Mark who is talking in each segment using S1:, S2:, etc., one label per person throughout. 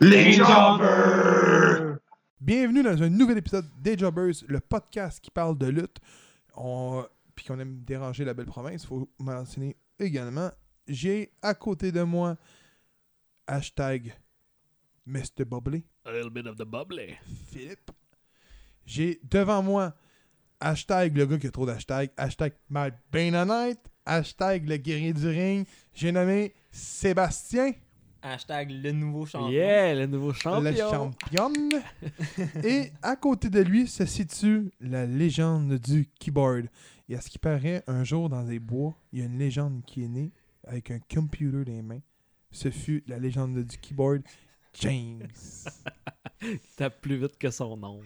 S1: Les Jobbers!
S2: Bienvenue dans un nouvel épisode des Jobbers, le podcast qui parle de lutte. On... Puis qu'on aime déranger la belle province, faut mentionner également. J'ai à côté de moi hashtag Mr. Bubbly,
S3: A little bit of the bubbly.
S2: Philippe. J'ai devant moi hashtag le gars qui a trop d'hashtags, hashtag my Benonite, hashtag le guerrier du ring. J'ai nommé Sébastien.
S4: Hashtag le nouveau champion.
S3: Yeah, le nouveau
S2: La
S3: champion.
S2: championne. Et à côté de lui se situe la légende du keyboard. Et à ce qui paraît, un jour dans les bois, il y a une légende qui est née avec un computer dans les mains. Ce fut la légende du keyboard, James.
S3: Tape plus vite que son nom.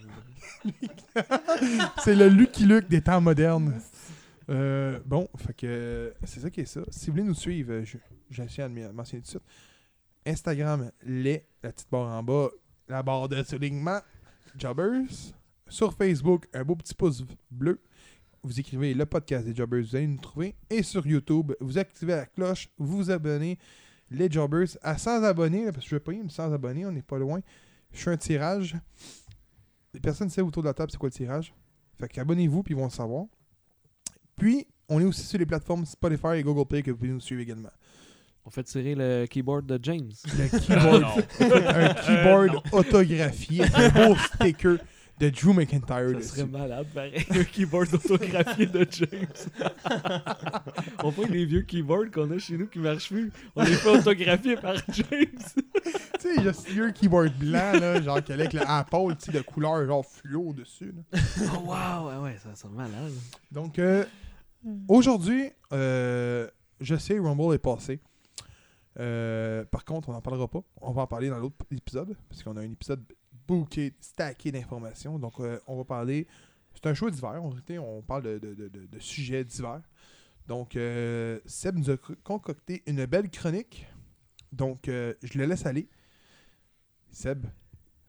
S2: C'est le Lucky Luke des temps modernes. Euh, bon, fait que c'est ça qui est ça. Si vous voulez nous suivre, euh, je- j'ai essayé à le mentionner tout de suite. Instagram, les, la petite barre en bas, la barre de soulignement, Jobbers. Sur Facebook, un beau petit pouce bleu. Vous écrivez le podcast des Jobbers, vous allez nous trouver. Et sur YouTube, vous activez la cloche, vous vous abonnez. Les Jobbers à 100 abonnés, là, parce que je vais pas y une 100 abonnés, on n'est pas loin. Je fais un tirage. Personne ne sait autour de la table c'est quoi le tirage. Fait qu'abonnez-vous, puis ils vont le savoir. Puis, on est aussi sur les plateformes Spotify et Google Play que vous pouvez nous suivre également.
S3: On fait tirer le keyboard de James.
S2: Le keyboard,
S5: Ah,
S2: un keyboard Euh, autographié, avec un beau sticker de Drew McIntyre.
S3: Ça
S2: dessus.
S3: serait malade, pareil. Un keyboard autographié de James. on fait les vieux keyboards qu'on a chez nous qui marchent plus. On les fait autographier par James.
S2: Tu sais, il y a ce vieux keyboard blanc, là, genre qu'elle avec le Apple, tu sais, de couleur genre fluo dessus. là.
S3: Oh, wow, ouais, ouais, ça sent malade.
S2: Donc, euh, aujourd'hui, euh, je sais, Rumble est passé. Euh, par contre, on n'en parlera pas. On va en parler dans l'autre épisode, parce qu'on a un épisode bouquet, stacké d'informations. Donc, euh, on va parler. C'est un show d'hiver. En réalité, on parle de, de- de- de- de sujets d'hiver. Donc, euh, Seb nous a cr- concocté une belle chronique. Donc, euh, je le laisse aller. Seb,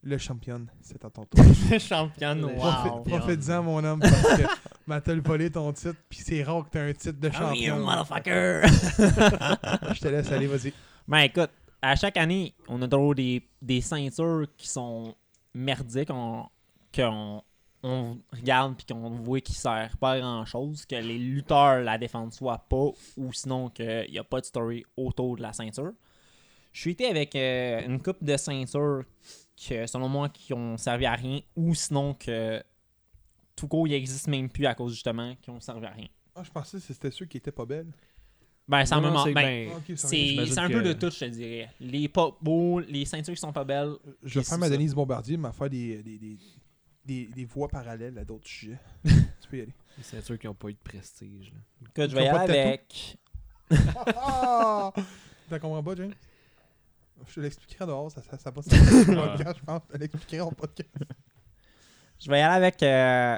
S2: le champion, c'est à ton tour.
S4: Le champion,
S3: Le
S4: wow.
S3: champion.
S2: Profite-en, mon homme, parce que m'a t volé ton titre, puis c'est rare que t'as un titre de
S4: Oh, you
S2: champion.
S4: motherfucker!
S2: Je te laisse aller, vas-y.
S4: ben écoute, à chaque année, on a toujours des, des ceintures qui sont merdiques, on- qu'on on regarde puis qu'on voit qui sert pas à grand-chose, que les lutteurs la défendent soit pas, ou sinon qu'il n'y a pas de story autour de la ceinture. Je suis été avec euh, une coupe de ceintures que, selon moi, qui ont servi à rien, ou sinon que tout court, ils n'existent même plus à cause justement qu'ils ont servi à rien.
S2: Ah, je pensais que c'était ceux qui étaient pas belles.
S4: Ben, ça me
S3: Non, non,
S4: manque.
S3: c'est
S4: ben,
S3: bien-
S2: Ah, ok, ça
S4: C'est
S3: j'imagine
S4: c'est un
S3: que-
S4: peu de tout, je te dirais. Les pas beaux, les ceintures qui sont pas belles.
S2: Je vais
S4: c'est
S2: faire ma
S4: ça.
S2: Denise Bombardier, mais faire des, des, des, des, des voies parallèles à d'autres sujets. tu peux y aller.
S3: Les ceintures qui n'ont pas eu de prestige. là.
S4: Écoute, je
S2: Ils
S4: vais y
S2: ont pas de
S4: aller
S2: tatou.
S4: avec.
S2: Ah! T'as compris pas, James? Je te l'expliquerai dehors, ça, ça, ça passe dans le podcast, je pense. Je te l'expliquerai en podcast.
S4: Je vais y aller avec euh,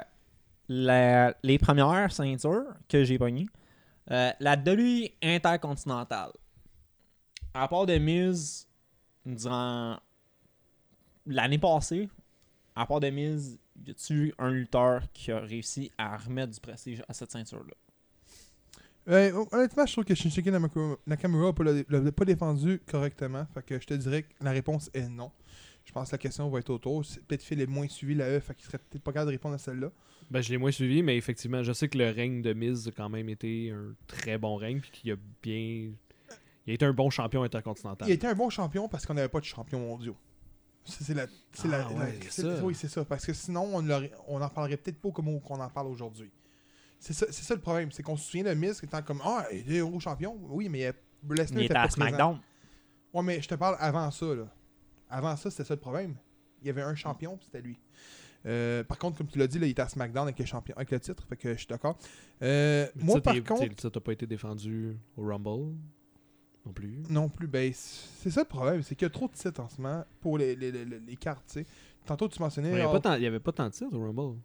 S4: la- les premières ceintures que j'ai pognées. Euh, la Dolly Intercontinentale. À part de mise durant l'année passée, à part de mise, y a-tu eu un lutteur qui a réussi à remettre du prestige à cette ceinture-là?
S2: Ouais, Ben, hon- honnêtement, je trouve que Shinsuke Nakamura- Nakamura n'a pas, le- le- l'a pas défendu correctement. Fait que je te dirais que la réponse est non. Je pense que la question va être autour. C'est- Peut-être Phil est moins suivi la E, fait qu'il serait peut-être pas capable de répondre à celle-là.
S3: Ben, je l'ai moins suivi, mais effectivement, je sais que le règne de Miz a quand même été un très bon règne, puis qu'il a bien. Il a été un bon champion intercontinental.
S2: Il a été un bon champion parce qu'on n'avait pas de champion mondiaux. Ça, C'est la. C'est la,
S3: Ah
S2: la-
S3: ouais,
S2: c'est-
S3: ça.
S2: Oui, c'est ça. Parce que sinon, on n'en on en parlerait peut-être pas comme on- qu'on en parle aujourd'hui. C'est ça, c'est ça le problème. C'est qu'on se souvient de Miz étant comme Ah, il est un gros champion. Oui, mais Lesnar
S4: Il
S2: était
S4: était
S2: pas
S4: à
S2: présent.
S4: SmackDown.
S2: Ouais, mais je te parle avant ça, là. Avant ça, c'était ça le problème. Il y avait un champion, puis c'était lui. Euh, par contre, comme tu l'as dit, là, il était à SmackDown avec le, champion, avec le titre, fait que je suis d'accord. Euh,
S3: Mais
S2: moi,
S3: ça,
S2: par
S3: t'es-
S2: contre,
S3: t'es- Ça, t'as pas été défendu au Rumble non plus.
S2: non plus. Ben, c'est ça le problème, c'est qu'il y a trop de titres en ce moment pour les, les, les, les cartes, tu sais. Tantôt, tu mentionnais.
S3: Il n'y
S2: oh,
S3: avait pas tant de titres au Rumble.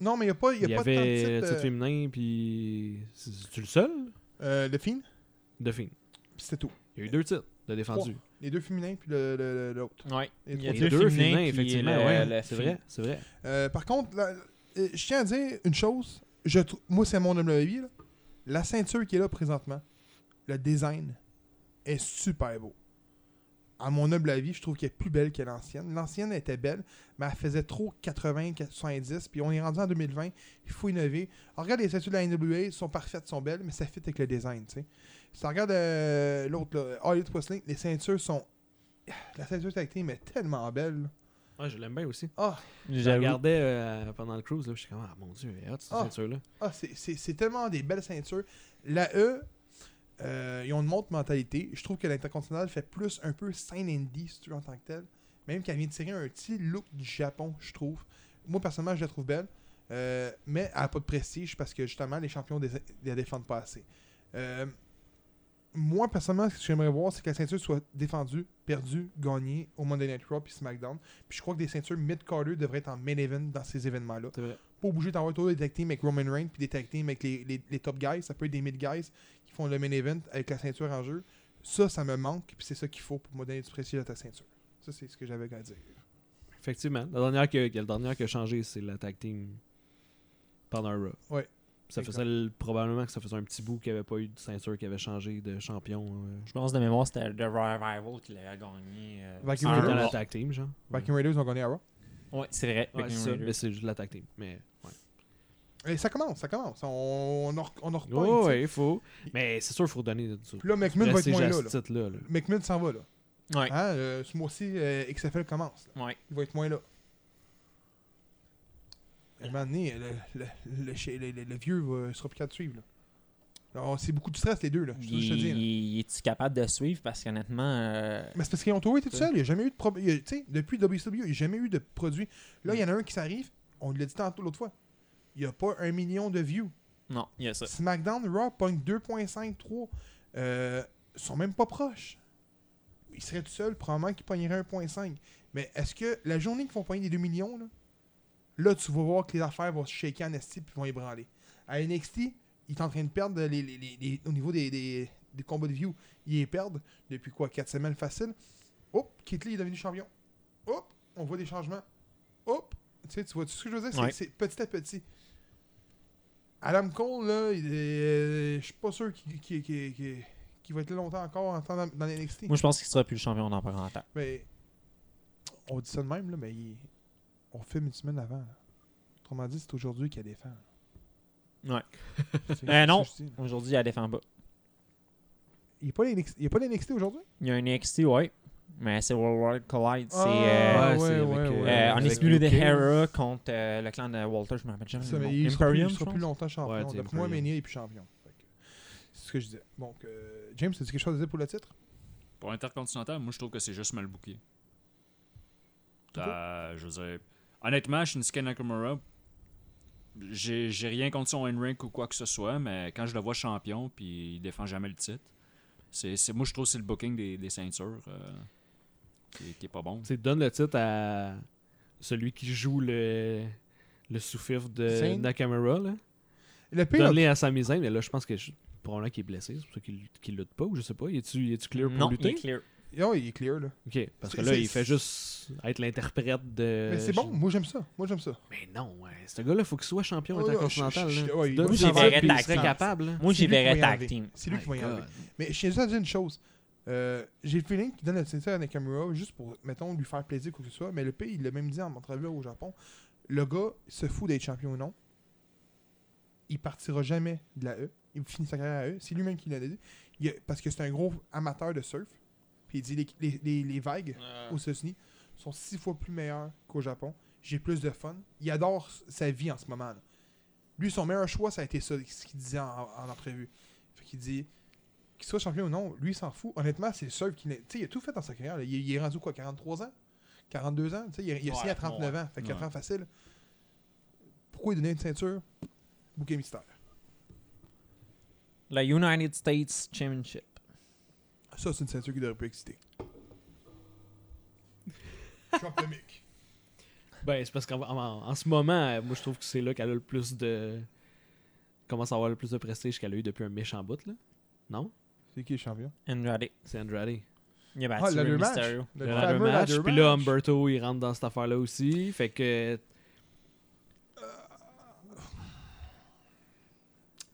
S2: Non, mais il n'y a pas, il y a
S3: Il y
S2: pas tant
S3: avait le
S2: de
S3: titre
S2: titres. euh,
S3: féminin, puis. c'est- C'est-tu le seul
S2: euh, le Fiend,
S3: De fin.
S2: puis c'était tout.
S3: Il y a eu deux titres de défendus.
S2: Les deux féminins, puis l'autre. Le, le- l'autre.
S4: Ouais.
S2: Les
S4: Il y
S2: trois
S4: a
S3: Les
S4: deux, féminins, puis euh,
S3: effectivement.
S4: le-
S3: ouais.
S4: le
S3: c'est
S4: fi-
S3: vrai, c'est vrai.
S2: Euh, par contre, là, euh, je tiens à dire une chose. Je trou- moi, c'est mon WWE. Là. La ceinture qui est là présentement, le design est super beau. à mon humble avis, je trouve qu'elle est plus belle que l'ancienne. L'ancienne elle était belle, mais elle faisait trop 80, 90, puis on est rendu en 2020, il faut innover. Alors, regarde les statues de la NWA, elles sont parfaites, elles sont belles, mais ça fit avec le design, tu sais. Si tu regardes euh, l'autre, là, Hollywood Wrestling, les ceintures sont... La ceinture tag team est tellement belle. là.
S3: Ouais, je l'aime bien aussi.
S2: Ah,
S3: Je la
S4: J'avoue.
S3: regardais euh, pendant le cruise, là, puis j'étais comme, ah mon dieu, elle est hot, cette
S2: Ah.
S3: ceinture-là.
S2: Ah, c'est- c'est c'est tellement des belles ceintures. La E, euh, ils ont une montre mentalité. Je trouve que l'Intercontinental fait plus un peu scène indie, si tu veux, en tant que tel. Même qu'elle vient de tirer un petit look du Japon, je trouve. Moi, personnellement, je la trouve belle. Euh, mais elle n'a pas de prestige parce que justement, les champions ne la défendent pas assez. Euh, moi, personnellement, ce que j'aimerais voir, c'est que la ceinture soit défendue, perdue, gagnée au Monday Night Raw puis SmackDown. Puis je crois que des ceintures mid-carder devraient être en main event dans ces événements-là
S3: C'est vrai.
S2: pas obligé d'avoir toujours des tag teams avec Roman Reigns puis des tag teams avec les, les- les top guys. Ça peut être des mid guys qui font le main event avec la ceinture en jeu. Ça, ça me manque puis c'est ça qu'il faut pour me donner du précieux à ta ceinture. Ça, c'est ce que j'avais à dire.
S3: Effectivement. La dernière que, que- la dernière qui a changé, c'est la tag team pendant un Raw.
S2: Ouais.
S3: Ça faisait le- probablement que ça faisait un petit bout qu'il n'y avait pas eu de ceinture, qu'il avait changé de champion. euh,
S4: Je pense de mémoire, c'était The Revival qui l'avait gagné. euh,
S2: Vacuum
S4: sans
S2: Ah,
S3: dans
S2: Raw.
S3: la
S4: avoir-
S3: tag team, genre.
S2: Viking Raiders ont gagné à Raw.
S4: Ouais, c'est vrai.
S3: Ouais,
S4: Vacuum
S3: c'est ça,
S4: Raiders.
S3: mais c'est juste la tag team. Mais, ouais.
S2: Et ça commence, ça commence. On, on en re- on en reparle.
S3: Ouais,
S2: tu sais.
S3: ouais, il faut. Mais c'est sûr, il faut donner du
S2: Puis là, McMahon va être moins là. là.
S3: titre-là. là.
S2: McMahon s'en va là.
S4: Ouais.
S2: Hein, euh, ce mois-ci, euh, XFL commence. là.
S4: Ouais.
S2: Il va être moins là. À un moment donné, le, le- le chi- le- le- le vieux va, sera plus capable de suivre. là. Alors, c'est beaucoup de stress, les deux. Là. Je, je te dis. là.
S4: Il- Es-tu capable de suivre? Parce qu'honnêtement, euh,
S2: Mais c'est parce qu'ils ont toujours été tout
S4: Ouais.
S2: seuls. Il n'y a jamais eu de problème. Tu sais, depuis WCW, il n'y a jamais eu de produit. Là, il y en a un qui s'arrive. On l'a dit tantôt l'autre fois. Il n'y a pas un million de views.
S4: non, il y a ça.
S2: SmackDown, Raw, pogne 2.5, 3. Euh, ils sont même pas proches. Ils seraient tout seuls, probablement qu'ils pogneraient 1.5. Mais est-ce que la journée qu'ils vont pogner les 2 millions, là, là, tu vas voir que les affaires vont se shaker en esti puis vont ébranler. À NXT, ils sont en train de perdre les, les- les- les- au niveau des, des- des combats de view. Ils les perdent depuis quoi 4 semaines facile. Hop, Kitley est devenu champion. Hop, on voit des changements. Hop, tu sais, tu vois ce que je veux dire C'est-
S4: Ouais.
S2: C'est petit à petit. Adam Cole, là, il est- euh, je suis pas sûr qu'il qu'il- qu'il- qu'il- qu'il va être là longtemps encore en temps dans, dans NXT.
S4: Moi, je pense qu'il sera plus le champion dans pas longtemps.
S2: Mais on dit ça de même, là, mais il- on filme une semaine avant. là. Autrement dit, c'est aujourd'hui qu'il y a des fans.
S4: Ouais.
S2: C'est- c'est
S4: Euh, non.
S2: ce que je dis, là.
S4: Aujourd'hui, elle défend pas.
S2: Il n'y a pas d'NXT il y a pas d'NXT aujourd'hui?
S4: Il y a un NXT, ouais. Mais c'est Worldwide Collide. C'est. euh,
S2: Ah,
S3: ouais, c'est avec,
S2: ouais,
S3: euh,
S2: ouais.
S4: Euh, on est
S3: avec
S4: simulé
S3: Luke
S4: des
S3: Cage.
S4: Hera contre euh, le clan de Walter, je me rappelle jamais.
S2: Ça,
S4: le
S2: mais
S4: nom.
S2: il sera, plus,
S4: Imperium,
S2: il sera
S4: je
S2: plus
S4: pense.
S2: longtemps
S3: Ouais,
S2: champion.
S3: c'est
S2: D'après moi,
S3: Imperium.
S2: Mania est plus champion. Fait que C'est ce que je disais. Donc, euh, James, as-tu quelque chose à dire pour le titre?
S5: Pour Intercontinental, moi, je trouve que c'est juste mal booké. Euh, je veux dire, honnêtement, Shinsuke Nakamura, j'ai j'ai rien contre son in-ring ou quoi que ce soit, mais quand je le vois champion, puis il défend jamais le titre, c'est c'est- moi, je trouve que c'est le booking des, des ceintures euh, qui, qui est pas bon.
S3: Tu donne le titre à celui qui joue le, le sous-fifre de
S2: Zayn?
S3: Nakamura. Là.
S2: Le pire,
S3: Donne-le à Sami Zayn, mais là, je pense que je- probablement qu'il est blessé. C'est pour ça qu'il qu'il lutte pas, ou je sais pas. Il est-tu est clear pour
S4: Non, il est
S3: lutter
S4: clear.
S2: Non, il est clear, là.
S3: Ok, parce que
S2: C'est-
S3: là,
S2: c'est-
S3: il fait juste être l'interprète de.
S2: mais c'est bon, moi j'aime ça. Moi j'aime ça.
S3: Mais non, ouais. ce gars-là, faut qu'il soit champion
S2: Oh, là,
S3: intercontinental.
S2: je- je-
S3: là.
S2: ouais,
S3: Tu
S2: il-
S3: donnes
S2: moi,
S3: le
S4: j'y
S3: titre,
S4: verrais
S3: puis il
S4: tag
S3: serait
S4: team.
S3: capable. là.
S4: Moi,
S2: C'est
S4: j'y
S2: lui qui va
S4: verrais
S2: y
S4: tag
S2: enlever.
S4: team.
S2: C'est lui
S3: My
S2: qui va y enlever.
S3: God.
S2: Mais je tiens juste à dire une chose. Euh, J'ai le feeling qu'il donne le titre à Nakamura juste pour, mettons, lui faire plaisir ou quoi que ce soit. Mais le pays, il l'a même dit en entrevue au Japon. Le gars se fout d'être champion ou non. Il partira jamais de la E. Il finit sa carrière à E. C'est lui-même qui l'a dit. Il a- parce que c'est un gros amateur de surf. Puis il dit les, les, les- les vagues aux États-Unis sont six fois plus meilleures qu'au Japon. J'ai plus de fun. Il adore s- sa vie en ce moment. là. Lui, son meilleur choix, ça a été ça, ce qu'il disait en, en entrevue. Fait qu'il dit qu'il soit champion ou non, lui, il s'en fout. Honnêtement, c'est le seul qui. n'est- Tu sais, il a tout fait dans sa carrière. là. Il, il est rendu quoi, 43 ans 42 ans Tu sais, il, a- il a signé à
S4: Ouais,
S2: 39 ans. Fait 4
S5: Ouais.
S2: ans facile. Pourquoi il donnait une ceinture Bouquet mystère.
S4: La United States Championship.
S2: Ça, c'est une ceinture qui devrait plus exister. Trump le mic.
S3: Ben, c'est parce qu'en en, en ce moment, euh, moi, je trouve que c'est là qu'elle a le plus de. commence à avoir le plus de prestige qu'elle a eu depuis un méchant bout, là. Non
S2: C'est qui le champion
S4: Andrade.
S3: C'est Andrade.
S4: Il a battu
S2: Ah, le
S4: Rey
S2: ladder match.
S4: Mysterio.
S2: Le
S3: Le
S2: fameux
S3: ladder match.
S2: ladder
S3: Puis là,
S2: match.
S3: Humberto, il rentre dans cette affaire-là aussi. Fait que.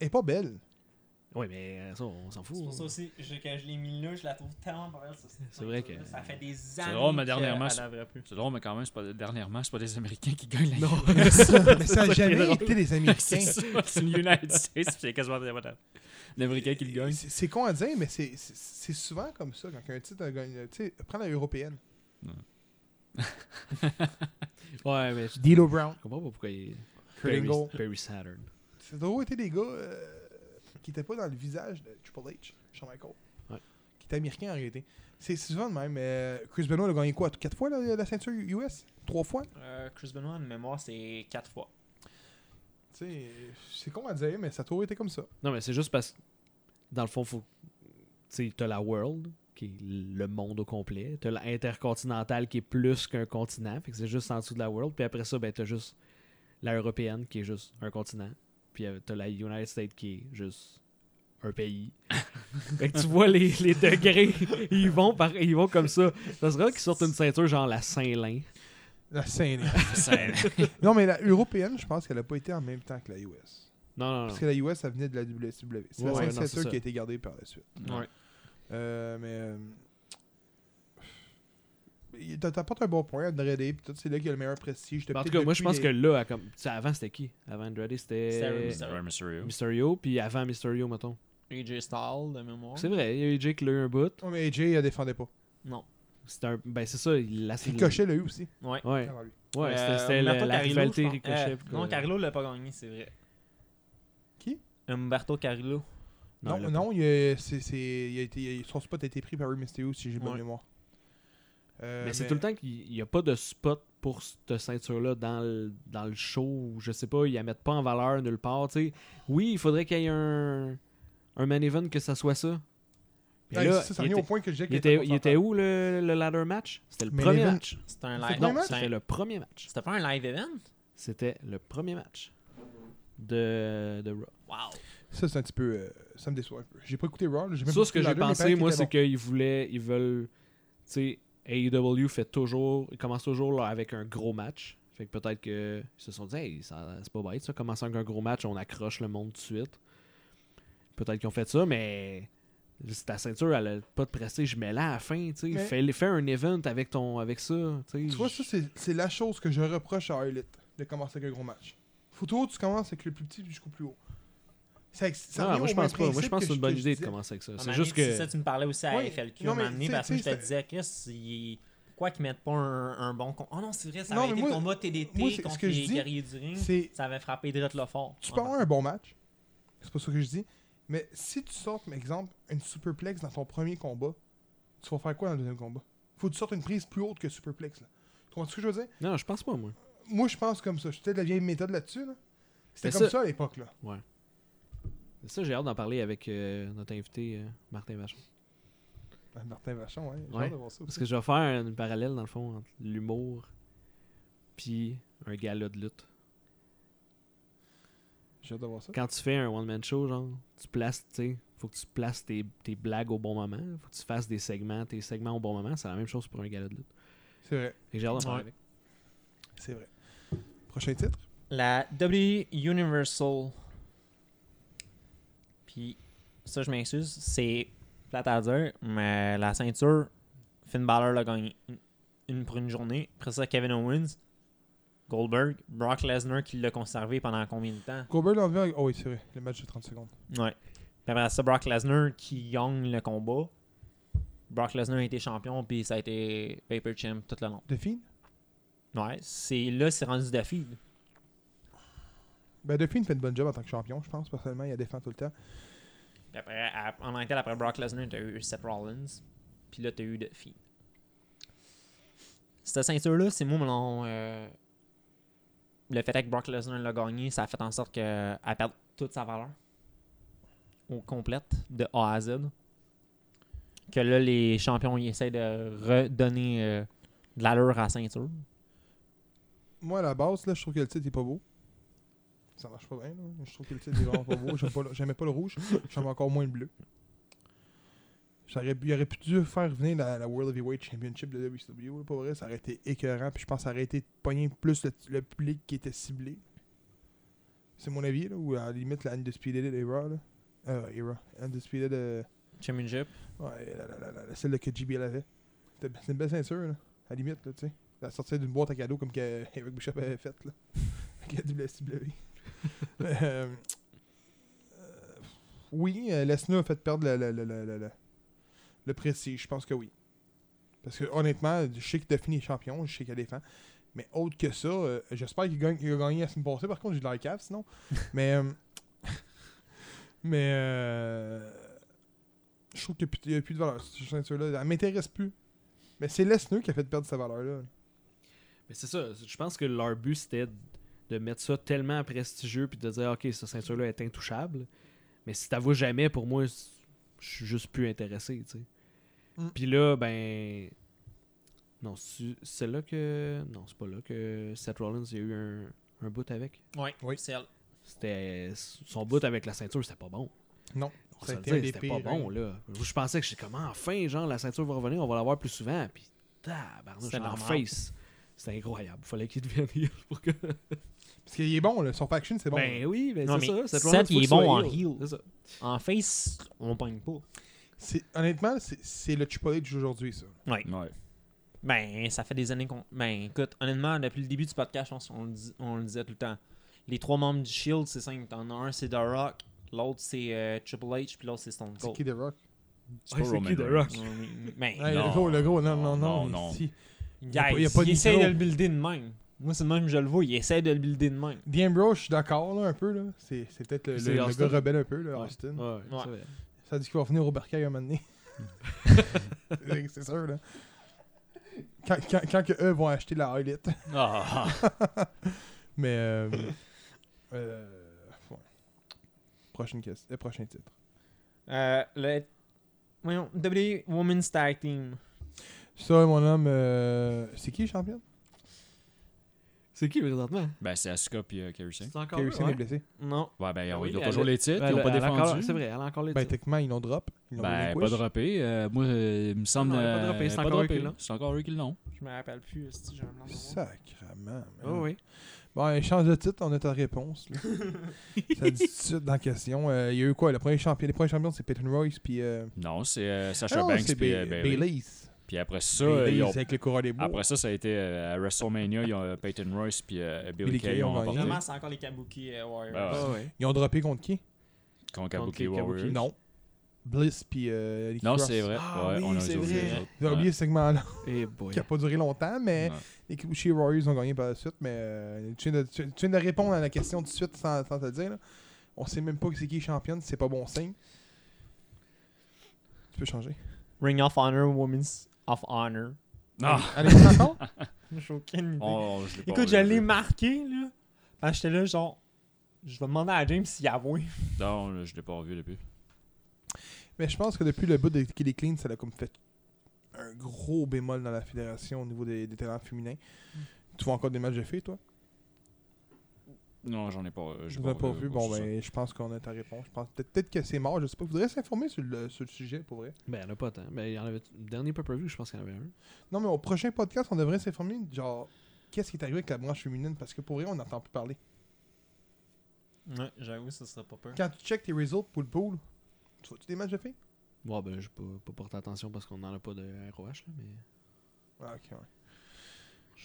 S2: Elle est pas belle.
S3: Oui, mais ça, on s'en fout.
S4: C'est pour ça aussi, je, quand je l'ai mis là, je la trouve tellement pas belle. cette
S3: C'est vrai
S4: peinture-là.
S3: que-
S4: Ça fait des années.
S5: drôle, mais
S4: que
S5: dernièrement,
S4: elle
S5: c'est-
S4: l'avait plus.
S5: C'est drôle, mais quand même, c'est pas, dernièrement, c'est pas des Américains qui gagnent la
S3: Non.
S2: Mais ça
S3: ça qui
S2: n'a
S3: est
S2: jamais
S3: drôle.
S2: été des
S5: C'est
S2: Américains.
S5: ça, c'est le United States, puis c'est quasiment des des Américains qui le gagnent.
S2: C'est c'est con à dire, mais c'est- c'est c'est souvent comme ça quand un titre gagne. Tu sais, prends la européenne.
S3: Ouais, mais je
S2: Dilo Brown.
S3: comprends pas pourquoi il. Ben
S2: Kurt Angle.
S3: Perry Saturn.
S2: Ça doit été des gars euh, qui n'étaient pas dans le visage de Triple H, Shawn Michaels.
S3: Ouais.
S2: Qui étaient américains en réalité. C'est c'est souvent le même. euh, Chris Benoit a gagné quoi 4 fois la, la ceinture US 3 fois
S4: Euh, Chris Benoit, de mémoire, c'est 4 fois.
S2: Tu sais, C'est con à dire, mais ça a toujours été comme ça.
S3: Non, mais c'est juste parce que, dans le fond, faut. Tu sais, t'as la World, qui est le monde au complet. T'as l'Intercontinentale, qui est plus qu'un continent. Fait que c'est juste en dessous de la World. Puis après ça, ben, t'as juste la Européenne, qui est juste un continent. Puis euh, t'as la United States, qui est juste un pays. fait que tu vois les, les degrés, ils vont, par, ils vont comme ça. Ça serait qu'ils sortent une ceinture genre la Saint-Lin.
S2: La scène.
S5: C'est-
S2: non, mais la européenne, je pense qu'elle n'a pas été en même temps que la US.
S3: Non, non, non.
S2: Parce que la US, ça venait de la WCW. C'est la
S3: Ah. Ouais, ouais,
S2: seule
S3: non, c'est
S2: ceinture
S3: ça.
S2: qui a été gardée par la suite.
S5: Ouais.
S2: Euh, mais. euh, il- t'a- T'apportes un bon point, Andrade, pis tout, c'est là qu'il y a le meilleur prestige.
S3: Mais En tout cas, moi, je pense que
S2: Depuis
S3: là, à comme, tu sais, avant, c'était qui Avant Andrade, c'était
S4: C'était
S5: Rey Mysterio.
S3: Mysterio, puis avant Mysterio, mettons.
S4: AJ Styles, de mémoire.
S3: C'est vrai, il y a eu Jake qui l'a eu un bout.
S2: les- Ouais, mais AJ, elle défendait pas.
S4: Non.
S3: C'était un... Ben, c'est ça, il l'a
S2: Puis Cochet l'a eu aussi.
S4: Ouais.
S3: Ouais,
S2: avant lui.
S3: ouais c'était-
S4: Euh,
S3: c'était
S4: Humberto
S3: la, la
S4: Carrillo,
S3: rivalité
S4: je pense.
S3: Ricochet.
S4: Euh,
S3: puis-
S4: non, Carrillo l'a pas gagné, c'est vrai.
S2: Qui?
S4: Humberto Carrillo.
S2: Non,
S3: il l'a
S2: non, il a, c'est- c'est- il a été, il- son spot a été pris par Rey Mysterio, si j'ai bonne
S4: Ouais.
S2: mémoire.
S3: pas.
S2: Euh,
S3: Mais c'est tout le temps qu'il n'y a pas de spot pour cette ceinture-là dans le, dans le show. Je sais pas, ils la mettent pas en valeur nulle part. tu sais. Oui, il faudrait qu'il y ait un, un man event que ça soit ça. Mais
S2: Ah,
S3: là,
S2: ça, ça
S3: il
S2: revient au
S3: était,
S2: point que je disais
S3: il
S2: qu'il
S3: était, il était
S2: concentré.
S3: où le, le ladder match C'était le
S2: Main
S3: premier
S2: event.
S3: match.
S4: C'était un
S2: C'était
S4: live.
S2: pas
S3: Non,
S2: un match?
S4: c'était
S3: c'était le premier match.
S4: C'était pas un live event?
S3: C'était le premier match de, de Raw.
S4: Wow.
S2: Ça, c'est un petit peu. euh, ça me déçoit un peu. J'ai pas écouté Raw, j'ai même
S3: Ça,
S2: pas
S3: ce
S2: écouté
S3: que j'ai
S2: Ladder, mais
S3: pensé,
S2: pareil
S3: moi,
S2: qu'il
S3: c'est
S2: était
S3: qu'ils voulaient, ils veulent, tu sais, AEW fait toujours, ils commencent toujours là, avec un gros match. Fait que peut-être qu'ils se sont dit, hey, ça- c'est pas bête, ça, commencer avec un gros match, on accroche le monde tout de suite. Peut-être qu'ils ont fait ça, mais c'est ta ceinture, elle a pas de prestige, mais là, à la fin, tu sais,
S2: Mais-
S3: fais, fais un event avec, ton, avec ça, tu sais.
S2: bon. Tu vois,
S3: je-
S2: ça, c'est- c'est la chose que je reproche à Elite de commencer avec un gros match. Faut toujours que tu commences avec le plus petit jusqu'au plus haut. Ça, ex- ça
S3: Ah,
S2: revient
S3: moi,
S2: au
S3: je pense
S2: même
S3: pas. Moi, je
S2: principe
S3: pense que c'est une bonne
S2: je
S3: idée de
S2: disais.
S3: commencer avec ça.
S4: À un
S3: C'est
S4: moment
S3: juste
S4: donné,
S3: que.
S4: Ah, c'est ça, tu me parlais aussi à
S2: Ouais.
S4: FLQ
S2: Non,
S4: un
S2: mais
S4: moment donné,
S2: t'sais,
S4: parce que je te
S2: t'sais,
S4: disais, Chris, il- pourquoi qu'ils mettent pas un, un bon con- Oh non, c'est vrai, ça
S2: Non,
S4: avait
S2: mais
S4: été
S2: moi-
S4: le combat
S2: moi,
S4: TDT
S2: c'est- ce
S4: contre
S2: que je
S4: les
S2: dis,
S4: guerriers du ring.
S2: C'est
S4: Ça avait frappé Drette le fort.
S2: Tu peux avoir un bon match, c'est pas ça que je dis, mais si tu sortes, par exemple, une superplex dans ton premier combat, tu vas faire quoi dans le deuxième combat Faut que tu sortes une prise plus haute que superplex. Là. Tu comprends ce que je veux dire
S3: Non, je pense pas, moi.
S2: Moi, je pense comme ça. Je suis peut-être de la vieille méthode là-dessus. Là. C'était
S3: Mais
S2: comme ça,
S3: ça-
S2: à l'époque. là.
S3: Ça, j'ai hâte d'en parler avec euh, notre invité, euh, Martin Vachon.
S2: Ah, Martin Vachon, ouais. J'ai
S3: Ouais.
S2: hâte de voir ça.
S3: Parce
S2: aussi.
S3: que je vais faire un une parallèle, dans le fond, entre l'humour puis un gala de lutte.
S2: J'ai hâte de voir ça.
S3: Quand tu fais un one-man show, genre, tu places, tu sais, faut que tu places tes, tes blagues au bon moment. Faut que tu fasses des segments, tes segments au bon moment. C'est la même chose pour un gala de lutte.
S2: C'est vrai.
S3: Fait que j'ai hâte d'en parler
S4: Ouais.
S3: avec.
S2: C'est vrai. Prochain titre
S4: La W Universal. Puis, ça, je m'excuse, c'est plate à dire, mais la ceinture, Finn Balor l'a gagné une, une pour une journée. Après ça, Kevin Owens, Goldberg, Brock Lesnar qui l'a conservé pendant combien de temps
S2: Goldberg l'a enlevé avec- Oh oui, c'est vrai. Le match de 30 secondes.
S4: Ouais. Puis après ça, Brock Lesnar qui gagne le combat. Brock Lesnar a été champion, puis ça a été Paper Champ tout le long.
S2: De Fiend
S4: Ouais, c'est là, c'est rendu Daffy.
S2: Ben, De Fiend fait une bonne job en tant que champion, je pense, personnellement. Il a défendu tout le temps.
S4: Puis après, à- en tant que tel, après Brock Lesnar, t'as eu Seth Rollins. Puis là, t'as eu Duffy. Cette ceinture-là, c'est moi, mon. euh, le fait que Brock Lesnar l'a gagné, ça a fait en sorte qu'elle perde toute sa valeur. Au complète, de A à Z. Que là, les champions, ils essaient de redonner euh, de l'allure à la ceinture.
S2: Moi, à la base, là, je trouve que le titre est pas beau. Ça marche pas bien. là. Je trouve que le titre est vraiment pas beau. J'aime pas le- J'aimais pas, le rouge. J'aime encore moins le bleu. J'aurais, il aurait pu dû faire venir la, la World Heavyweight Championship de WCW. là, Pour vrai, ça aurait été écœurant. Puis je pense que ça aurait été de pogner plus le, le public qui était ciblé. C'est mon avis, là, ou à la limite la haine de Speed Elite et Raw. là. Euh, Era. Undisputed. euh,
S4: Championship.
S2: ouais, la, la, la, la- la- celle que JBL avait. C'était- C'est une belle ceinture, là. À la limite, là, tu sais. La sortie d'une boîte à cadeaux comme que Eric Bishop avait faite, là. Avec la WSW. Mais, euh, euh, oui, euh, Lesnar a fait perdre le, le, le, le, le- le- le prestige, je pense que oui. Parce que honnêtement, je sais qu'il a fini champion, je sais qu'il défend. Mais autre que ça, euh, j'espère qu'il gagne, il a gagné la semaine passée. Par contre, j'ai de la cave sinon. mais euh, mais euh, je trouve qu'il n'y a, plus de valeur, cette ceinture-là. Elle m'intéresse plus. Mais c'est Lesnar qui a fait perdre sa valeur-là.
S3: Mais c'est ça, je pense que leur but c'était d- de mettre ça tellement prestigieux puis de dire ok, cette ceinture-là est intouchable. Mais si t'avoues jamais, pour moi, c- je suis juste plus intéressé, tu sais.
S2: Mm.
S3: Puis là, ben. Non, c'est- c'est là que. Non, c'est pas là que Seth Rollins il y a eu un, un bout avec.
S4: Ouais,
S2: Oui.
S4: c'est elle.
S3: C'était. Son bout avec la ceinture, c'était pas bon.
S2: Non,
S3: On
S2: ça
S3: se
S2: a
S3: le
S2: été un
S3: dit,
S2: des
S3: c'était pas
S2: pires, hein.
S3: bon, là. Je pensais que j'étais comme ah, enfin, genre, la ceinture va revenir, on va l'avoir plus souvent. Puis, tabarnouche,
S4: C'était
S3: en
S4: normal.
S3: face. C'était incroyable. Fallait qu'il devienne heel pour que.
S2: Parce qu'il est bon, là. son faction, c'est bon.
S3: Ben
S2: là.
S3: oui, ben
S4: Non,
S3: c'est
S4: mais
S3: ça. Seth
S4: Seth,
S3: Rollins, faut
S4: il
S3: que
S4: est
S3: soit
S4: bon en heel.
S3: C'est ça.
S4: En face, on pogne pas.
S2: C'est- Honnêtement, c'est c'est le Chipotle d'aujourd'hui, ça.
S5: Ouais.
S4: Ben, ça fait des années qu'on. Ben, écoute, honnêtement, depuis le début du podcast, je pense qu'on le, dis- on le disait tout le temps. Les trois membres du Shield, c'est simple. T'en as un, c'est The Rock. L'autre, c'est euh, Triple H. Puis l'autre, c'est Stone
S2: C'est
S4: Cold.
S2: qui The Rock
S5: C'est
S3: Ouais,
S5: pas
S3: c'est
S5: Roman
S3: qui, The
S5: Reigns.
S3: Rock?
S4: Ouais, mais- mais-
S2: Ouais,
S5: Non,
S2: Le gros, le gros, non, non,
S5: non,
S2: non.
S5: non,
S2: ici.
S4: Guys,
S2: Y a pas- y a pas
S4: il essaie
S2: d'intro.
S4: de le builder de même. Moi, c'est le même que je le vois. Il essaie de le builder de même.
S2: The Ambrose, je suis d'accord, là, un peu, là. C'est c'est peut-être le,
S3: C'est
S2: le- le
S3: Austin.
S2: gars rebelle un peu, là,
S3: Ouais.
S2: Austin.
S3: Ouais, c'est
S4: Ouais.
S3: vrai.
S2: Ça dit qu'il va revenir au bercail un moment donné. C'est- c'est sûr, là. Quand, quand, quand que eux vont acheter la Highlight.
S5: Ah,
S2: Mais. Euh, euh, ouais. Prochaine question. euh, prochain titre.
S4: Euh, le. Voyons, W Women's Tag Team.
S2: Ça, mon homme, euh, c'est qui champion
S3: C'est qui présentement?
S5: ben, c'est Asuka puis euh, Kerry Singh.
S3: C'est encore
S2: Kerry
S3: là,
S2: Singh
S3: ouais.
S2: est blessé.
S4: Non.
S5: Ouais, ben, ils ont,
S3: Oui,
S5: ils ont
S3: mais
S5: toujours
S3: elle-
S5: les titres, ils
S3: Elle-
S5: ont pas
S3: elle a encore-
S5: défendu.
S3: C'est vrai, elle a encore les
S2: Ben,
S3: titres.
S2: techniquement, ils l'ont drop. Ils l'ont
S5: Ben,
S2: relinquish.
S5: pas droppé. euh, moi, euh, il me semble.
S3: Non, elle a pas
S5: euh,
S3: droppé, c'est
S5: elle a pas
S3: encore eux qui
S5: droppé.
S3: l'ont.
S5: C'est encore eux qui l'ont.
S4: Je me rappelle plus. Si j'ai un blanc de mémoire.
S2: Sacrement, man.
S3: Oh oui.
S2: Bon, change de titre, on a ta réponse. là. ça dit tout de suite dans la question. Euh, Il y a eu quoi Le premier champion, les premiers champions, c'est Peyton Royce, puis. Euh...
S5: Non, c'est euh,
S2: ah
S5: Sasha
S2: non,
S5: Banks
S2: c'est
S5: puis
S2: Ba-
S5: euh, Bayley.
S2: Bayley's.
S5: Puis après ça, euh,
S2: Bayley's
S5: ils ont-
S2: avec le coureur des bois.
S5: après ça, ça a été euh, à WrestleMania, ils ont euh, Peyton Royce puis euh, Billy
S2: Billy
S5: Kay
S2: Kay
S5: ils
S2: ont
S5: ont
S2: gagné.
S5: remporté
S4: Vraiment, c'est encore les Kabuki euh, Warriors.
S5: Ben ouais.
S3: Ah ouais.
S2: Ils ont droppé contre qui
S5: contre
S3: Contre
S5: Kabuki
S3: les Kabuki.
S5: Warriors.
S2: Non. Bliss, puis. Euh, Nikki
S5: Non,
S2: Cross.
S5: c'est vrai.
S3: Ah
S5: ouais,
S3: oui,
S5: on a
S3: c'est
S5: oublié
S3: vrai.
S5: les autres.
S2: J'ai oublié ce segment-là,
S3: Eh boy.
S2: qui a pas duré longtemps, mais.
S5: Ouais.
S2: Les Kibushi Warriors ont gagné par la suite, mais euh, tu, viens de, tu- tu viens de répondre à la question tout de suite sans, sans te le dire. là. On sait même pas c'est qui est championne, c'est pas bon signe. Tu peux changer.
S4: Ring of Honor, Women's of Honor.
S5: Ah,
S2: Alexa encore?
S4: J'ai aucune idée.
S5: on- je l'ai pas
S4: Écoute, je
S5: relevé.
S4: l'ai marqué, là. Parce que j'étais là, genre. Je vais demander à James s'il avoue.
S5: Non, je l'ai pas revu depuis.
S2: Mais je pense que depuis le bout de Kelly Clean, ça l'a comme fait un gros bémol dans la fédération au niveau des, des talents féminins.
S5: Mm.
S2: Tu vois encore des matchs de filles, toi?
S5: Non, j'en ai pas. euh,
S2: Je
S5: j'ai
S2: n'ai pas
S5: revu,
S2: vu.
S5: quoi,
S2: Bon,
S5: c'est
S2: ben, je pense qu'on a ta réponse. Je pense peut-être peut-être que c'est mort, je sais pas. Faudrait s'informer sur le, sur le sujet, pour vrai.
S3: Ben, elle a pas tant. Ben, il y en avait. Dernier pay-per-view, je pense qu'il y en avait un.
S2: Non, mais au prochain podcast, on devrait s'informer, genre, qu'est-ce qui est arrivé avec la branche féminine, parce que pour vrai, on n'entend plus parler.
S4: Ouais, j'avoue, ça serait pas peur.
S2: Quand tu checkes tes results pour le pool, tu vois-tu des matchs de filles
S3: Bon, ben, j'ai pas, pas porté attention parce qu'on n'en a pas de ROH, là, mais.
S2: Ah, ok,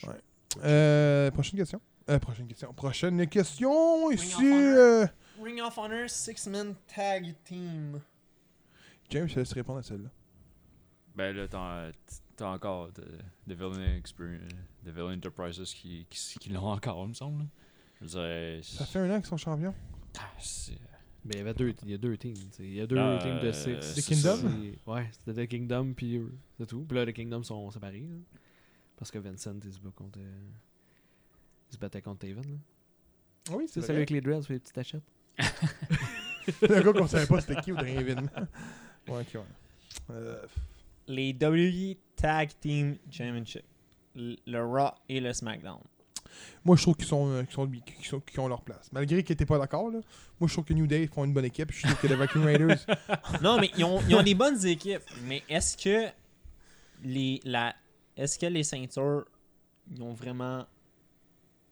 S2: ouais. Ouais. Euh, prochaine question. Euh, prochaine question. Prochaine question ici. euh,
S4: Ring of Honor, Six-Man Tag Team.
S2: James, je te laisse répondre à celle-là.
S5: ça. Ben là, t'as- t'as encore de- Devil, Experience, Devil Enterprises qui, qui, qui l'ont encore, il me semble. là. Je veux dire,
S2: Ça
S5: c'est-
S2: fait un an qu'ils sont champions.
S5: ah, c'est-
S3: Ben, il y avait deux, il y a deux teams. tu sais. Il y a deux
S5: Euh,
S3: teams de
S5: c'est
S3: six.
S5: The
S2: Kingdom?
S3: C'est- Ouais, c'était The Kingdom, puis euh, c'est tout. Puis là, The Kingdom sont séparés. là. parce que Vincent, il se bat contre. euh, il se battait contre Taven. là.
S2: Ah Oui,
S3: Tu sais, celui avec les dreads, puis les petites tachettes.
S2: le gars qu'on savait pas c'était qui au dernier événement. Ouais, ok, ouais. Euh,
S4: Les WWE Tag Team Championship. L- Le Raw et le SmackDown.
S2: moi, je trouve qu'ils sont, euh, qu'ils sont, qu'ils sont- qu'ils ont leur place. Malgré qu'ils n'étaient pas d'accord, là, moi, je trouve que New Day font une bonne équipe. Je trouve que les Viking Raiders.
S4: non, mais ils ont, ils ont des bonnes équipes. Mais est-ce que les, la, est-ce que les ceintures ils ont vraiment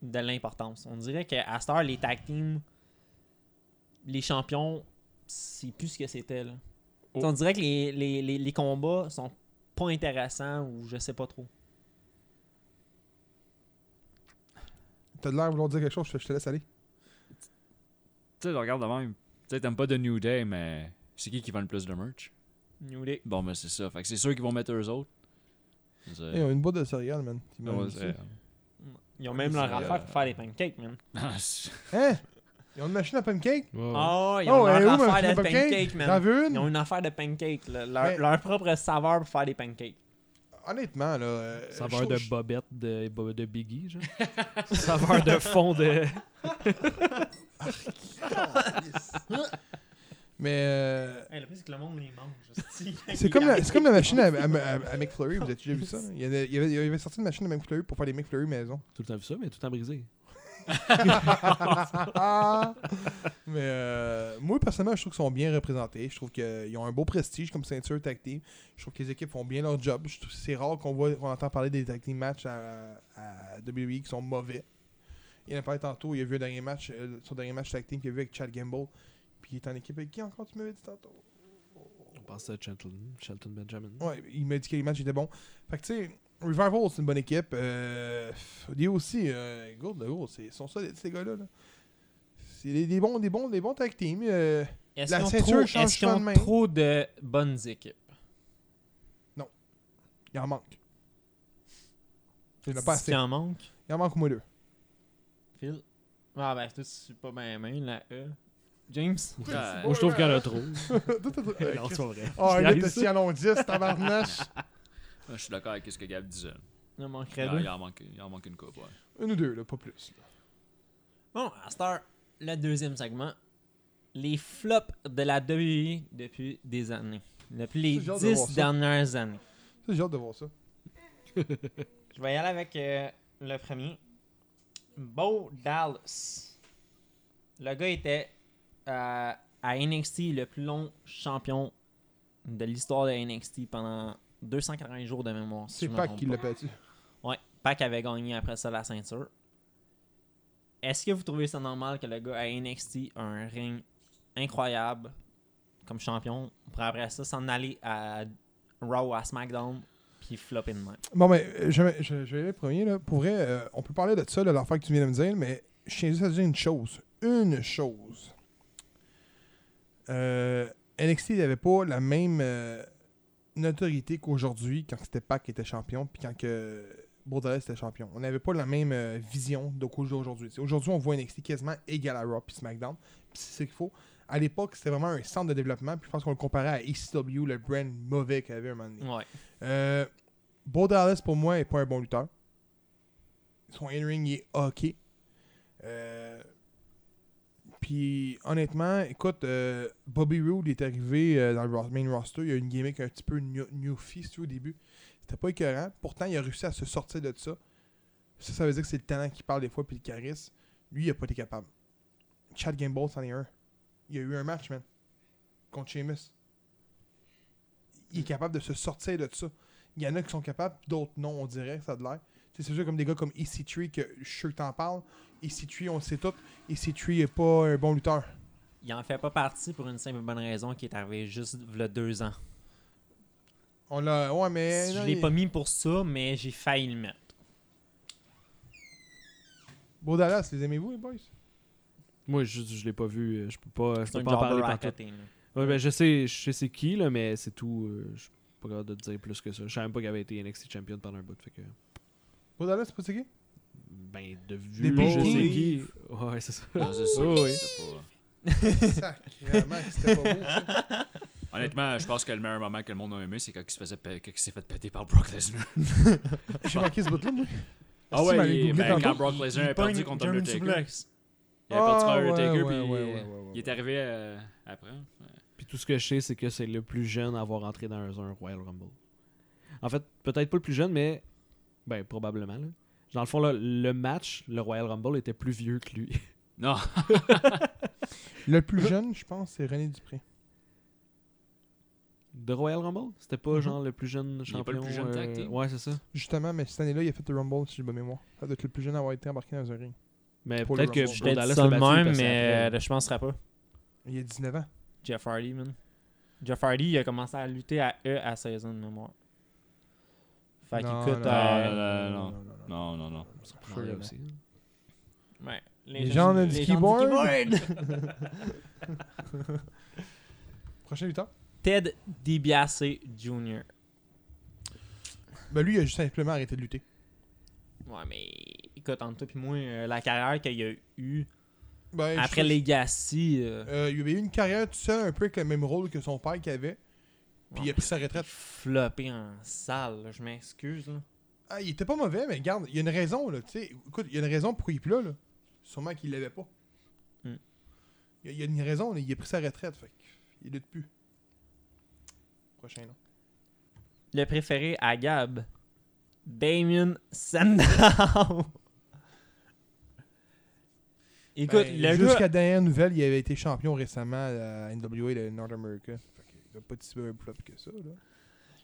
S4: de l'importance? On dirait qu'à cette heure, les tag teams, les champions, c'est plus ce que c'était. là. Tu sais, On dirait que les, les, les, les combats sont pas intéressants ou je sais pas trop.
S2: T'as de l'air de vouloir dire quelque chose, je te laisse aller.
S5: Tu sais, le regarde de même. Tu sais, t'aimes pas de New Day, mais c'est qui qui vend le plus de merch?
S4: New Day.
S5: Bon, mais c'est ça. Fait que c'est sûr qu'ils vont mettre eux autres. C'est-
S2: Hey, on a une boîte de céréales, man.
S5: Ouais,
S2: T'imagines
S5: c'est-
S4: Ils ont même leur
S5: c'est,
S4: affaire
S5: euh,
S4: pour faire des pancakes, man.
S5: Ah, c'est-
S2: ça? Hein? Ils ont une machine à pancake?
S4: Oh, ils ont
S2: Oh, elle est où,
S4: leur
S2: ma
S4: affaire
S2: machine
S4: de
S2: à pancake?
S4: pancakes,
S2: J'en
S4: man.
S2: veux
S4: Ils ont
S2: une?
S4: une affaire de pancakes, là. leur,
S2: Mais-
S4: leur propre saveur pour faire des pancakes.
S2: Honnêtement, là. euh, je
S3: Saveur
S2: trouve-
S3: de bobette de, bo- de Biggie, genre. Saveur de fond de.
S2: Mais. euh,
S4: le plus, c'est que le monde les mange.
S2: C'est comme, la, c'est comme la machine à, à, à- à McFlurry, vous avez déjà vu ça? Il y, avait, il y avait- il y avait sorti une machine à McFlurry pour faire des McFlurry maison.
S3: Tout le temps vu ça, mais tout le temps brisé.
S2: Mais euh, moi, personnellement, je trouve qu'ils sont bien représentés. Je trouve qu'ils ont un beau prestige comme ceinture tag team. Je trouve que les équipes font bien leur job. Je trouve- C'est rare qu'on voit qu'on entend parler des tag team matchs à, à WWE qui sont mauvais. Il y en a parlé tantôt, il a vu un dernier match, euh, son dernier match tag team qu'il a vu avec Chad Gamble. Puis il est en équipe avec qui encore tu m'avais dit tantôt?
S3: On pense à Shelton, Shelton Benjamin.
S2: Ouais, il m'a dit que les matchs étaient bons. Fait que tu sais, Revival, c'est une bonne équipe. Euh, Dio aussi, euh, Gold, le Gold, c'est- ils sont solides, ces gars-là. là. C'est des, des bons, des, bons, des bons tag teams. euh,
S4: Est-ce
S2: La
S4: qu'ils ont,
S2: ceinture
S4: trop,
S2: change
S4: est-ce qu'ils ont
S2: souvent de main.
S4: trop de bonnes équipes?
S2: il en manque. Il n'y en a pas
S4: Est-ce
S2: assez.
S4: qu'il en manque?
S2: Il en manque au moins deux.
S4: Phil? Ah ben, toi, tu suis pas bien main, la E. James?
S5: Ah,
S3: Moi, je trouve qu'il y en a trop. non, c'est
S2: Oh,
S3: pas vrai.
S2: il
S3: Je
S2: est
S3: niaise.
S2: si en ont 10, tabarnache.
S5: Je suis d'accord avec ce que Gab disait.
S4: Il en manquerait
S5: Ah,
S4: deux.
S5: Il en manque il en manque une coupe, ouais.
S2: Une ou deux, là, pas plus.
S4: Bon, à cette heure, le deuxième segment. Les flops de la WWE depuis des années. Depuis les
S2: C'est le genre de voir ça.
S4: 10 dernières années.
S2: Ça, J'ai hâte de voir ça.
S4: Je vais y aller avec euh, le premier. Bo Dallas. Le gars était euh, à NXT le plus long champion de l'histoire de NXT pendant 280 jours de mémoire. si
S2: C'est
S4: je me
S2: Pac
S4: trompe
S2: qui l'a battu.
S4: Ouais, Pac avait gagné après ça la ceinture. Est-ce que vous trouvez ça normal que le gars à NXT a un ring incroyable comme champion pour après ça s'en aller à Raw à SmackDown puis flopper de même?
S2: Bon, mais euh, je, vais- je, je vais aller premier. Là. Pour vrai, euh, on peut parler de ça, de l'affaire que tu viens de me dire, mais je tiens juste à dire une chose. Une chose. Euh, NXT n'avait pas la même euh, notoriété qu'aujourd'hui quand c'était Pac qui était champion, puis quand que Baudelaire était champion. On n'avait pas la même euh, vision de qu'au- d'aujourd'hui. T'sais, Aujourd'hui, on voit NXT quasiment égal à Raw puis SmackDown, puis c'est ce qu'il faut. À l'époque, c'était vraiment un centre de développement, puis je pense qu'on le comparait à ECW, le brand mauvais qu'il y avait à un moment donné.
S4: Ouais.
S2: Euh, Bo Dallas, pour moi, est pas un bon lutteur. Son in-ring il est OK. Euh, Puis, honnêtement, écoute, euh, Bobby Roode est arrivé euh, dans le ros- main roster. Il a une gimmick un petit peu new- newfie si tu veux, au début. C'était pas écœurant. Pourtant, il a réussi à se sortir de ça. Ça, ça veut dire que c'est le talent qui parle des fois, puis le charisme. Lui, il a pas été capable. Chad Gamble, c'en est un. Il a eu un match, man. Contre Sheamus. Il est capable de se sortir de ça. Il y en a qui sont capables, d'autres non, on dirait, ça a de l'air. Tu sais, C'est sûr, comme des gars comme EC3, que je suis sûr que t'en parles. EC3, on le sait tout. EC3 est pas un bon lutteur.
S4: Il en fait pas partie pour une simple et bonne raison qui est arrivé juste le deux ans.
S2: On l'a. Ouais, mais.
S4: Je
S2: Euh, non,
S4: l'ai
S2: il-
S4: pas mis pour ça, mais j'ai failli le mettre.
S2: Bo Dallas, les aimez-vous, les boys
S3: Moi, je, je l'ai pas vu. euh, Je peux pas,
S4: C'est
S3: je peux
S4: un
S3: pas en parler
S4: jobber à
S3: partout.
S4: côté. là.
S3: Ouais, ben, je sais, je sais c'est qui, là, mais c'est tout. euh, je suis pas capable de te dire plus que ça. Je savais même pas qu'il avait été NXT champion pendant un bout. Fait que,
S2: Bo Dallas, c'est pas c'est qui
S3: ben,
S2: Des
S3: de vue, je
S2: Biggie.
S3: sais qui. Ouais, c'est ça.
S5: Ah, c'est ça,
S3: Oui, oui.
S5: c'est pas-
S2: Sacrément que c'était pas beau. ça.
S5: Honnêtement, je pense que le meilleur moment que le monde a aimé, c'est quand il se faisait pa- quand il s'est fait péter par Brock Lesnar.
S2: J'ai manqué ce bout-là, moi.
S5: Ah
S2: Si, mais
S5: ouais,
S2: il est
S5: il-
S2: doublé
S5: ben, quand
S2: tantôt.
S5: Brock Lesnar a perdu contre
S4: German
S5: Undertaker.
S4: Suplex.
S5: Il a perdu contre
S2: Ah, ouais,
S5: Undertaker,
S2: ouais,
S5: puis
S2: ouais, ouais, ouais, ouais.
S5: il est arrivé euh, après.
S3: Puis tout ce que je sais, c'est que c'est le plus jeune à avoir entré dans un Royal Rumble. En fait, peut-être pas le plus jeune, mais. Ben, probablement, là. Dans le fond, là, le match, le Royal Rumble était plus vieux que lui.
S5: Non,
S2: Le plus jeune, je pense, c'est René Dupré.
S3: De Royal Rumble C'était pas
S2: Mhm.
S3: genre le plus
S5: Mm-hmm.
S3: jeune
S5: Il est
S3: champion. euh,
S5: pas le plus jeune tag team?
S3: Ouais, c'est ça.
S2: Justement, mais cette année-là, il a fait le Rumble, si j'ai bonne mémoire. Ça doit être le plus jeune à avoir été embarqué dans un ring.
S3: Mais
S2: Pour le
S3: peut-être que
S2: Rumble.
S4: Je
S3: Bo
S4: t'ai
S3: Dallas
S4: dit ça
S3: l'a
S4: de
S3: battu
S5: Ah,
S4: même,
S3: parce que
S4: mais
S3: après-
S4: euh, je penserais pas.
S2: Il a 19 ans.
S4: Jeff Hardy, man. Jeff Hardy, il a commencé à lutter à E à 16 ans de mémoire. Fait qu'il
S2: Non,
S4: coûte.
S2: non,
S4: euh,
S5: euh,
S2: non, non, non, non.
S5: Non, non, non.
S3: Non, là aussi.
S5: hein.
S4: ouais,
S2: Les gens ont du
S4: les gens
S2: keyboard.
S4: keyboard.
S2: Prochain lutteur
S4: Ted DiBiase Jr.
S2: Ben lui, il a juste simplement arrêté de lutter.
S4: Ouais, mais écoute, entre toi et moi, euh, la carrière qu'il a eue
S2: Ben, je
S4: après
S2: trouve-
S4: Legacy, euh,
S2: Euh, il avait eu une carrière tout seul, un peu avec le même rôle que son père qui avait. Puis il a pris sa
S4: il a
S2: retraite.
S4: floppé en salle, là, je m'excuse. là.
S2: Ah, il était pas mauvais, mais regarde, il y a une raison, là. tu sais. écoute, il y a une raison pourquoi il est plus là, là. Sûrement qu'il l'avait pas.
S4: Hmm.
S2: Il y a- il y a une raison, là. il a pris sa retraite, fait que il lutte plus. Prochain nom.
S4: Le préféré à Gab, Damien Sandow. Écoute,
S2: Ben,
S4: le
S2: Jusqu'à
S4: gars,
S2: la dernière nouvelle, il avait été champion récemment à NWA de North America. Fait que il va pas être si peu un flop que ça, là.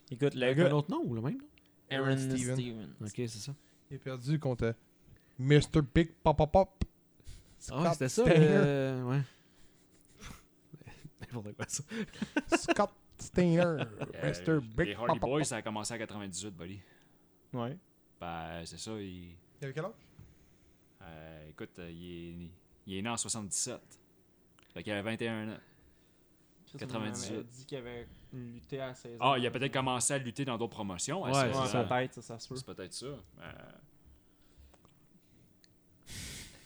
S4: écoute, le
S3: Avec un
S4: gars,
S3: autre nom ou le même nom?
S4: Aaron
S2: Steven.
S4: Stevens.
S3: Ok, c'est ça.
S2: Il a perdu contre euh, Mr. Big Pop Pop Pop.
S3: Ah ouais, c'était ça.
S2: Steiner.
S3: euh, ouais. N'importe quoi ça.
S2: Scott Steiner.
S5: Euh,
S2: Mr.
S5: les
S2: Big Pop Pop
S5: Hardy
S2: Pop.
S5: Boys, ça a commencé à 98, buddy.
S4: Ouais.
S5: Ben, c'est ça, il...
S2: Il avait quel âge?
S5: euh, écoute, euh, il est, il est né en 77. Fait qu'il avait 21 ans.
S4: Ça,
S5: 98.
S4: Il dit qu'il avait lutté à 16 ans.
S5: Ah, il a peut-être commencé à lutter dans d'autres promotions. à
S3: Ouais,
S5: 16
S4: Ouais,
S5: ans.
S3: c'est ça.
S4: peut-être, ça, ça se peut.
S5: C'est peut-être ça. Euh,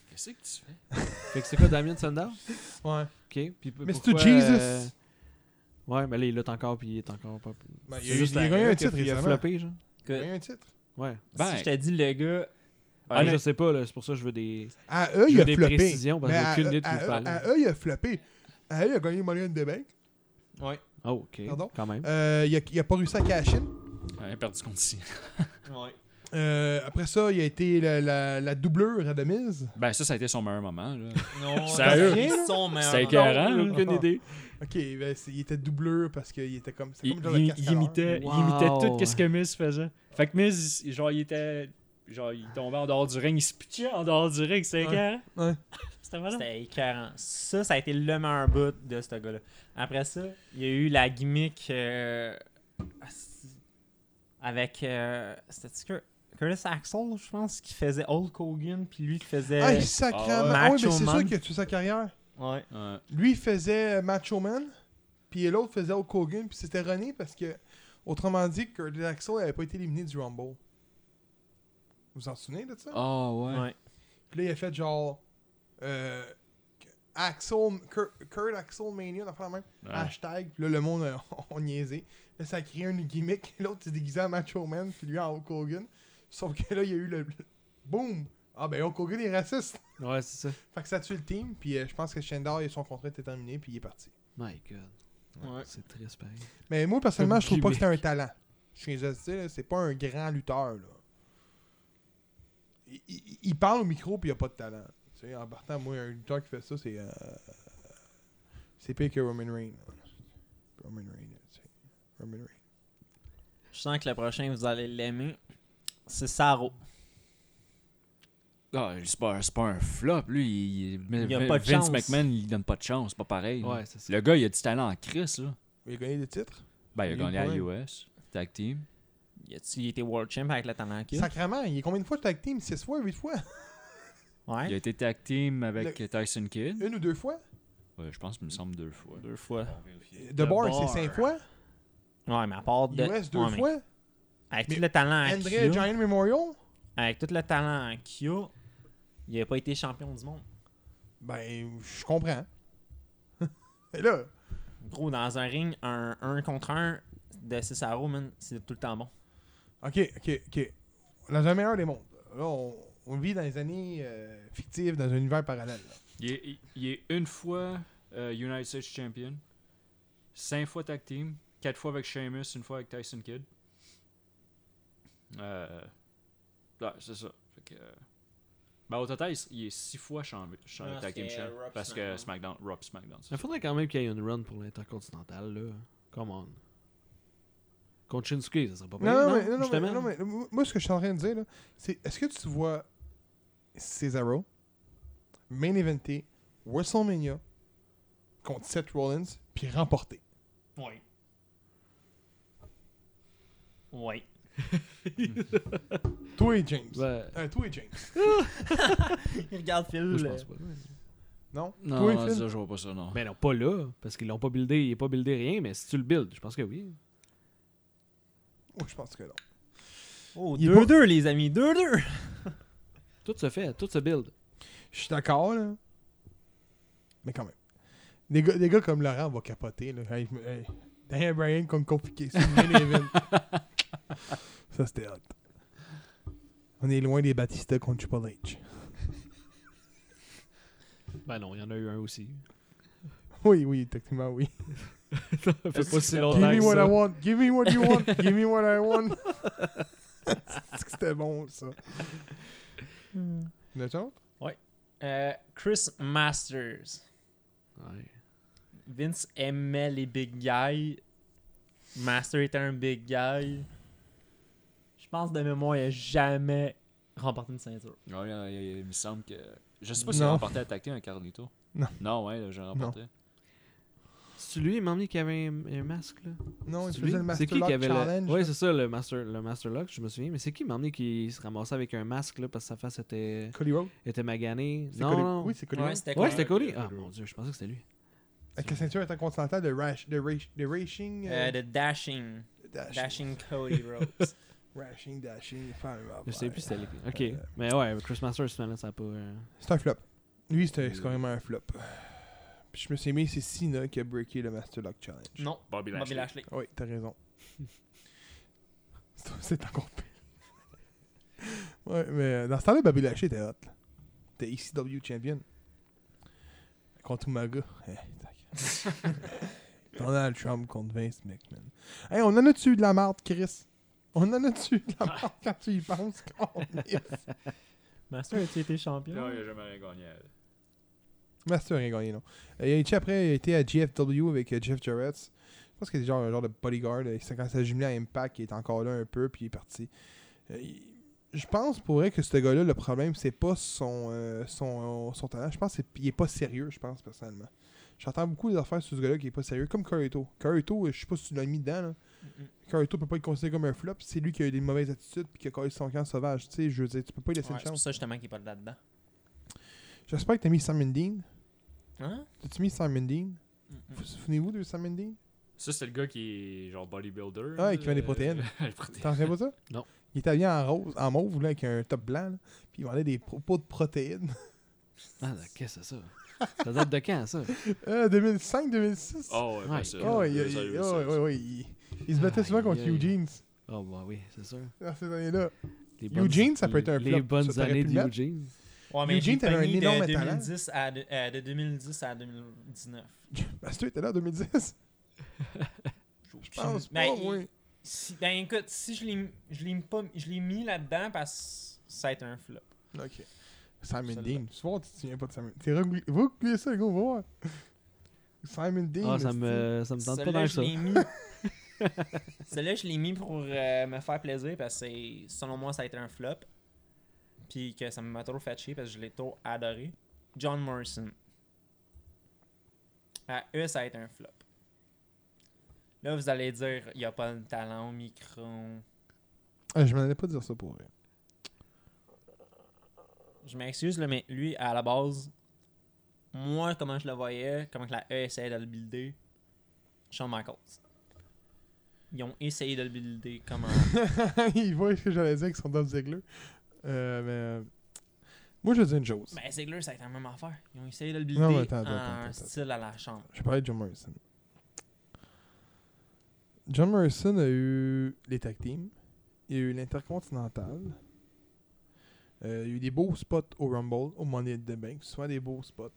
S5: Qu'est-ce que tu fais?
S3: Fait que c'est quoi Damien Sandow?
S2: Ouais.
S3: Ok. Puis p-
S2: Mr.
S3: pourquoi,
S2: Jesus.
S3: euh, Ouais, mais là, il lutte encore, puis il est encore pas.
S2: Ben, il,
S3: C'est
S2: a,
S3: juste
S2: il a
S3: la-
S2: gagné un
S3: que-
S2: titre
S3: Il a
S2: récemment.
S3: floppé, genre.
S2: Il a gagné un titre.
S3: Ouais.
S5: Ben,
S4: Si je t'ai dit le gars.
S3: Ah,
S5: honnête-
S3: je sais pas, là, c'est pour ça que je veux des.
S2: À eux,
S3: Je
S2: il
S3: veux
S2: a
S3: des
S2: floppé.
S3: précisions, parce que
S2: Mais
S3: j'ai
S2: à
S3: aucune
S2: eux-
S3: idée de qui
S2: à
S3: vous
S2: eux-
S3: parlez.
S2: À eux, il a floppé. À eux, il a gagné Money in the Bank.
S4: Ouais.
S3: Oh, ok.
S2: Pardon?
S3: Quand même.
S2: Euh, il, a, il a pas réussi à cash in.
S5: il a perdu contre si.
S4: Ouais.
S2: Euh, après ça, il a été la, la, la doubleur à Demise.
S5: Ben, ça, ça a été son meilleur moment. Là.
S4: Non,
S5: Sérieux?
S4: ils sont meilleurs.
S5: C'était écœurant.
S3: J'ai
S5: là.
S3: aucune idée.
S2: Ok, ben, c'est- il était doubleur parce qu'il était comme. c'était
S5: Il,
S2: comme le genre de
S5: il- il
S2: cascadeur.
S5: imitait,
S3: Wow.
S5: il imitait tout ce que Miz faisait. Fait que Miz, il- genre, il était. Genre, il tombait en dehors du ring, il se pitchait en dehors du ring, c'était
S2: Ouais.
S5: écœurant.
S2: Ouais.
S5: C'était malade.
S4: C'était écœurant. Ça, ça a été le meilleur bout de ce gars-là. Après ça, il y a eu la gimmick euh, avec. Euh, C'était-tu Cur- Curtis Axel, je pense, qui faisait Hulk Hogan, puis lui qui faisait.
S2: Ah, il sacrament.
S4: Ah ouais.
S2: Ah oui, mais c'est
S4: Macho
S2: sûr
S4: Man.
S2: qu'il a tué sa carrière.
S4: Ouais.
S5: Ouais.
S2: Lui, il faisait Macho Man. Puis l'autre faisait Hulk Hogan. Puis c'était René parce que, autrement dit, Curtis Axel n'avait pas été éliminé du Rumble. Vous vous en souvenez de ça?
S5: Oh, ouais.
S4: Ouais.
S2: Puis là, il a fait genre. Euh, Axel, Kurt, Kurt Axel Mania, on a fait la même.
S5: Ouais.
S2: Hashtag. Puis là, le monde, euh, on niaisait. Là, ça a créé un gimmick. L'autre, s'est déguisé en Macho Man. Puis lui, en Hulk Hogan. Sauf que là, il y a eu le. Boom! Ah, ben Hulk Hogan est raciste.
S3: Ouais, c'est ça.
S2: Fait que ça tue le team. Puis euh, je pense que Shandor, son contrat était terminé. Puis il est parti.
S3: My God.
S4: Ouais.
S3: C'est triste, pareil.
S2: Mais moi, personnellement,
S3: Comme
S2: je trouve pas que
S3: gimmick.
S2: c'était un talent. Je suis désolé, là, c'est pas un grand lutteur. Là. Il, il- il parle au micro puis il a pas de talent. Tu sais, en partant, moi, un lutteur qui fait ça, c'est. euh, c'est pire que Roman Reigns. là. Roman Reigns, là, tu sais. Roman Reigns.
S4: Je sens que le prochain, vous allez l'aimer. C'est Saro.
S5: Ah, c'est pas, c'est pas un flop, lui. Il, il-
S4: Il a
S5: Vin-
S4: pas de
S5: Vince
S4: chance.
S5: McMahon, il donne pas de chance, c'est pas pareil. là.
S3: Ouais, c'est ça.
S5: Le gars, il a du talent en Chris, là.
S2: Il a gagné des titres.
S5: Ben, il a
S2: Il
S5: gagné
S2: est
S5: à
S2: pas
S5: US, tag team.
S4: Y a-tu il était World Champ avec le talent qu'il a?
S2: Sacrement, il est combien de fois tag team 6 fois, 8 fois
S5: Il a
S4: Ouais.
S5: été tag team avec Tyson Kidd.
S2: Une ou deux fois
S5: Ouais, je pense, il me semble, deux fois.
S4: Deux fois.
S2: De Bar, c'est 5 fois
S4: Ouais, mais à part de.
S2: US, deux
S4: Ouais, mais
S2: fois
S4: Avec
S2: Mais
S4: tout le talent qu'il
S2: André
S4: a.
S2: Giant Memorial
S4: Avec tout le talent qu'il a, il a pas été champion du monde.
S2: Ben, je comprends. Et là,
S4: Gros, dans un ring, un 1 contre 1 de Cesaro, man, c'est tout le temps bon.
S2: OK, OK, OK. Dans un meilleur des mondes. Là, on, on vit dans les années euh, fictives, dans un univers parallèle. là.
S5: Il est, il- il est une fois euh, United States Champion, cinq fois tag team, quatre fois avec Sheamus, une fois avec Tyson Kidd. Euh, ouais, c'est ça. Fait que, euh, ben, au total, il s- il est six fois champ, champ-
S4: Ouais,
S5: tag team
S4: c'est,
S5: champ
S4: euh, Rob
S5: parce que SmackDown, Rob SmackDown. c'est
S3: Il faudrait quand même qu'il y ait une run pour l'intercontinental, là. Come on. Contre Shinsuke, ça serait pas
S2: Non,
S3: pire.
S2: non, mais, non, non, mais,
S3: justement.
S2: non, mais, m- moi, ce que je suis en train de dire, là, c'est est-ce que tu vois Cesaro, Main Eventé, WrestleMania, contre Seth Rollins, puis remporter.
S4: Oui. Oui.
S2: Toi et James.
S3: Ben,
S2: Euh, toi et James.
S4: Regarde Phil. euh,
S3: moi, je
S4: là.
S3: pense pas.
S2: Non?
S5: Non,
S2: toi et
S5: non,
S2: Phil.
S5: ça, je vois pas ça, non.
S3: Ben non, pas là, parce qu'ils l'ont pas buildé, il n'est pas buildé rien, mais si tu le builds, je pense que oui.
S2: Moi, je pense que non.
S4: Oh,
S2: Il est
S4: 2-2, les amis, 2-2.
S3: Tout se fait, tout se build.
S2: Je suis d'accord, là. Mais quand même. Des gars, des gars comme Laurent va capoter, là. Hey, je me- hey. Daniel Bryan comme compliqué. c'est le main event. Ça, c'était hot. On est loin des Batista contre Triple H.
S3: Ben non, il y en a eu un aussi.
S2: Oui, oui, techniquement, oui.
S3: ça fait pas si
S2: Give
S3: longtemps
S2: me
S3: que
S2: what I
S3: ça.
S2: want, give me what you want, give me what I want. C'est que c'était bon, ça. Une autre?
S4: Euh, Chris Masters.
S3: Ouais.
S4: Vince aimait les big guys. Master était un big guy. Je pense de mémoire, il a jamais remporté une ceinture.
S5: Ouais, il- il, il me semble que. Je sais pas s'il
S2: Non.
S5: a remporté à tacter un Carlito.
S2: Non.
S5: Non, ouais, j'ai remporté.
S3: C'est lui, il m'a emmené qui avait un, un masque là.
S2: Non, il
S3: C'est
S2: faisait
S3: lui?
S2: le
S3: C'est
S2: Master
S3: qui qui
S2: Lock
S3: avait
S2: Challenge.
S3: le. Ouais, c'est ça, le Master, le master Lock, je me souviens. Mais c'est qui m'a emmené qui se ramassait avec un masque là parce que sa face était,
S2: Cody Rhodes?
S3: était maganée
S2: C'est
S3: Non,
S2: Cody-
S3: non.
S2: Oui, c'est Cody Rhodes.
S3: Ouais, c'était
S5: Cody.
S3: Cody.
S4: Euh,
S3: Ah mon dieu, je pensais que c'était lui.
S2: Avec la ceinture intercontinentale de, rash, de, rash, de Racing... euh,
S4: Euh, de Dashing.
S2: dash-
S4: Dashing Cody Rhodes.
S2: Rashing, dashing, faire un
S3: Je sais
S2: affaire.
S3: plus c'était
S2: Euh,
S3: lui. Ok. Mais ouais, Chris Masters, finalement, ça a pas. euh,
S2: C'est un flop. Lui, c'était c'est carrément un flop. Puis je me suis aimé, c'est Cena qui a breaké le Master Lock Challenge.
S4: non,
S5: Bobby
S4: Bobby
S5: Lashley.
S4: Lashley.
S2: Oui, t'as raison. C'est- c'est encore pire. Ouais, mais euh, dans ce temps-là, Bobby Lashley était hot. là. T'es ECW champion. Contre Umaga. Eh, tac. Donald Trump contre Vince McMahon. Hey, on en a-tu eu de la marde, Chris? On en a-tu eu de la marde quand tu y penses? Câlisse.
S4: Master a-tu été champion?
S5: Non, il a jamais rien gagné. elle.
S2: Master a rien gagné, non. Euh, Il a été après, il a été à GFW avec euh, Jeff Jarrett. Je pense qu'il est genre un genre de bodyguard. euh, c'est Quand ça a jumelé à Impact, il est encore là un peu, puis il est parti. Euh, il- Je pense pour vrai que ce gars-là, le problème, c'est pas son, euh, son, son talent. Je pense qu'il est, il est pas sérieux, je pense, personnellement. J'entends beaucoup d'affaires sur ce gars-là qui est pas sérieux, comme Carito. Carito, je sais pas si tu l'as mis dedans. Là.
S4: Mm-mm.
S2: Carito peut pas être considéré comme un flop. C'est lui qui a eu des mauvaises attitudes, puis qui a collé son camp sauvage. Tu sais, je veux dire, tu peux pas lui laisser
S4: Ouais,
S2: une
S4: c'est pour
S2: chance.
S4: ça justement qu'il est pas là-dedans.
S2: J'espère que t'as mis Simon Dean.
S4: Hein?
S2: T'as-tu mis Simon Dean?
S4: Mm-mm.
S2: Vous vous souvenez-vous de Sam Mendy?
S5: Ça, c'est le gars qui est genre bodybuilder.
S2: Ah, et
S5: là,
S2: qui vend des
S5: euh,
S2: protéines.
S5: les protéines.
S2: T'en souviens pas ça?
S3: Non.
S2: Il était habillé en rose, en mauve, là, avec un top blanc, là, puis il vendait des pro- pots de protéines.
S3: Ah, qu'est-ce que c'est ça? Ça date de quand, ça?
S2: Euh, 2005-2006.
S5: Oh, ouais,
S3: Ah, Ouais,
S5: pas ça.
S2: Oh, il,
S5: Deux
S2: il-
S5: heures, deux
S2: oh,
S5: heures.
S2: ouais, ouais, ouais, il, il se battait
S3: Aïe,
S2: souvent contre
S3: aïe.
S2: Eugene
S3: Oh, bah oui, c'est sûr.
S2: dans ces années-là.
S3: Les
S2: Eugene, ça peut être un
S3: Les
S2: flop. Ça,
S3: bonnes
S2: t'aurais
S3: années
S2: pu le
S3: de Eugene.
S4: Ouais, mais
S2: Eugene,
S4: Eugene,
S2: t'avais un
S4: un
S2: énorme
S4: de,
S2: talent.
S4: 2010 à, de, euh, de 2010 à 2019.
S2: Parce que tu étais là en 2010. Je pense
S4: Ben,
S2: pas,
S4: il-
S2: moi.
S4: Si, ben écoute, si je l'ai, je l'ai, pas, je l'ai mis là-dedans parce que ça a été un flop.
S2: Ok. Simon
S4: Celle-là.
S2: Dean. Tu vois, tu te souviens pas de Simon Dean. Va oublier ça, gros, va voir. Simon Dean.
S3: Ah, ça
S2: esti.
S3: me, ça me tente pas
S4: Celui-là,
S3: dans
S4: je
S3: ça.
S4: l'ai mis. Celui-là, je l'ai mis pour euh, me faire plaisir parce que c'est- selon moi, ça a été un flop. Puis que ça m'a trop fait chier parce que je l'ai trop adoré. John Morrison. À eux, ça a été un flop. Là, vous allez dire, il n'y a pas de talent au micro.
S2: Ah, je m'en allais pas dire ça pour vrai.
S4: Je m'excuse, là, mais lui, à la base, moi, comment je le voyais, comment que la E essayait de le builder, Shawn Michaels. Ils ont essayé de le builder comme un...
S2: il voit ce que j'allais dire avec son Dolph Ziggler. Euh, mais euh, moi, je veux dire une chose.
S4: ben, c'est clair, ça a été la même affaire. Ils ont essayé de le builder
S2: Non, mais attends, attends,
S4: en
S2: attends, attends.
S4: style à la chambre.
S2: Je parlais de John Morrison. John Morrison a eu les tag teams. Il a eu l'intercontinental. Euh, il y a eu des beaux spots au Rumble, au Money in the Bank. Souvent des beaux spots.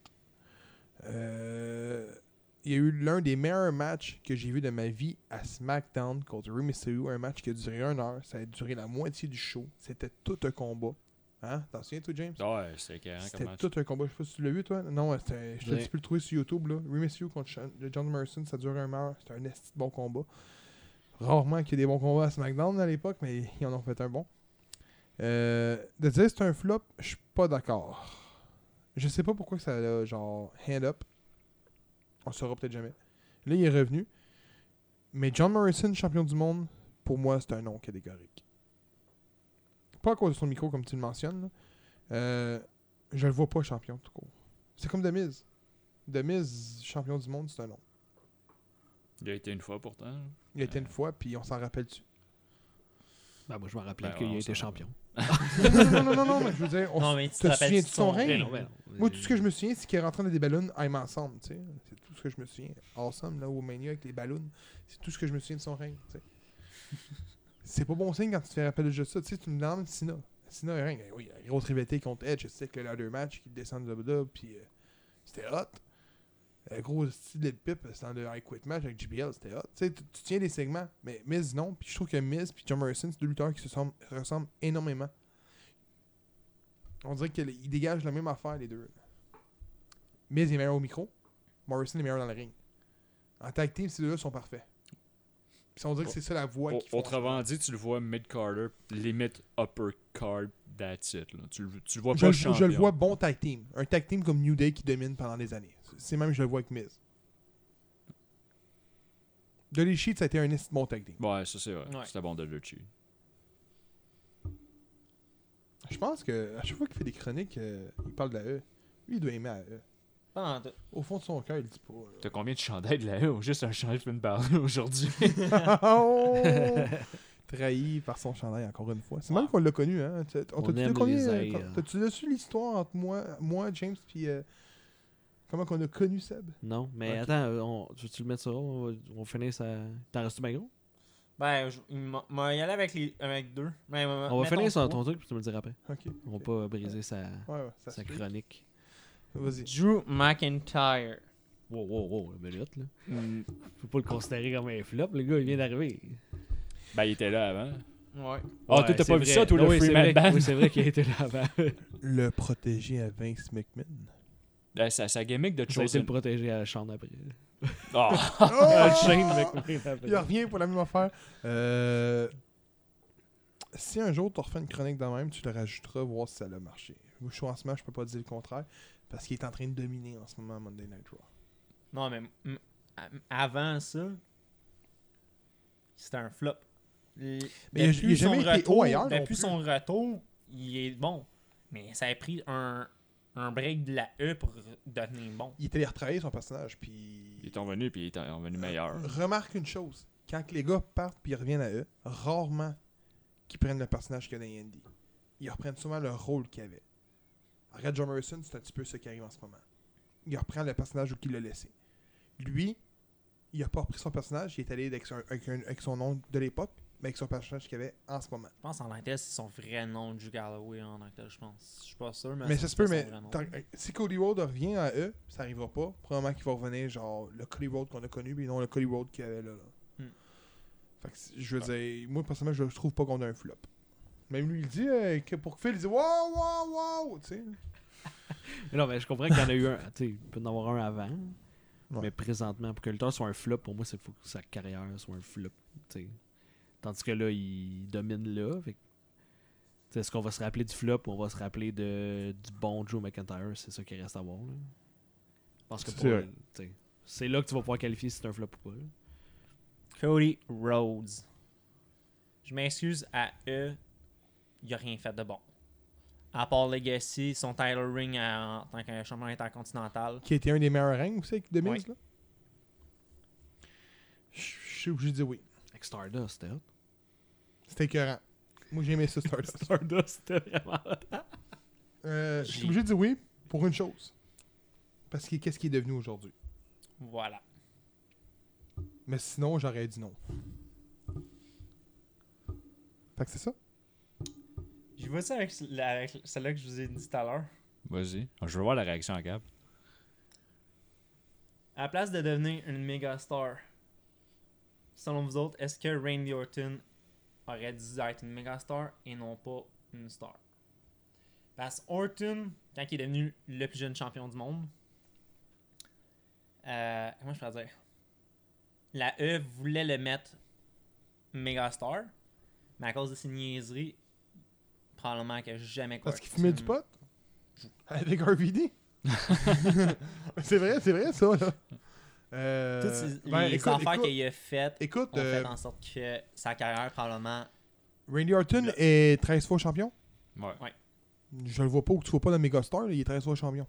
S2: Euh, il y a eu l'un des meilleurs matchs que j'ai vu de ma vie à SmackDown contre Rey Mysterio. Un match qui a duré une heure. Ça a duré la moitié du show. C'était tout un combat. Hein? T'en souviens, toi, James?
S5: Ouais, c'était écœurant comme
S2: C'était
S5: match.
S2: tout un combat. Je sais pas si tu l'as vu, toi. Non, c'était- je te
S3: Ouais.
S2: dis, tu peux le trouver sur YouTube. là. Remus You contre Sean- le John Morrison, ça dure un heure. C'était un esti de bon combat. Rarement qu'il y ait des bons combats à SmackDown à l'époque, mais ils en ont fait un bon. Euh, de dire c'est un flop, je suis pas d'accord. Je sais pas pourquoi que ça a genre hand up. On le saura peut-être jamais. Là, il est revenu. Mais John Morrison, champion du monde, pour moi, c'est un nom catégorique. Pas à cause de son micro, comme tu le mentionnes. là. Euh, je le vois pas champion, tout court. C'est comme The Miz. The Miz, champion du monde, c'est un nom.
S5: Il a été une fois pourtant.
S2: Il a été une fois, puis on s'en rappelle dessus.
S3: Ben, moi, je me rappelais
S5: Ben,
S3: qu'il
S5: on
S3: a été
S5: s'en
S3: champion.
S2: non, non, non, non, non, mais je veux dire, on
S4: Non,
S2: s-
S4: mais tu
S2: te
S4: te rappelles
S2: souviens de son
S3: Ben
S2: règne?
S3: non, ben non.
S2: Moi, tout ce que je me souviens, c'est qu'il est rentré dans des ballons I'm Ensemble. tu sais. C'est tout ce que je me souviens. Awesome, là, au Mania avec les ballons. C'est tout ce que je me souviens de son règne. tu sais. c'est pas bon signe quand tu te fais rappeler de juste ça. Tu sais, tu me demandes Sina. Sina, il règne. Eh Oui, la grosse rivalité contre Edge. Je sais que là, deux matchs, qu'ils descendent de là, puis euh, c'était hot. Le Euh, gros style de pipe, c'est dans le I Quit match avec JBL, c'était hot. Tu sais, tu tu tiens des segments, mais Miz non. Puis je trouve que Miz puis John Morrison, c'est deux lutteurs qui se ressemblent, ressemblent énormément. On dirait qu'ils dégagent la même affaire, les deux. Miz est meilleur au micro, Morrison est meilleur dans le ring. En tag team, ces deux-là sont parfaits. Puis on dirait que c'est ça la voie qu'ils font.
S5: Autrement dit, tu le vois mid-carter, limite upper card, that's it. là. Tu, le- tu le vois
S2: je,
S5: pas
S2: le-
S5: champion.
S2: je le vois bon tag team. Un tag team comme New Day qui domine pendant des années. C'est même, je le vois avec Miz. Dolly Sheet, ça a été un esti de bon tag team.
S5: Ouais, ça c'est vrai.
S4: Ouais.
S5: C'était bon de le tuer.
S2: Je pense que à chaque fois qu'il fait des chroniques, euh, il parle de la E. Lui, il doit aimer la E.
S4: Pas en tout.
S2: Au fond de son cœur, il dit pas.
S5: T'as combien de chandails de la haut Juste un chandail de barre aujourd'hui.
S2: là. Oh! Trahi par son chandail, encore une fois. C'est mal qu'on l'a connu, hein. Tu- On
S3: On
S2: t'a-tu
S3: aime
S2: dit combien,
S3: les
S2: euh,
S3: airs.
S2: quand- T'as-tu reçu l'histoire entre moi, moi James, puis euh, comment qu'on a connu Seb?
S3: Non, mais
S2: Ok.
S3: attends, euh, on... tu veux-tu le mettre sur on va- on finit ça. T'en restes-tu bien gros?
S4: Ben, je il m'a- m'a y aller avec, les, avec deux. Ben, m'a-
S3: On va
S4: mettons
S3: finir sur
S4: trois.
S3: ton truc, puis tu me le diras après.
S2: Ok.
S3: On va pas briser sa,
S2: Ouais, ouais, ça
S3: sa
S2: se fait.
S3: chronique.
S2: Vas-y.
S4: Drew McIntyre.
S3: Wow, wow, wow, une minute, là.
S5: Mm.
S3: Faut pas le considérer comme un flop, le gars, il vient d'arriver.
S5: ben, il était là avant.
S4: Ouais.
S5: Ah,
S3: Ouais,
S5: toi, t'as
S3: c'est
S5: pas vu
S3: vrai.
S5: ça, toi, le
S3: oui, c'est
S5: Freeman
S3: vrai.
S5: Band?
S3: Oui, c'est vrai qu'il était là avant.
S2: Le protéger à Vince McMahon.
S5: Ben, sa, sa gimmick de
S3: Ça a été
S5: Chosen.
S3: le protéger à la chambre après.
S5: Ah,
S3: Ah, Shane McMahon
S2: Oh! Il
S3: après.
S2: revient pour la même affaire. Euh, si un jour tu refais une chronique dans même, tu le rajouteras, voir si ça a marché. Moi, je suis en ce moment, je peux pas dire le contraire. Parce qu'il est en train de dominer en ce moment à Monday Night Raw.
S4: Non, mais m- a- avant ça, c'était un flop. Mais
S2: Mais il a- il a jamais été haut ailleurs non
S4: Depuis
S2: plus.
S4: son retour, il est bon. Mais ça a pris un, un break de la E pour devenir bon.
S2: Il est allé retravailler son personnage, puis.
S5: il est revenu, puis il est revenu meilleur.
S2: Remarque une chose. Quand que les gars partent puis ils reviennent à eux, rarement qu'ils prennent le personnage qu'il y a dans Andy. Ils reprennent souvent le rôle qu'il avait. Regarde John Morrison, c'est un petit peu ce qui arrive en ce moment. Il reprend le personnage où il l'a laissé. Lui, il a pas repris son personnage, il est allé avec son, avec un- avec son nom de l'époque, mais avec son personnage qu'il avait en ce moment.
S4: Je pense en anglais, c'est son vrai nom, Drew Galloway, en anglais, je pense. Je suis pas sûr, mais.
S2: Mais ça se peut, mais
S4: c'était son vrai nom.
S2: tant- eh, si Cody Road revient à eux, ça arrivera pas. Probablement qu'il va revenir, genre, le Cody Road qu'on a connu, mais non le Cody Road qu'il y avait là. là.
S4: Hmm.
S2: Fait que, c'est- je veux dire, moi, personnellement, je je trouve pas qu'on a un flop. Même lui, il dit, euh, que pour Phil, il dit, wow, wow, wow, tu sais.
S3: Mais Non, mais je comprends qu'il y en a eu un. Tu sais, il peut en avoir un avant.
S2: Ouais.
S3: Mais présentement, pour que le temps soit un flop, pour moi, c'est faut que sa carrière soit un flop. tu sais. Tandis que là, il domine là. fait que- tu sais, Est-ce qu'on va se rappeler du flop ou on va se rappeler de, du bon Joe McIntyre C'est ça qui reste à voir. là. Je pense que
S2: C'est
S3: pour-
S2: vrai.
S3: tu sais, c'est là que tu vas pouvoir qualifier si c'est un flop ou pas. là.
S4: Cody Rhodes. Je m'excuse à eux, il a rien fait de bon. À part Legacy, son title ring en tant que champion intercontinental.
S2: Qui était un des meilleurs règnes aussi avec The Miz,
S4: Ouais.
S2: là. Je je suis obligé de dire oui.
S3: Avec Stardust, c'était hot.
S2: C'était écœurant. Moi, j'aimais ça, Stardust.
S3: Stardust, c'était vraiment hot.
S2: Euh, je suis
S4: J'ai-
S2: obligé de dire oui pour une chose. Parce que qu'est-ce qui est devenu aujourd'hui?
S4: Voilà.
S2: Mais sinon, j'aurais dit non. Fait que c'est ça.
S4: Je vois ça avec, la- avec celle-là que je vous ai dit tout à l'heure.
S5: Vas-y. Ah, Je veux voir la réaction à Gab.
S4: À la place de devenir une méga star, selon vous autres, est-ce que Randy Orton aurait dû être une méga star et non pas une star? Parce que Orton, quand il est devenu le plus jeune champion du monde, euh, comment je peux dire? La E voulait le mettre méga star, mais à cause de ses niaiseries, probablement que jamais quoi.
S2: Parce qu'il fumait du pot avec RVD. c'est vrai, c'est vrai ça. Là. Euh,
S4: Toutes ces-
S2: ben,
S4: les
S2: écoute,
S4: affaires
S2: écoute,
S4: qu'il a faites
S2: écoute,
S4: ont fait
S2: euh,
S4: en sorte que sa carrière, probablement.
S2: Randy Orton est 13 fois champion.
S5: Ouais.
S2: Je le vois pas ou tu vois pas dans Megastar, là, il est 13 fois champion.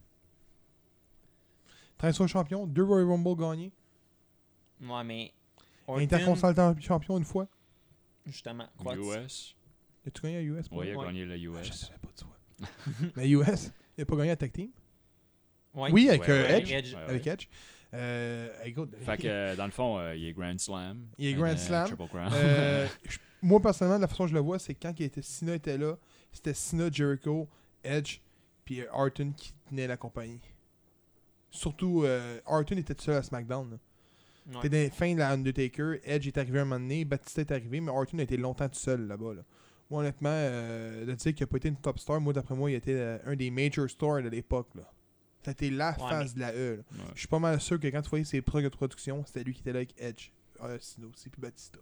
S2: 13 fois champion, 2 Royal Rumble gagnés,
S4: Ouais, mais.
S2: Intercontinental champion une fois.
S4: Justement. Quoi, tu-
S5: US.
S2: As-tu gagné à US? pour
S5: Ouais, il a
S4: Ouais.
S5: gagné la
S2: Ah, je
S5: US.
S2: savais pas, tu vois. Mais US, il a pas gagné à Tag Team.
S4: Ouais.
S2: Oui, avec
S5: Ouais,
S2: euh,
S5: ouais,
S2: Edge.
S4: Edge.
S5: ouais, ouais.
S2: Avec Edge. Euh, écoute,
S5: Ah Fait que, euh, dans le fond, euh, il est Grand Slam.
S2: Il est
S5: and,
S2: Grand
S5: euh,
S2: Slam.
S5: Triple Crown.
S2: Euh, je- moi, personnellement, la façon dont je le vois, c'est quand il était, Cena était là, c'était Cena, Jericho, Edge, puis euh, Orton qui tenait la compagnie. Surtout, euh, Orton était tout seul à SmackDown. là.
S4: Ouais.
S2: C'était dans les fins de la Undertaker, Edge est arrivé un moment donné, Batista est arrivé, mais Orton a été longtemps tout seul là-bas. là. Moi, honnêtement, euh, de dire qu'il n'a pas été une top star, moi, d'après moi, il était euh, un des major stars de l'époque. là. C'était la
S4: Ouais,
S2: phase de la E. là.
S5: Ouais.
S2: Je suis pas mal sûr que quand tu voyais ses trucs de production, c'était lui qui était là avec Edge, euh, Cena aussi, puis Batista.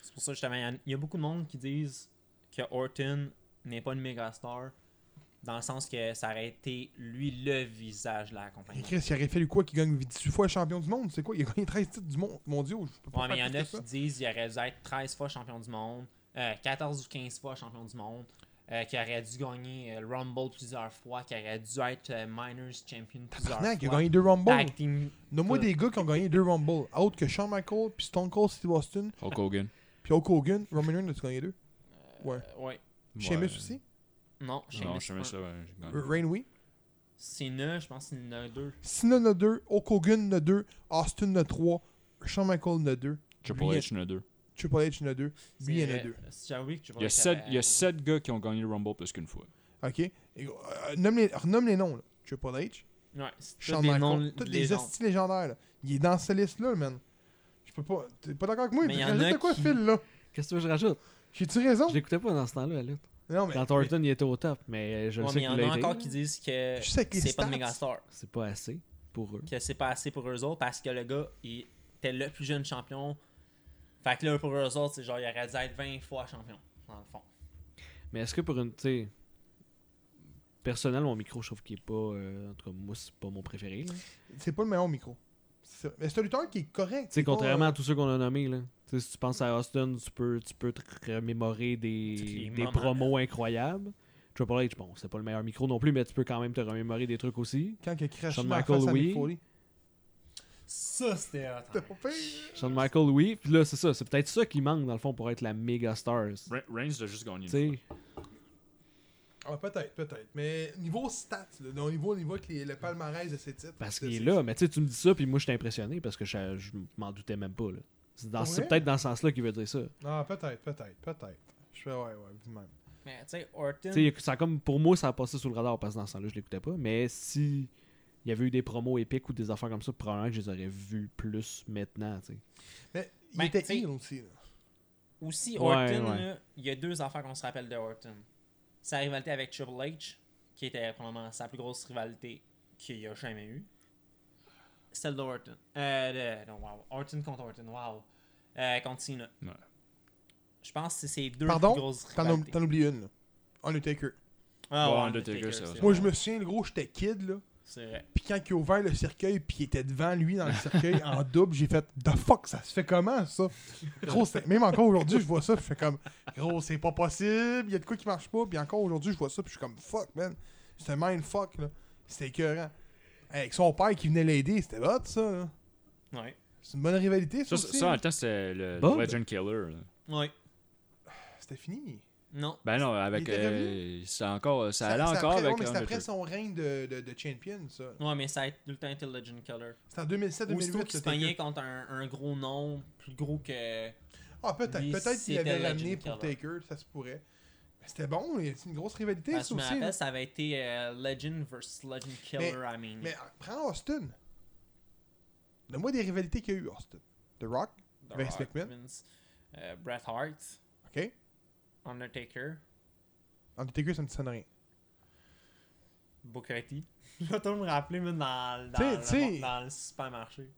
S4: C'est pour ça, justement, il y en- il y a beaucoup de monde qui disent que Orton n'est pas une méga star dans le sens que ça aurait été lui le visage de la
S2: Mais
S4: compagnie.
S2: Chris, il aurait fallu quoi qu'il gagne 18 fois champion du monde C'est quoi Il a gagné 13 titres du monde. Mon Dieu, je peux pas
S4: Ouais, mais il y
S2: faire
S4: en
S2: plus
S4: a
S2: que ça.
S4: qui disent qu'il aurait dû être 13 fois champion du monde, euh, 14 ou 15 fois champion du monde, euh, qu'il aurait dû gagner euh, le Rumble plusieurs fois, qu'il aurait dû être euh, Miners Champion plusieurs
S2: Tabarnak, il a
S4: fois.
S2: gagné deux Rumble.
S4: Tag team.
S2: Nomme-moi
S4: Tout.
S2: des gars qui ont gagné deux Rumble. Autre que Shawn Michaels, puis Stone Cold Steve Austin,
S5: Hulk Hogan.
S2: puis Hulk Hogan. Roman Reigns, as-tu gagné deux Ouais.
S4: Euh, ouais.
S2: Sheamus
S5: Ouais.
S2: aussi.
S4: Non,
S5: Non,
S4: Sheamus.
S5: Sheamus,
S4: ouais.
S5: ça, ouais, j'ai gagné.
S2: Euh, Reign, oui.
S4: Cena, je pense qu'il y en a deux.
S2: Cena, en a deux. Hulk Hogan, en a deux. Austin, en a trois. Shawn Michaels, en a deux.
S5: Triple
S2: Lui,
S5: H, il y en a deux.
S2: Triple H, en a deux. Lui, il
S4: euh,
S2: y en a deux.
S4: J'avoue que tu
S5: Il y a sept- il y a sept gars qui ont gagné le Rumble plus qu'une fois.
S2: Ok Et, euh, nomme les- Renomme les noms. là. Triple H,
S4: Ouais, c'est tous
S2: Shawn
S4: des noms
S2: Michaels,
S4: de
S2: tous des
S4: légendes.
S2: hosties légendaires. Là. Il est dans cette liste-là, man. Je peux pas. T'es pas d'accord avec moi?
S4: Mais
S2: Il
S4: y en a
S2: de quoi,
S4: qui-
S2: Phil, là?
S3: Qu'est-ce que tu veux que je rajoute
S2: J'ai-tu raison?
S3: Je l'écoutais pas dans ce temps-là, la lutte.
S2: Non, mais.
S3: Quand Orton, il était au top, mais euh, je
S4: Ouais, mais
S3: le sais
S4: il y
S3: qu'il
S4: en a
S3: l'a été.
S4: encore qui
S3: là.
S4: disent que
S2: Je sais que les
S4: c'est pas
S2: stats-
S4: de méga star,
S3: C'est pas assez pour eux.
S4: que c'est pas assez pour eux autres parce que le gars, il était le plus jeune champion. Fait que là, pour eux autres, c'est genre, il aurait dû être 20 fois champion, dans le fond.
S3: Mais est-ce que pour une. Tu sais. Personnel, mon micro, je trouve qu'il est pas. euh, en tout cas, moi, c'est pas mon préféré. là. Tu
S2: C'est pas le meilleur micro. C'est ça. Mais c'est un lutteur qui est correct.
S3: sais,
S2: C'est pas- euh,
S3: contrairement à tous ceux qu'on a nommés, là. Tu sais, si tu penses à Austin, tu peux, tu peux te remémorer
S4: Tous les
S3: des, des
S4: moments,
S3: promos incroyables. Triple H, bon, c'est pas le meilleur micro non plus, mais tu peux quand même te remémorer des trucs aussi.
S2: euh, Quand il a craché
S3: Shawn
S2: dans la
S3: Michaels,
S2: face à Mick
S3: oui.
S2: Foley.
S4: Ça, c'était hot,
S2: C'était
S4: hein.
S2: pas pire.
S3: Shawn Michael, oui. Puis là, c'est ça. C'est peut-être ça qui manque, dans le fond, pour être la méga star. Tu
S5: Re- Reigns l'a juste gagné une
S3: sais,
S5: fois.
S2: Ah, peut-être, peut-être. Mais niveau stats, là, donc, au niveau, au niveau que les- le palmarès de ses titres.
S3: Parce
S2: c'est-
S3: qu'il est
S2: c'est-
S3: là, mais tu sais, tu me dis ça, puis moi, je suis impressionné parce que je, je m'en doutais même pas. là. C'est dans- c'est
S2: Ouais.
S3: peut-être dans ce sens-là qu'il veut dire ça.
S2: Ah, peut-être, peut-être, peut-être. Je fais, ouais, ouais, du même.
S4: Mais tu sais, Orton,
S3: Tu sais, ça a comme pour moi, ça a passé sous le radar parce que dans ce sens-là, je l'écoutais pas. Mais si il y avait eu des promos épiques ou des affaires comme ça, probablement que je les aurais vus plus maintenant. tu sais.
S2: Mais il
S4: Ben,
S2: était
S4: t'sais-
S2: heel aussi. là.
S4: aussi,
S3: Ouais,
S4: Orton,
S3: ouais.
S4: là, il y a deux affaires qu'on se rappelle de Orton. Sa rivalité avec Triple H, qui était probablement sa plus grosse rivalité qu'il y a jamais eu. Celle de Orton. Euh, de- non, wow. Orton contre Orton, wow. Euh, contre Cena.
S5: Ouais.
S4: Je pense que c'est ces deux
S2: Pardon?
S4: plus grosses
S2: T'en ou-
S4: rivalités.
S2: T'en oublies une. là. Undertaker.
S4: Ah,
S5: Ouais,
S4: ouais,
S5: Undertaker, c'est vrai.
S2: Moi, je
S4: vrai.
S2: me souviens, le gros, j'étais kid, là.
S4: C'est vrai.
S2: Puis quand il a ouvert le cercueil, puis il était devant lui dans le cercueil en double, j'ai fait The fuck, ça se fait comment ça Gros, c'est- même encore aujourd'hui, je vois ça, puis je fais comme Gros, c'est pas possible, il y a de quoi qui marche pas, puis encore aujourd'hui, je vois ça, puis je suis comme fuck, man. C'est un mind fuck, là. C'était écœurant. Avec son père qui venait l'aider, c'était hot, ça, là.
S4: Ouais.
S2: C'est une bonne rivalité, ça.
S5: Ça,
S2: aussi, hein.
S5: ça, en
S2: là.
S5: même temps, c'était le
S3: Bob?
S5: Legend Killer. là.
S4: Ouais.
S2: C'était fini.
S4: Non.
S5: Ben non, avec.
S2: Il était
S5: euh, c'est encore, ça allait
S2: C'est
S5: encore
S2: après,
S5: avec
S2: ouais, mais c'est après
S5: Undertaker.
S2: son règne de, de, de champion, ça.
S4: Ouais, mais ça a été tout le temps été Legend Killer.
S2: C'était en 2007-2008.
S4: Aussitôt qu'il se
S2: c'était
S4: pognait
S2: que-
S4: contre un, un gros nom, plus gros que.
S2: Ah, peut-être.
S4: Lui,
S2: Peut-être qu'il
S4: c'était
S2: avait
S4: Legend
S2: ramené pour
S4: Killer.
S2: Taker, ça se pourrait. Mais c'était bon, il y a une grosse rivalité,
S4: Ben,
S2: ça
S4: je me
S2: aussi. là.
S4: rappelle, ça avait été euh, Legend versus Legend Killer, I mean.
S2: Mais euh, prends Austin. Donne-moi des rivalités qu'il y a eu, Austin. The Rock,
S4: The
S2: Vince
S4: Rock,
S2: McMahon.
S4: Vince, euh, Bret Hart,
S2: OK?
S4: Undertaker,
S2: Undertaker, ah, ça me sonne rien.
S4: Booker T. Je vais tout me rappeler, même dans, dans,
S2: T'sais,
S4: le,
S2: t'sais.
S4: dans le supermarché.
S2: Tu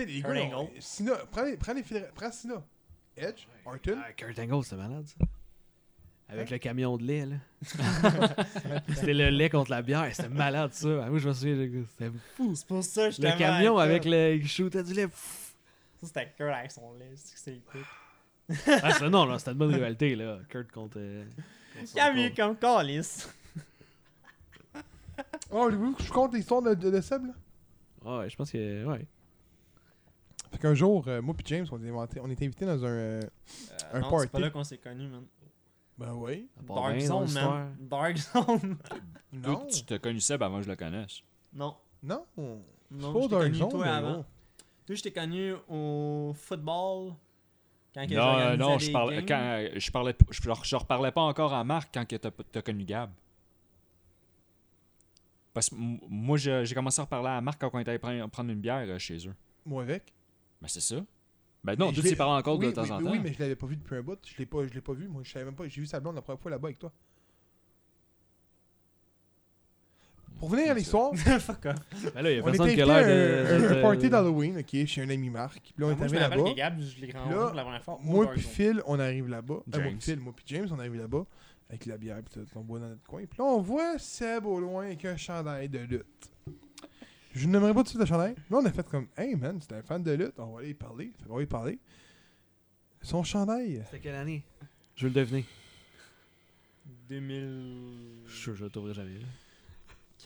S2: sais, les
S4: Kurt
S2: gars, non,
S4: Angle.
S2: Cena, prends, les- prends, les, fédér- prends Cena. Edge, Orton,
S3: Ah, Kurt Angle, c'est malade ça. Avec le camion de lait, là. c'était le lait contre la bière. C'était malade, ça. Ah, Moi, je me souviens, j'ai- c'était fou.
S4: C'est pour ça,
S3: Le camion avec le. Il shootait du lait. Pfff.
S4: Ça, c'était Kurt avec son lait. C'est que c'est épique.
S3: Ah, ça, non, là, c'était une bonne rivalité, là. Kurt contre. euh, contre son
S4: Camion
S3: contre-
S4: comme Calis.
S2: Oh, voulez-vous que je compte l'histoire de, de, de Seb, là?
S3: Ah ouais, je pense que. Ouais.
S2: Fait qu'un jour, euh, moi puis James, on, est invités- on était invités dans un... euh, Un
S4: non,
S2: party.
S4: c'est pas là qu'on s'est connus, man.
S2: Ben oui.
S3: Ça part
S4: Dark
S3: bien, dans
S4: Zone,
S3: l'histoire.
S4: man. Dark Zone.
S5: Toi,
S2: Non.
S5: tu te connu Seb avant que je le connaisse.
S4: Non.
S2: Non.
S4: Non,
S2: Pas
S4: je t'ai
S2: Dark
S4: connu
S2: Zone,
S4: toi
S2: mais oh,
S4: avant.
S2: non.
S4: Toi, je t'ai connu au football. Quand que
S5: non, euh,
S4: j'organisais
S5: non, je
S4: des
S5: parlais, quand,
S4: games.
S5: euh, je parlais, p- je, je- je reparlais pas encore à Marc quand que t'as, t'as connu Gab. Parce que m- moi, je- j'ai commencé à reparler à Marc quand on était allé prendre, prendre une bière euh, chez eux.
S2: Moi avec.
S5: Ben, c'est ça. Ben, non,
S2: Mais
S5: tu
S2: je l'ai-
S5: t'y parles encore de
S2: oui,
S5: temps
S2: oui,
S5: en
S2: oui,
S5: temps.
S2: oui, mais je l'avais pas vu depuis un bout. Je l'ai pas, je l'ai pas vu. Moi, je savais même pas. J'ai vu sa blonde la première fois là-bas avec toi. Pour venir à l'histoire,
S4: Fuck off.
S3: Ben là, il y a
S2: on était
S3: personne qui
S2: invité
S3: a
S2: à
S3: l'air de.
S2: un, un- un
S3: de-
S2: party d'Halloween, ok, chez un ami Marc. Puis là, on
S4: Ah, Moi,
S2: est
S4: je
S2: arrivé
S4: me rappelle
S2: là-bas.
S4: que Gab, je l'ai rencontré
S2: Là,
S4: pour la première fois. au
S2: Moi
S4: Dark
S2: puis
S4: Zone.
S2: Phil, on arrive là-bas. Euh, moi
S5: James.
S2: puis Phil, moi puis James, on arrive là-bas avec la bière puis tout, on boit dans notre coin. Puis là, on voit Seb au loin avec un chandail de lutte. Je n'aimerais pas tout de suite le chandail. Là, on a fait comme Hey man, c'est un fan de lutte, on va aller y parler. Fait qu'on va y parler. Son chandail.
S3: C'était quelle année Je veux le deviner. Je suis
S4: 2015,
S3: sûr que je le trouverai jamais. là.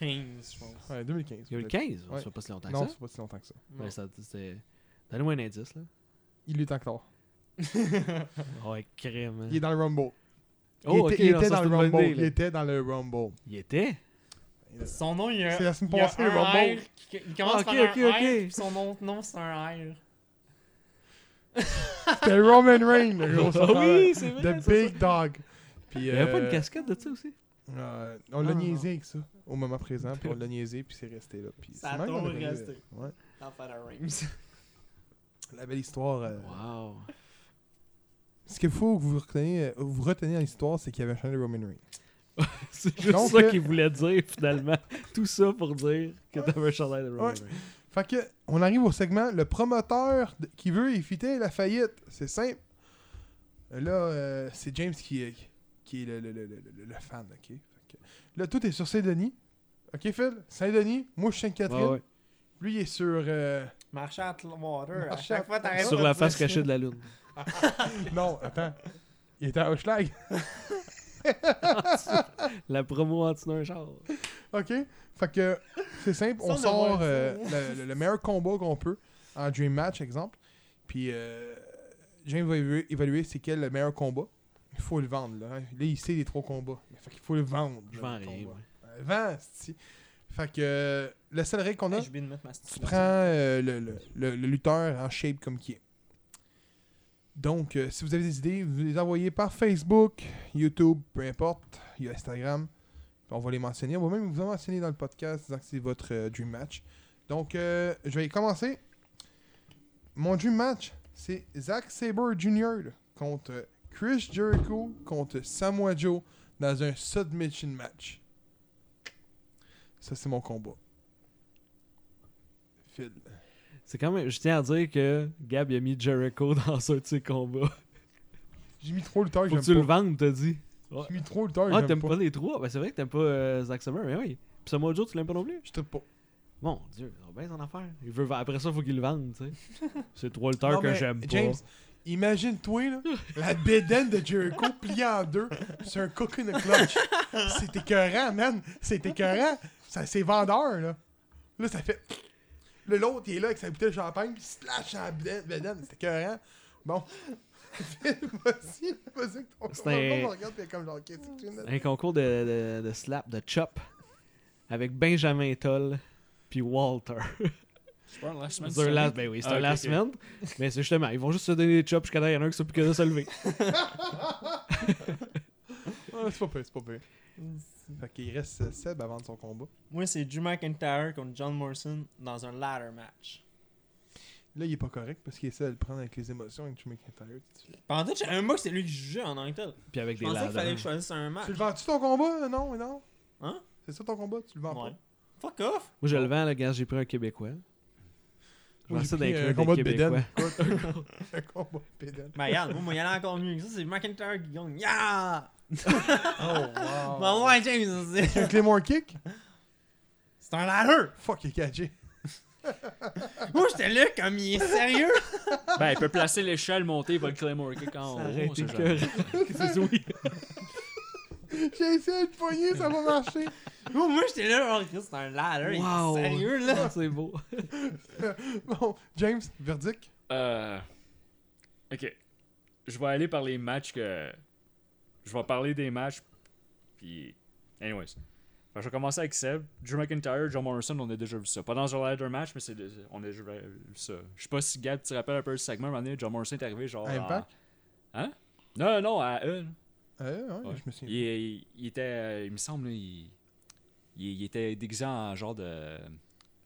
S4: je pense.
S2: Ouais, 2015.
S3: Il y a eu
S2: peut-être.
S3: 15, ça
S2: Ouais.
S3: fait pas si longtemps que
S2: Non,
S3: ça.
S2: c'est pas si longtemps que ça.
S3: Ben, ça c'était. Donnez-moi un indice, là.
S2: Il lutte encore.
S3: Oh, crème. hein.
S2: Il est dans le Rumble.
S3: Mmh. Oh,
S2: il
S3: ok,
S2: était, il
S3: non,
S2: était
S3: ça,
S2: dans
S3: c'est
S2: le
S3: une bonne
S2: Rumble.
S3: idée,
S2: il
S3: là.
S2: était dans le Rumble.
S3: Il était
S4: Son nom, il y a.
S2: C'est la semaine
S4: il y a
S2: passée,
S4: un
S2: Rumble.
S4: R qui- Il commence
S3: Ah, ok,
S4: par
S3: ok,
S4: un
S3: ok.
S4: R, puis son autre nom, c'est un R.
S2: C'était Roman Reigns, le gros
S3: Ah oui, c'est vrai.
S2: The
S3: ça,
S2: Big Dog. Puis,
S3: Il n'y avait pas une
S2: euh,
S3: casquette de ça aussi
S2: Euh, on l'a
S4: Ah, non.
S2: niaisé avec ça au moment présent, puis on l'a niaisé, puis c'est resté là. Puis
S4: Ça
S2: c'est
S4: a
S2: même qu'on
S4: toujours
S2: est arrivé,
S4: resté.
S2: euh, ouais.
S4: L'enfer de Rings.
S2: La belle histoire. euh,
S3: Wow.
S2: Ce qu'il faut que vous reteniez, euh, vous reteniez à l'histoire, c'est qu'il y avait un chant de Roman Reigns.
S3: C'est juste
S2: Donc,
S3: ça
S2: euh,
S3: qu'il voulait dire finalement. Tout ça pour dire que t'avais un chandail de Roman
S2: Ouais.
S3: Reigns.
S2: Fait que, on arrive au segment le promoteur de- qui veut éviter la faillite. C'est simple. Là, euh, c'est James qui est, qui est le, le- le- le- le- le fan, ok? Fait que- là, tout est sur Saint-Denis. Ok, Phil? Saint-Denis, moi je suis Sainte-Catherine.
S3: Ouais, ouais.
S2: Lui, il est sur. euh,
S4: Marcher à Water. À
S2: Marcher à
S4: chaque fois, t'arrêtes
S3: Sur
S4: pas
S3: la
S4: de dire
S3: face
S4: ça.
S3: cachée de la lune.
S2: Non, attends. Il était à Hochelag.
S3: La promo en dessous d'un char.
S2: OK? Fait que c'est simple,
S4: Ça, on
S2: on
S4: a
S2: sort
S4: moins ça.
S2: euh, le, le- le meilleur combat qu'on peut en Dream Match, exemple. Puis euh, James va évaluer, évaluer c'est quel le meilleur combat. Il faut le vendre, là. hein. Là, il sait les trois combats. Fait qu'il faut le vendre.
S3: Je
S2: le
S3: vends
S2: combat.
S3: rien. moi.
S2: Euh, Vends, si. Fait que euh, la seule règle qu'on a,
S4: Hey, J'ai oublié de mettre ma
S2: tu
S4: stipulation.
S2: prends euh, le, le- le- le lutteur en shape comme qui est. Donc, euh, si vous avez des idées, vous les envoyez par Facebook, YouTube, peu importe. Il y a Instagram. On va les mentionner. On va même vous en mentionner dans le podcast disant que c'est votre euh, dream match. Donc, euh, je vais y commencer. Mon dream match, c'est Zack Sabre Jr. là, contre euh, Chris Jericho contre Samoa Joe dans un submission match. Ça, c'est mon combat. Phil.
S3: C'est quand même. Je tiens à dire que Gab il a mis Jericho dans un de ses combats.
S2: J'ai mis trop le temps que
S3: Faut que
S2: j'aime
S3: tu le
S2: pas.
S3: vendes, t'as dit.
S2: J'ai mis trop le temps que
S3: Ah,
S2: j'aime
S3: t'aimes
S2: pas.
S3: pas les trois Ben c'est vrai que t'aimes pas euh, Zack Summer, mais oui. Puis ce mojo, tu l'aimes pas non plus
S2: Je trippe pas.
S3: Mon Dieu, ils ont bien son affaire. Il veut, après ça, il faut qu'il le vende, tu sais. C'est trois lutteurs
S2: Non,
S3: que
S2: mais,
S3: j'aime pas.
S2: James, imagine-toi, là, la bédaine de Jericho pliée en deux sur un coconut clutch. C'est écœurant, man. C'est écœurant. Ça, c'est vendeur, là. Là, ça fait... Là, l'autre, il est là avec sa bouteille de champagne, puis slash en bédaine. bédaine. C'est écœurant. Bon. Phil, vas-y, vas-y avec ton
S3: C'est
S2: combat.
S3: un-
S2: On regarde, puis comme genre, qu'est-ce que tu viens de
S3: Un concours de, de, de slap, de chop, avec Benjamin Toll puis Walter.
S5: Je parle la semaine
S3: C'est un
S5: dernière.
S3: last, ben oui, c'est
S5: Ah,
S3: un
S5: ok,
S3: last
S5: ok.
S3: man. Mais c'est justement, ils vont juste se donner des chops jusqu'à temps qu'il y en a un qui soit plus que de se lever.
S2: Ah, c'est pas pire, c'est pas pire. Fait qu'il reste euh, Seb avant de son combat.
S4: Moi, c'est Drew McIntyre contre John Morrison dans un ladder match.
S2: Là, il est pas correct parce qu'il essaie de le prendre avec les émotions avec Jimmy McIntyre. Tu
S4: Pendant que j'avais un mot que c'est lui qui jugeait en tant que tel.
S3: Puis avec
S4: Je
S3: des
S4: pensais qu'il fallait
S3: ladders.
S4: que je choisisse un match.
S2: le vends-tu ton combat? Non, non.
S4: Ah. Hein?
S2: C'est ça ton combat? Tu le vends
S4: Ouais. Fuck off!
S3: Moi, je le vends, là, gars, j'ai pris un Québécois. Je
S2: Moi,
S3: vais
S2: j'ai
S3: ça
S2: pris
S3: d'inclure
S2: un
S3: des
S2: combat de
S3: Québécois.
S2: bédaine. pas? un combat pédale.
S4: Ben regarde, moi, moi, il y en a encore mieux que ça, c'est McIntyre qui gagne. Yeah!
S2: Oh, wow.
S4: Bah ouais, James, c'est-
S2: Un Claymore kick?
S4: c'est un ladder.
S2: Fuck, il est catché.
S4: Moi, j'étais là comme il est sérieux.
S5: Ben, il peut placer l'échelle, monter, il va le claymore kick en haut.
S3: Ça aurait
S5: on
S3: été
S5: sait jamais.
S3: écœurant. Qu'est-ce que oui?
S2: J'ai essayé de poigner, ça va marcher.
S4: Moi, moi, j'étais là, genre, Chris, c'est un ladder.
S3: Wow.
S4: Il est sérieux, là.
S3: Ah, C'est beau.
S2: Bon, James, verdict?
S5: Euh, ok. Je vais aller par les matchs que. Je vais parler des matchs. Puis. Anyways. Fait que je vais commencer avec Seb. Drew McIntyre, John Morrison, on a déjà vu ça. Pas dans un ladder match, mais c'est le- on a déjà vu ça. Je sais pas si Gab, tu te rappelles un peu le segment. À un moment donné, John Morrison est arrivé genre.
S2: À
S5: en-
S2: Impact?
S5: Hein? Non, non, à eux.
S2: Euh, ouais,
S5: Ouais.
S2: je me souviens.
S5: Il, il- il était. euh, Il me semble, là, il, il- il était déguisé en genre de.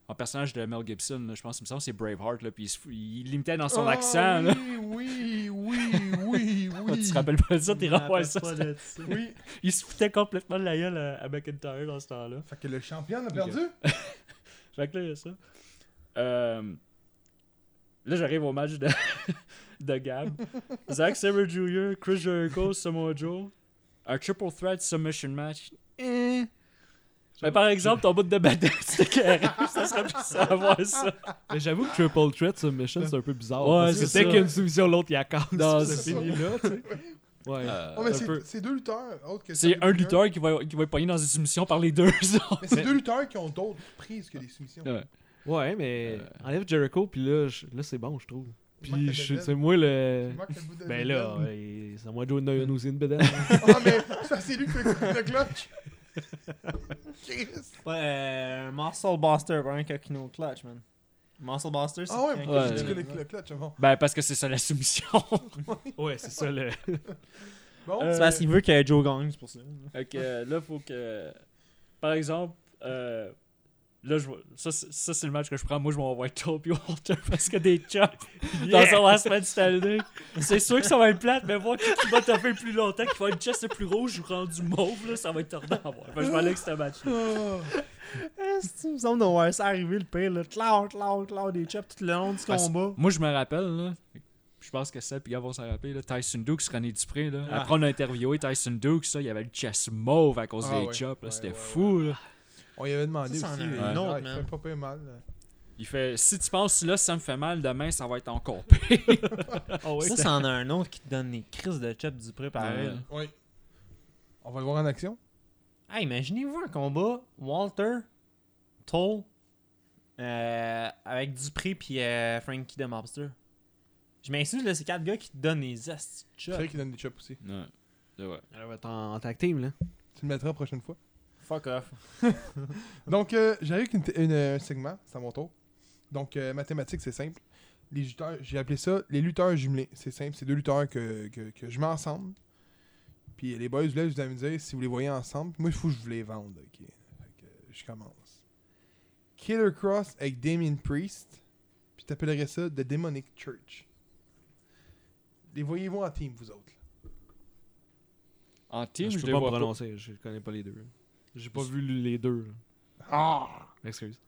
S5: En personnage de Mel Gibson, là, je pense, il me semble, c'est Braveheart, là, puis il, se fou- il l'imitait dans son
S2: Ah,
S5: accent, là.
S2: Oui, oui, oui, oui,
S5: Ah,
S2: oui.
S5: Tu te rappelles pas de ça, t'es
S6: rappelle
S5: revoir ça.
S6: pas de ça.
S2: Oui.
S5: Il se foutait complètement de la gueule à, à McIntyre dans ce temps-là.
S2: Fait que le champion a perdu?
S5: Fait que là, il y a ça. Euh, là, j'arrive au match de, de Gab. Zack Sabre Jr., Chris Jericho, Samoa Joe. Un triple threat submission match. Eh. Mais par exemple, ton bout de badette, c'était carré. Ça serait plus savoir ça.
S3: Mais j'avoue que Triple Threat Submission, c'est un peu bizarre.
S5: Ouais,
S3: parce que
S5: c'est ça.
S3: dès qu'il y a une soumission, l'autre, il accorde.
S5: Non,
S3: puis
S5: c'est
S3: Ah, c'est fini là, tu sais. Ouais.
S2: Oh, mais
S3: un
S2: c'est-
S3: peu.
S2: c'est deux lutteurs. autres que
S5: C'est
S2: Sabu
S5: un
S2: Jr.
S5: lutteur qui va, qui va être pogné dans une soumission par les deux autres.
S2: Mais c'est deux lutteurs qui ont d'autres prises que des soumissions.
S5: Ouais.
S3: Ouais, mais enlève Jericho, puis là, je- là c'est bon, je trouve.
S2: Marc
S3: Puis je-
S2: Lebel.
S3: c'est moi le.
S2: Tu marques le bout de-
S3: Ben
S2: de-
S3: là, ouais, c'est moi Joe Noyon aussi une bédaine.
S2: Ah, mais ça, c'est lui qui fait le coup de cloche. Chris.
S4: Ouais, euh, un muscle buster, pas un coquino clutch, man. Muscle buster, c'est.
S2: Ah ouais,
S4: quand
S2: pourquoi
S5: Ouais.
S2: j'ai dit
S4: quelqu'un-
S2: que le coup de cloche avant?
S5: Ben, parce que c'est ça la soumission.
S3: ouais, c'est ça le.
S2: Bon,
S5: Euh,
S4: C'est parce qu'il veut que Joe gagne, c'est pour ça.
S5: Fait que euh, là, faut que. Par exemple, euh, là, je vois- ça, c'est- ça, c'est le match que je prends. Moi, je m'envoie Toby Walter parce que des chops dans son last man standing. C'est sûr que ça va être plate, mais voir qui qui va taper plus longtemps, qui va être juste le plus rouge ou rendu mauve, là, ça va être tordant à voir. Fait que je vais aller avec ce match
S2: ah,
S4: Est-ce que vous semble d'avoir ça arriver le pire, là? Cloud, cloud, cloud, des chops tout le long du
S5: Parce-
S4: combat.
S5: Moi, je me rappelle, là. Je pense que ça, puis ils vont s'en rappeler, là, Tyson Dukes, René Dupré, là. Après, on a interviewé Tyson Dukes, là, il avait le chest mauve à cause
S2: Ah
S5: des
S2: ouais.
S5: chops, là,
S2: Ouais,
S5: c'était
S2: ouais,
S5: fou, là.
S2: on y avait demandé
S4: Ça, c'en
S2: aussi.
S4: a
S2: mais
S5: un
S2: non,
S4: autre,
S2: il
S4: man.
S2: fait pas pire mal.
S5: Il fait si tu penses là ça me fait mal demain ça va être encore pire.
S4: ça, c'en a un autre qui te donne les crises de chops du pré pareil.
S5: Ouais.
S2: Oui. On va le voir en action.
S4: Hey, imaginez-vous un combat Walter, Toll, euh, avec Dupré puis euh, Frankie de Mobster. Je m'insulte, là, c'est quatre gars qui te donnent les astis de
S2: C'est vrai
S4: chops.
S2: qu'il donne des chops aussi.
S5: Ouais. Ouais.
S3: Alors, en, en tag team, là.
S2: Tu le mettras la prochaine fois.
S4: Fuck off.
S2: Donc, euh, j'arrive avec une t- une, euh, un segment, c'est à mon tour. Donc, euh, mathématiques, c'est simple. Les lutteurs, j'ai appelé ça les lutteurs jumelés. C'est simple, c'est deux lutteurs que, que, que je mets ensemble. Puis euh, les boys, là, je vous allez me dire si vous les voyez ensemble. Moi, il faut que je vous les vende. ok? Fait que, euh, je commence. Killer Cross avec Damien Priest. Puis je t'appellerais ça The Demonic Church. Les voyez-vous en team, vous autres?
S5: En team,
S3: je
S5: je,
S3: peux
S5: les
S3: pas me
S5: vois
S3: prononcer, je connais pas les deux. J'ai pas vu les deux.
S2: Ah!
S3: Excuse.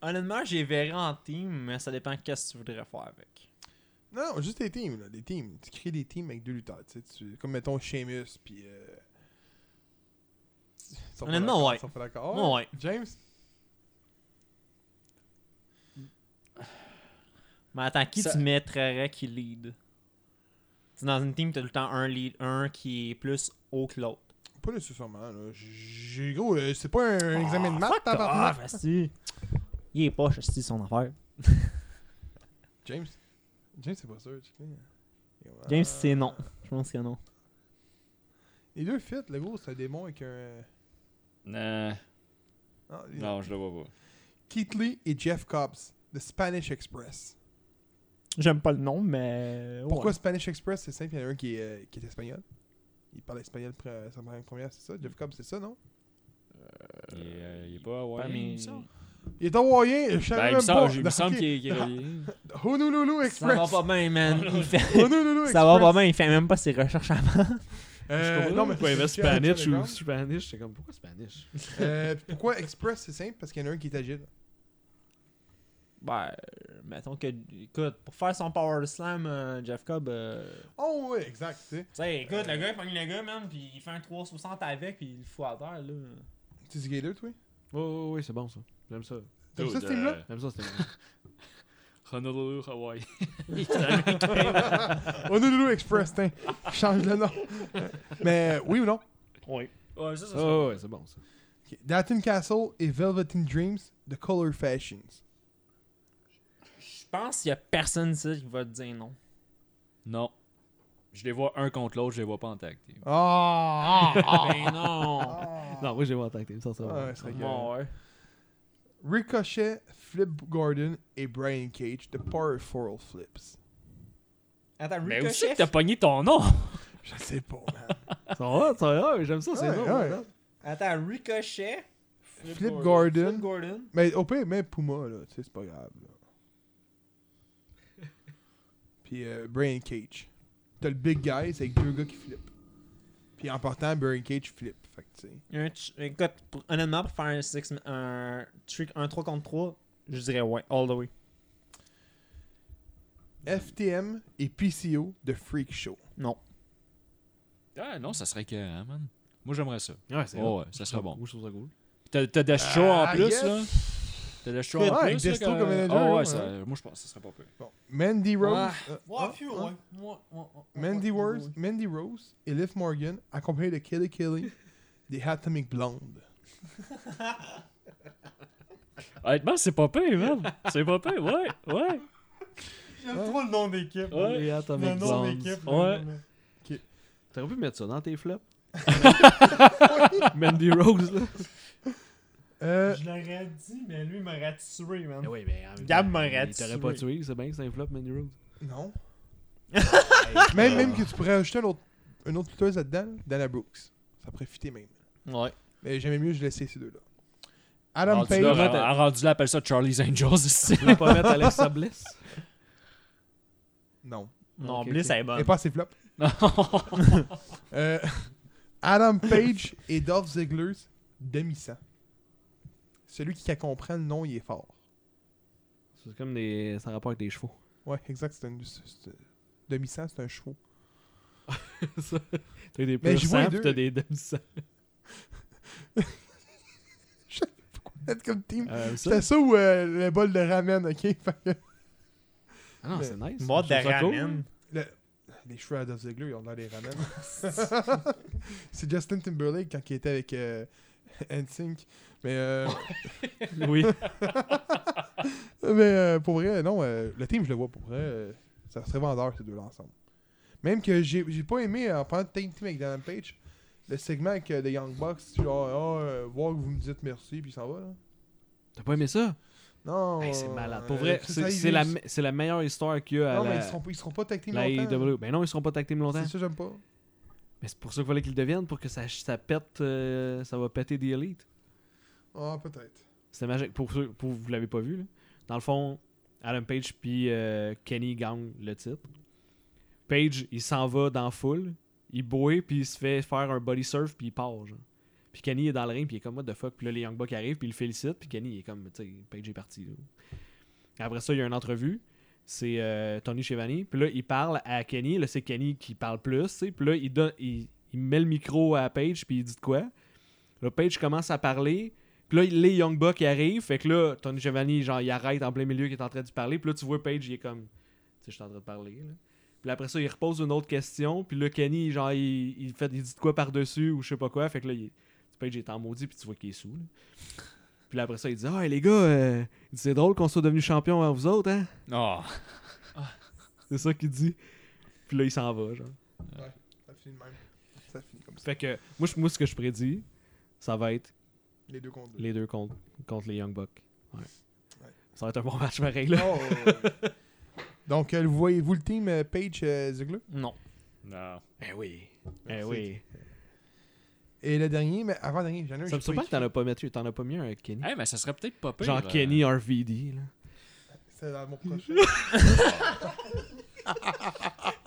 S4: Honnêtement, j'ai verré en team, mais ça dépend qu'est-ce que tu voudrais faire avec.
S2: Non, non, juste des teams, là, des teams. Tu crées des teams avec deux lutteurs, tu sais, tu- comme mettons Sheamus, puis... Euh... ils sont pas
S4: Honnêtement,
S2: d'accord,
S4: ouais.
S2: ils sont pas d'accord.
S4: Ouais, ouais.
S2: James,
S4: Mais attends, qui
S5: Ça-
S4: tu mettrais qui lead Tu sais, Dans une team, t'as tout le temps un lead, un qui est plus haut que l'autre.
S2: pas nécessairement, là. J'ai gros, euh, c'est pas
S4: Ah,
S2: un examen de maths, tabarnak.
S4: si. Ah, Il est poche, c'est son affaire.
S2: James, James, c'est pas sûr, tu sais. Et voilà.
S4: James, c'est non. Je pense que non.
S2: Les deux fit, le gros, c'est un démon avec un...
S5: pas. Euh,
S2: Non, les-
S4: Ah,
S5: non, je le vois pas.
S2: Keith Lee et Jeff Cobbs, The Spanish Express.
S4: J'aime pas le nom, mais.
S2: Pourquoi Spanish Express, c'est simple, il y en a un qui est, euh, qui est espagnol. Il parle espagnol, euh, ça prend première, c'est ça? Jeff Cobbs, c'est ça, non?
S5: Il, est, euh, il est pas ouais,
S4: mais-
S5: il me semble.
S2: Il est hawaïen, je savais
S5: Ben, il me
S2: même pas.
S5: semble, il me semble
S2: Ok.
S5: qu'il est, qu'il est relié.
S2: Honolulu
S4: Ça va
S2: Express.
S4: pas bien, man. Il fait-
S2: Honolulu Express.
S4: Ça va pas bien, il fait même pas ses recherches avant.
S2: Euh, non, mais
S3: pourquoi il y avait
S2: c'est- c'est-
S3: Spanish
S2: c'est-
S3: ou Spanish C'est comme, pourquoi Spanish
S2: Euh, Pourquoi Express, c'est simple? Parce qu'il y en a un qui est agile.
S4: Ben, Mettons que, écoute, pour faire son Power Slam, euh, Jeff Cobb. euh,
S2: Oh, oui, exact. Tu sais,
S4: tu sais, écoute, le gars, il pogne le gars, man, puis il fait un 360 avec, puis il le fout à terre, là.
S2: tu dis Gator, toi
S3: Oui, oui, oui, c'est bon ça. J'aime ça.
S5: Oh,
S2: T'aimes ça, ce team-là
S3: J'aime ça,
S5: euh,
S3: c'était
S5: Honolulu, Hawaii.
S2: Honolulu Express, tiens. Change le nom. Mais oui ou non
S4: Oui.
S5: Ouais, ça, ça, ça.
S3: Oh, ouais, c'est bon ça.
S2: Ok, Dalton Castle et Velveteen Dreams, The Color Fashions.
S4: Je pense qu'il y a personne ici qui va te dire non.
S5: Non. Je les vois un contre l'autre, je les vois pas en tag team.
S2: Ah! ah, ah,
S4: Mais non!
S2: ah.
S3: Non, moi j'ai pas attaqué ça, ça. va.
S2: Ah, ouais, ça
S4: Bon, ouais.
S2: Ricochet, Flip Gordon et Brian Cage, The Powerful Flips.
S4: Attends,
S5: Mais
S4: Ricochet,
S5: aussi que t'as pogné ton nom?
S2: Je sais pas, man.
S3: Ça va, ça va, j'aime ça, c'est
S2: Ouais,
S3: drôle.
S2: ouais.
S3: ça.
S4: Attends, Ricochet.
S2: Flip Gordon.
S4: Flip Gordon.
S2: Mais au pire, mais Puma, là, tu sais, c'est pas grave. là. Puis euh, Brian Cage. T'as le big guy, c'est avec deux gars qui flippent. Puis en partant, Brian Cage flippe. Fait que, tu sais.
S4: Un ch- écoute, pour- honnêtement, pour faire un, six, un, trick, un 3 contre 3, je dirais ouais, all the way.
S2: FTM et PCO, The Freak Show.
S4: Non.
S5: Ah non, ça serait écœurant, man. Moi, j'aimerais ça.
S3: Ouais, c'est
S5: Ouais,
S3: hot.
S5: ouais, ça serait bon.
S3: Moi, je trouve ça cool.
S5: T'as t'as Death Show en
S2: Ah,
S5: plus,
S2: yes.
S5: là. T'as Death Show
S2: Ouais,
S5: en
S2: avec
S5: plus. là,
S2: Destro
S5: que-
S2: comme manager,
S5: Ah ouais,
S2: ouais.
S5: ça- moi, je pense que ça serait pas peu.
S2: Bon. Mandy Rose. euh, hein, hein.
S4: Moi,
S2: Mandy Rose, Mandy Rose et Liv Morgan, accompagnés de Kelly Kelly, des Atomic Blonde.
S5: Honnêtement, c'est pas peu, man. C'est pas peu, ouais, ouais.
S4: J'aime trop le nom d'équipe.
S5: Ouais.
S3: Et Atomic Blonde.
S5: Ouais.
S3: T'aurais pu mettre ça dans tes flops. Mandy Rose, là.
S2: Euh,
S4: l'aurais dit, mais lui m'aurait tué, man.
S3: oui, mais.
S4: Gab m'aurait
S3: T'aurais pas tué, c'est bien que c'est un flop, Mandy Rose.
S2: non. même, même que tu pourrais ajouter un autre, une autre lutteuse là-dedans, Dana Brooks. Ça pourrait fitter même.
S4: Ouais.
S2: Mais j'aimais mieux, je laissais ces deux-là. Adam
S5: Rendu là,
S2: Page.
S5: ra- ra- rendu là, appelle ça Charlie's Angels ici.
S3: Tu voulais pas mettre Alexa Bliss
S2: Non.
S4: Non,
S3: Ok,
S4: Bliss,
S3: ok.
S4: elle est
S2: Il est
S4: bonne.
S2: pas assez flop. Euh, Adam Page et Dolph Ziggler, demi-sang. Celui qui comprend le nom, il est fort.
S3: C'est comme des. Ça a rapport avec des chevaux.
S2: Ouais, exact. C'est un. c'est- c'est- Demi-sang, c'est un chevaux.
S3: Ça, T'as
S2: Mais
S3: des purs
S2: je vois les
S3: sangs, pis
S2: deux.
S3: t'as des demi sangs.
S2: Être comme team.
S3: Euh, ça-
S2: C'était ça ou euh, le bol de ramen, ok? Fait que
S3: Ah non, c'est nice.
S4: Moi, de
S3: Je trouve ça cool.
S4: ramen.
S2: le- les cheveux à Dolph Ziggler, ils ont l'air des ramen. c'est Justin Timberlake quand il était avec euh, NSYNC. Mais, euh,
S3: Oui.
S2: mais euh, pour vrai, non, euh, le team, je le vois pour vrai. euh, ça serait vendeur, ces deux-là ensemble. Même que j'ai j'ai pas aimé, euh, en parlant de Tag Team avec Dan Page, le segment avec euh, The Young Bucks, genre, Ah, euh, voir que vous me dites merci, puis il s'en va, là.
S3: T'as pas aimé ça?
S2: Non.
S3: Hey, c'est malade. Pour
S2: euh,
S3: vrai,
S2: ça, ça,
S3: c'est
S2: ils-
S3: c'est la, me- c'est la meilleure histoire qu'il y a à
S2: Non, mais
S3: la,
S2: ils seront, pas- ils seront pas tag team
S3: la
S2: longtemps.
S3: AEW. Ben non, ils seront pas tag team longtemps.
S2: C'est ça, j'aime pas.
S3: Mais c'est pour ça qu'il fallait qu'ils le deviennent, pour que ça, ça pète, euh, ça va péter The Elite.
S2: Ah, peut-être.
S3: C'était magique. Pour ceux, pour vous l'avez pas vu, là. Dans le fond, Adam Page puis euh, Kenny gagnent le titre. Page, il s'en va dans la foule, il boit puis il se fait faire un body surf puis il part, genre. Puis Kenny est dans le ring, puis il est comme what the fuck. Puis là, les Young Bucks arrivent, puis il le félicite, puis Kenny il est comme, tu sais, Page est parti. là. Après ça, il y a une entrevue. C'est euh, Tony Schiavone. Puis là, il parle à Kenny. Là, c'est Kenny qui parle plus, tu sais. Puis là, il, donne, il, il met le micro à Page, puis il dit de quoi. Là, Page commence à parler. Puis là, les Young Bucks ils arrivent. Fait que là, Tony Schiavone, genre, il arrête en plein milieu qui est en train de parler. Puis là, tu vois Page, il est comme, tu sais, je suis en train de parler, là. Puis là, après ça, il repose une autre question. Puis là, Kenny, genre, il, il fait, il dit de quoi par-dessus ou je sais pas quoi. Fait que là, il, Page est en maudit, puis tu vois qu'il est sous. là. Puis là, après ça, il dit Ah, les gars, euh, il dit, c'est drôle qu'on soit devenu champion à vous autres, hein
S5: Oh.
S3: C'est ça qu'il dit. Puis là, il s'en va, genre.
S2: Ça finit de même. Ça finit comme ça.
S3: Fait que, moi, je- moi ce que je prédis, ça va être
S2: Les deux contre deux.
S3: les deux contre, contre les Young Bucks. Ouais.
S2: Ouais.
S3: Ça va être un bon match pareil, là.
S2: Oh, ouais. Donc, euh, voyez-vous le team euh, Page euh, Ziggler?
S4: Non.
S5: Non.
S3: Eh oui. Eh
S2: C'est-
S3: oui.
S2: Et le dernier, mais avant dernier, j'en ai un.
S3: Ça me
S2: j'ai pas
S3: surprend que
S2: écrit.
S3: t'en as pas mis, t'en as pas mis un avec Kenny.
S5: Eh, mais ça serait peut-être pas pire.
S3: Genre
S5: euh,
S3: Kenny RVD, là.
S2: C'est dans mon prochain.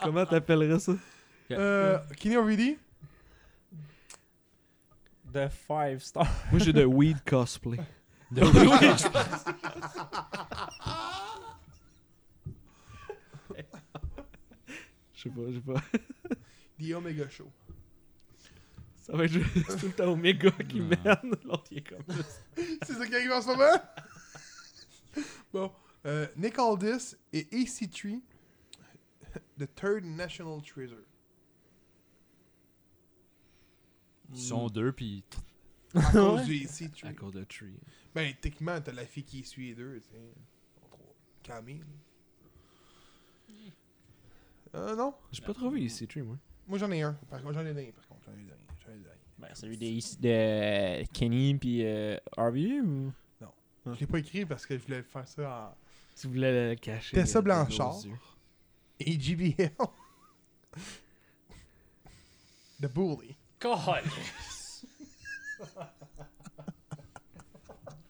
S3: Comment t'appellerais ça
S2: euh, Kenny O'Reilly?
S4: The Five Star.
S3: Moi, j'ai de Weed Cosplay.
S5: de-
S3: Je sais pas, je sais pas.
S2: The Omega Show.
S3: Ça va être juste tout le temps Omega qui
S5: Non.
S3: mène. L'autre, il est comme.
S2: C'est ça qui arrive en ce moment? bon. euh, Nick Aldis et AC3, E, The Third National Treasure.
S5: Ils sont deux, puis
S2: À cause
S4: Ouais.
S2: du AC3.
S3: À cause de Tree.
S2: E. Ben, techniquement, t'as la fille qui suit les deux, tu sais. Camille. Mm. Euh, non.
S3: J'ai pas trouvé ici Tree, moi.
S2: Moi, j'en ai un. Par contre, j'en ai un dernier, par contre. J'en ai un dernier. J'en ai un dernier.
S4: Ben, celui des- de Kenny puis euh, Harvey ou.
S2: Je l'ai pas écrit parce que je voulais faire ça en
S3: Tu voulais le cacher.
S2: Tessa
S3: euh, de nos
S2: Blanchard.
S3: yeux.
S2: AGBL. The Bully.
S5: God!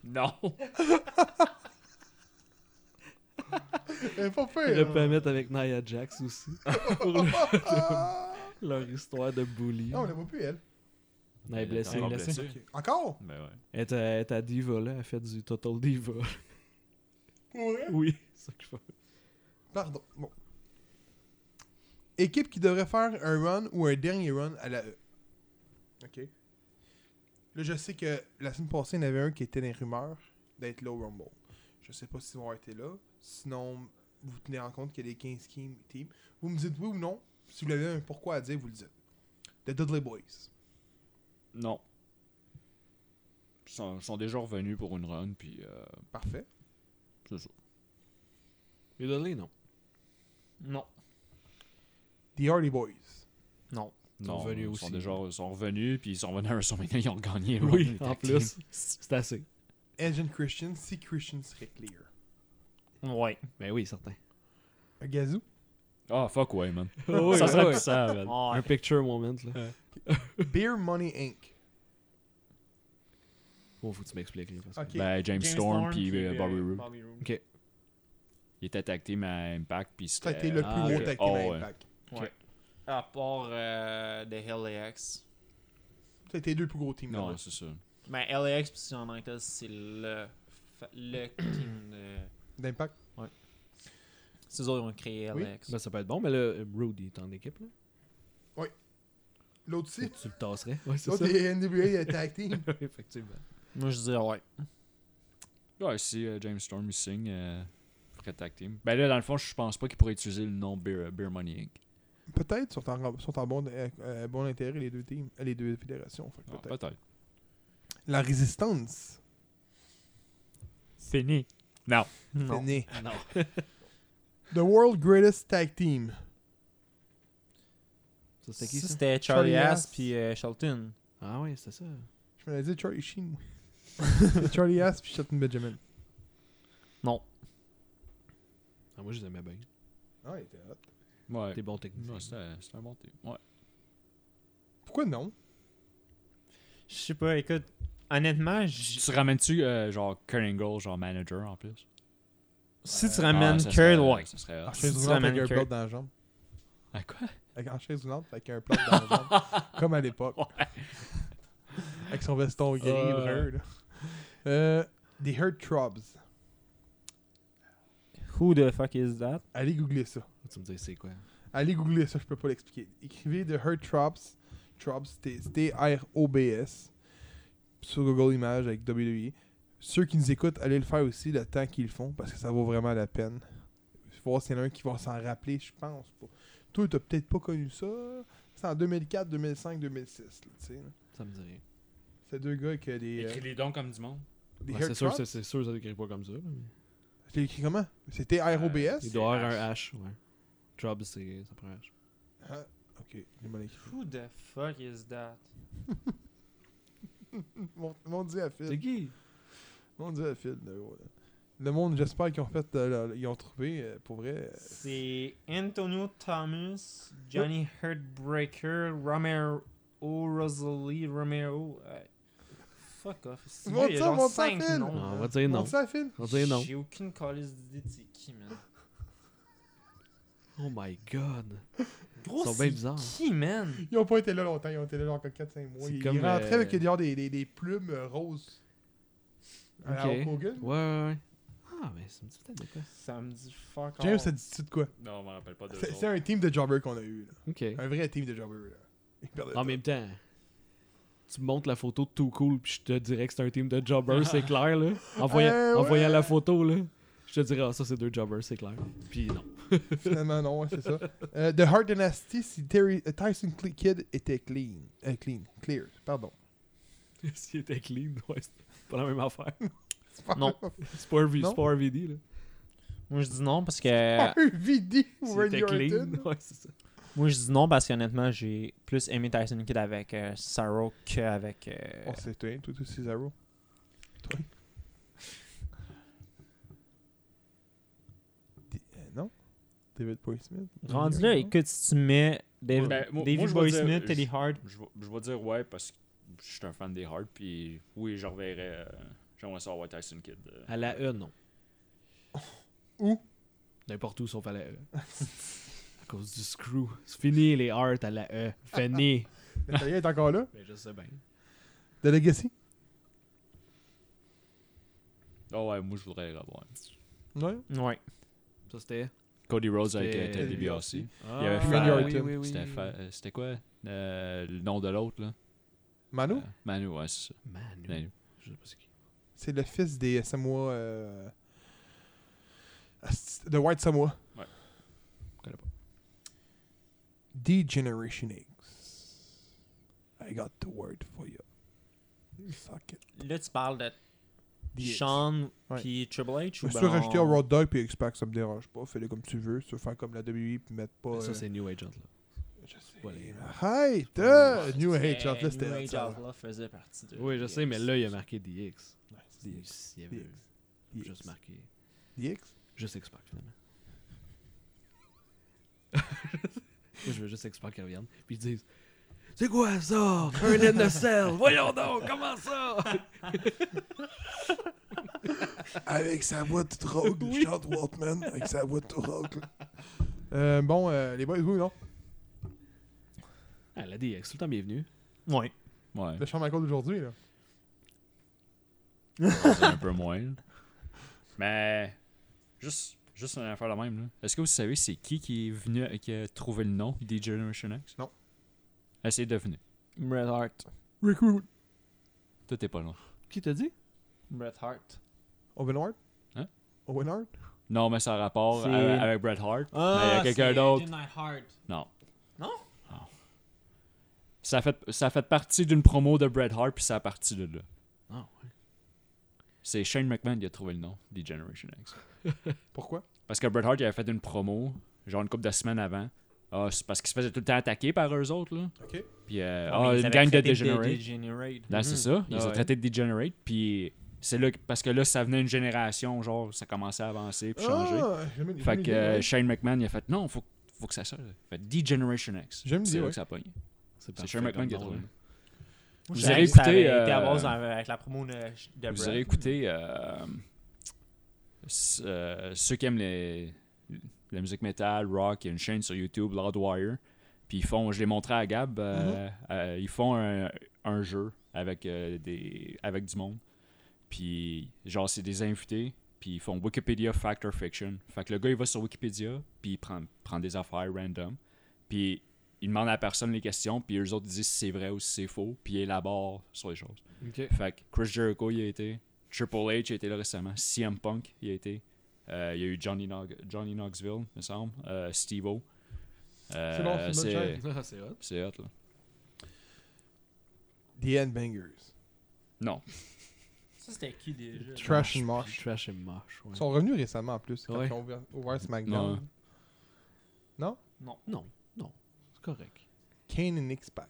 S5: non!
S2: Eh, pas
S3: Il
S2: fait.
S3: aurait pu la mettre avec Nia Jax aussi. pour le- leur histoire de bully.
S2: Ah! Non, on l'a pas pu, elle.
S3: Non, elle est blessée.
S5: Encore
S3: Elle est blessée.
S5: blessée.
S2: Ok. Encore?
S5: Ben ouais.
S3: Elle est à- elle est à Diva, là. Elle fait du Total Diva. Oui, c'est ça que je fais.
S2: Pardon. Bon. Équipe qui devrait faire un run ou un dernier run à la E. OK. Là, je sais que la semaine passée, il y en avait un qui était dans les rumeurs d'être low Rumble. Je sais pas s'ils vont été là. Sinon, vous tenez en compte qu'il y a des 15 team- teams. Vous me dites oui ou non. Si vous avez un pourquoi à dire, vous le dites. The Dudley Boys.
S5: Non. Ils sont, ils sont déjà revenus pour une run, puis euh,
S2: Parfait.
S5: c'est ça.
S3: Mais Dudley, non.
S4: Non.
S2: The Hardy Boys.
S4: Non.
S3: Ils sont revenus
S5: Ils sont
S3: aussi.
S5: déjà ils sont revenus, puis ils sont revenus à WrestleMania, ils ont gagné.
S3: Oui,
S5: Raw,
S3: en
S5: les
S3: plus. C'est assez.
S2: Edge and Christian si Christian serait clear.
S4: Ouais.
S3: Ben oui, certain.
S2: Un gazou.
S5: Ah, fuck ouais, man.
S3: Oh, oui,
S5: ça serait
S3: oui.
S5: puissant, man.
S3: Un picture moment, là.
S2: Beer Money Inc.
S3: Bon, faut que tu m'expliques, là. parce que-
S2: OK.
S5: Ben, James, Storm, puis euh, Bobby Roode.
S4: Roode.
S3: Ok.
S5: Il était tag team à Impact, puis
S2: Ça a
S5: c'était...
S2: été le plus
S3: Ah,
S2: gros
S3: ok.
S2: tag team
S5: Oh,
S2: à
S5: ouais.
S2: Impact.
S4: Ouais. À part euh, de LAX.
S2: Ça a été les deux plus gros teams.
S5: Non,
S2: là-bas.
S5: c'est ça.
S4: Ben, LAX, pis si on en était, c'est le, fa- le team de.
S2: D'impact.
S4: C'est eux autres qui ont créé
S2: Oui.
S4: LAX.
S3: Ben, ça peut être bon, mais là, euh, Rude, il est en équipe, là.
S2: L'autre aussi.
S3: Tu le tasserais. Ouais, c'est
S2: L'autre
S3: ça.
S2: est NWA tag team.
S3: Effectivement.
S4: Moi, je dirais ouais.
S5: Ouais, si euh, James Storm, il signe, euh, ferait tag team. Ben là, dans le fond, je pense pas qu'il pourrait utiliser le nom Beer, Beer Money Inc.
S2: Peut-être sont en, sont en bon, euh, bon intérêt les deux teams, euh, les deux fédérations. fait que
S5: Ah,
S2: peut-être.
S5: Peut-être.
S2: La résistance.
S4: Fini.
S5: Non.
S2: c'est
S4: Non.
S2: né.
S3: Non.
S2: The World Greatest Tag Team.
S3: Ça, c'était qui,
S4: Ça,
S3: ça?
S4: C'était Charlie
S2: Charlie
S4: Ass
S2: Haas.
S4: puis euh, Shelton.
S3: Ah oui, c'était ça.
S2: Je me l'ai dit Charlie Sheen. moi. C'est Charlie Haas puis Shelton Benjamin.
S3: Ah, moi, je les aimais bien.
S2: Ah, il était hot.
S5: Ouais.
S3: Des bons techniciens.
S5: Ouais, c'était c'était un bon team. Ouais.
S2: Pourquoi non?
S4: Je sais pas, écoute. Honnêtement, j-
S5: Tu ramènes-tu, euh, genre, Kurt Angle, genre manager en plus?
S4: si tu
S5: Ah,
S4: ramènes
S5: ça
S4: Kurt,
S5: serait-
S4: ouais.
S5: Ça serait...
S2: En
S5: hot.
S2: chaise
S4: tu
S2: roulante avec
S4: ramènes
S2: un
S4: Kurt.
S2: plot dans la jambe.
S5: Ah, quoi?
S2: Avec- En chaise roulante avec un plot dans la jambe. Comme à l'époque. Avec son veston gris
S4: Euh.
S2: brun. là. Euh, The Hurt Trobs.
S4: Who the fuck is that?
S2: Allez googler ça.
S3: Tu me dis, c'est quoi?
S2: Allez googler ça, je peux pas l'expliquer. Écrivez The Hurt Tropes, Tropes, T-R-O-B-S, sur Google Images avec WWE. Ceux qui nous écoutent, allez le faire aussi le temps qu'ils le font, parce que ça vaut vraiment la peine. Faut voir s'il y en a un qui va s'en rappeler, je pense pas. Toi, t'as peut-être pas connu ça. C'est en 2004, 2005, 2006, là, tu sais. là.
S3: Ça me dit rien.
S2: C'est deux gars qui ont des, euh,
S5: les dons comme du monde.
S2: des
S3: Ouais,
S2: Hurt
S3: c'est sûr,
S2: Tropes.
S3: c'est- c'est sûr que ça s'écrit pas comme ça. là, mais-
S2: Je l'ai écrit comment? C'était
S3: Euh,
S2: R-O-B-S?
S3: Il doit y avoir un Ah, H, ouais. Job, c'est ça prend un H.
S2: Ah, ok, j'ai mal écrit.
S4: Who the fuck is that?
S2: Mon, mon dieu, à Phil.
S3: C'est qui?
S2: Mon dieu, Phil, de gros, là. Le monde, j'espère qu'ils ont fait, euh, le- ils ont trouvé, euh, pour vrai. euh,
S4: C'est Antonio Thomas, Johnny Heartbreaker, Romero, Rosalie Romero. euh, fuck off. C'est
S2: Montre
S4: il y a
S2: ça,
S4: genre
S2: montre ça,
S4: cinq
S2: Phil.
S4: noms,
S3: Non, on
S4: là.
S3: va dire non.
S2: montre ça, à Phil.
S3: On va dire non.
S4: J'ai aucune calice d'idée de c'est qui, man.
S3: Oh my god.
S4: Gros,
S3: sont bien
S4: c'est
S3: bizarres.
S4: qui, man?
S2: Ils ont pas été là longtemps, ils ont été là genre comme 4-5 mois.
S3: C'est
S2: Ils,
S3: comme,
S2: ils rentraient
S3: euh,
S2: avec genre, des, des, des plumes euh, roses. À la
S3: Ok.
S2: Hulk Hogan.
S3: Ouais, ouais, ouais. Ah, mais ça me dit peut-être de quoi.
S4: Ça me dit fuck
S2: James,
S4: all.
S2: ça dit-tu de quoi
S5: Non, on m'en rappelle pas de
S2: C'est c'est un team de jobbers qu'on a eu. là.
S3: Ok.
S2: Un vrai team de jobbers. là. Ils perdaient
S3: En
S2: tout.
S3: même temps, tu me montres la photo de Too Cool, puis je te dirais que c'est un team de jobbers, c'est clair, là. En voyant,
S2: Euh,
S3: en
S2: ouais.
S3: voyant la photo, là, je te dirais, ah, ça, c'est deux jobbers, c'est clair. Puis non.
S2: Finalement, non, ouais, c'est ça. Euh, The Hard Dynasty, si Terry- euh, Tyson Cle- Kidd était clean. Euh, clean. Clear, pardon.
S3: S'il était clean, ouais, c'est pas la même affaire.
S4: Non.
S3: C'est pas, un V-
S2: Non.
S3: c'est pas un VD, là.
S4: Moi, je dis non parce que.
S2: RVD ou
S3: Ah. S'il
S2: Randy
S3: était clean,
S2: Orton.
S3: ouais, c'est ça.
S4: moi, je dis non parce qu'honnêtement, j'ai plus aimé Tyson Kidd avec euh, Cesaro qu'avec. euh,
S2: On sait toi, toi, toi, Cesaro. Toi. D- euh, non? David Boy Smith?
S4: Rendu là, écoute, si tu mets David,
S5: Ben, moi-
S4: David
S5: moi, je vais
S4: Boy
S5: dire-
S4: Smith,
S5: je-
S4: Teddy Hart,
S5: Je, vais- je vais dire ouais parce que je suis un fan des Hard. Puis oui, je reverrai. euh, J'aimerais ça avoir Tyson Kidd. euh.
S3: À la E, non.
S2: Où?
S3: N'importe où, sauf à la E. à cause du screw. C'est fini, les Hearts à la E. Fini.
S2: Natalia est encore là?
S3: Mais je sais bien.
S2: The Legacy?
S5: Ah ouais, moi, je voudrais avoir.
S2: Ouais.
S4: Ouais.
S3: Ça, c'était...
S5: Cody Rhodes avec
S3: C'était-
S5: euh, Ted DiBiase.
S3: Ah,
S5: Il y avait
S2: Randy
S5: Fa-
S2: Orton.
S3: oui, oui, oui.
S5: C'était Fa- euh, C'était quoi euh, le nom de l'autre, là
S2: Manu?
S5: Euh, Manu, ouais, c'est ça.
S3: Manu.
S5: Manu.
S3: Je sais pas c'est qui.
S2: C'est le fils des Samoa... euh, asti- De White Samoa.
S5: Ouais. Connais pas.
S2: D-Generation X. I got the word for you. Suck it.
S4: Là, tu parles de
S2: DX.
S4: Sean
S2: Ouais.
S4: puis Triple H
S2: Je
S4: ou
S2: me suis
S4: ben
S2: rajouté
S4: on-
S2: au Road Dog puis X-Pac, ça me dérange pas. Fais-le comme tu veux. Tu veux faire comme la WWE puis mettre pas.
S3: Ça,
S2: euh,
S3: c'est New Agent, là.
S2: Je sais.
S3: Voilà.
S2: Arrête!
S4: Ouais,
S2: euh,
S4: ouais,
S2: New
S4: c'était-
S2: Age Outlaw,
S4: Ah, New
S2: c'était
S4: Age
S2: ça.
S4: Outlaw faisait partie de.
S3: Oui, je sais, mais
S4: DX.
S3: là, il a marqué DX.
S2: DX.
S3: Il y avait
S2: DX.
S3: juste marqué.
S2: DX?
S3: Juste X-Pac, finalement. Moi, je veux juste X-Pac qui revienne. Puis ils disent C'est quoi ça Un in the cell Voyons donc, comment ça
S2: Avec sa voix toute rauque, oui. Charles Waltman, avec sa voix toute rauque. Euh, bon, euh, les boys, oui, non?
S3: Ah, la DX, tout le temps bienvenue.
S4: Ouais.
S5: Ouais,
S2: Le Charles Michael d'aujourd'hui, là.
S5: c'est un peu moins. là. Mais juste, juste une affaire la même. là. Est-ce que vous savez c'est qui qui est venu qui a trouvé le nom des Generation X
S2: Non.
S5: Essayez de deviner.
S4: Bret Hart.
S2: Rick Rude.
S5: Tout est pas long.
S3: Qui t'a dit
S4: Bret Hart.
S2: Owen Hart?
S5: Hein?
S2: Owen Hart?
S5: Non, mais ça a rapport
S4: C'est-
S5: avec, avec Bret Hart. mais il y a quelqu'un d'autre. Non.
S4: Non?
S5: Non. Ça a fait, ça a fait partie d'une promo de Bret Hart, puis ça a parti de là.
S3: Ah, ouais.
S5: C'est Shane McMahon qui a trouvé le nom des Generation X.
S2: Pourquoi?
S5: Parce que Bret Hart, il avait fait une promo, genre une couple de semaines avant. Ah, c'est parce qu'il se faisait tout le temps attaquer par eux autres, là.
S2: Ok.
S5: Puis, euh, ah, une gang de Degenerate. Non, c'est ça. Ils
S3: Ah
S5: se
S3: ouais.
S5: traitaient de Degenerate, puis c'est là que- parce que là, ça venait une génération, genre, ça commençait à avancer, puis changer.
S2: Ah, j'aime une-
S5: Fait
S2: j'aime
S5: que
S2: une
S5: euh,
S2: idée,
S5: Shane McMahon, il a fait non, faut, faut que ça sorte. Fait D-Generation X.
S2: J'aime
S5: C'est
S2: l'idée,
S5: là
S2: ouais.
S5: que ça a pogné. C'est
S3: parfait
S5: Shane McMahon
S3: comme
S5: qui a
S3: nom,
S5: trouvé.
S3: là.
S5: Vous
S4: Vous avez
S5: aurez
S4: écouté.
S5: écouté,
S4: été à
S5: euh,
S4: base avec avec la promo de, de
S5: Vous
S4: Bret.
S5: aurez écouté euh, c- euh, ceux qui aiment les, la musique metal, rock, il y a une chaîne sur YouTube, Loudwire. Puis ils font, je l'ai montré à Gab, euh,
S2: Mm-hmm.
S5: euh, ils font un, un jeu avec, euh, des, avec du monde. Puis genre, c'est des invités. Puis ils font Wikipédia Fact or Fiction. Fait que le gars, il va sur Wikipédia, puis il prend, prend des affaires random. Puis il demande à la personne les questions, puis eux autres disent si c'est vrai ou si c'est faux, puis ils élaborent sur les choses.
S3: Ok.
S5: Fait que Chris Jericho, il a été. Triple H, il a été là récemment. CM Punk, il a été. Euh, il y a eu Johnny, Nog- Johnny Knoxville, me semble. Euh, Steve-O. Euh,
S2: C'est bon, c'est une bonne chaîne.
S3: Ah, c'est hot.
S5: C'est hot, là.
S2: The End Bangers.
S5: Non.
S4: Ça, c'était qui déjà
S2: Trash and Mosh.
S3: Trash et moche, ouais.
S2: Ils sont revenus récemment en plus, quand
S3: Ouais.
S2: ils ont ouvert, ouvert SmackDown.
S5: Ouais.
S4: Non.
S3: Non, non. C'est correct.
S2: Kane et X-Pac.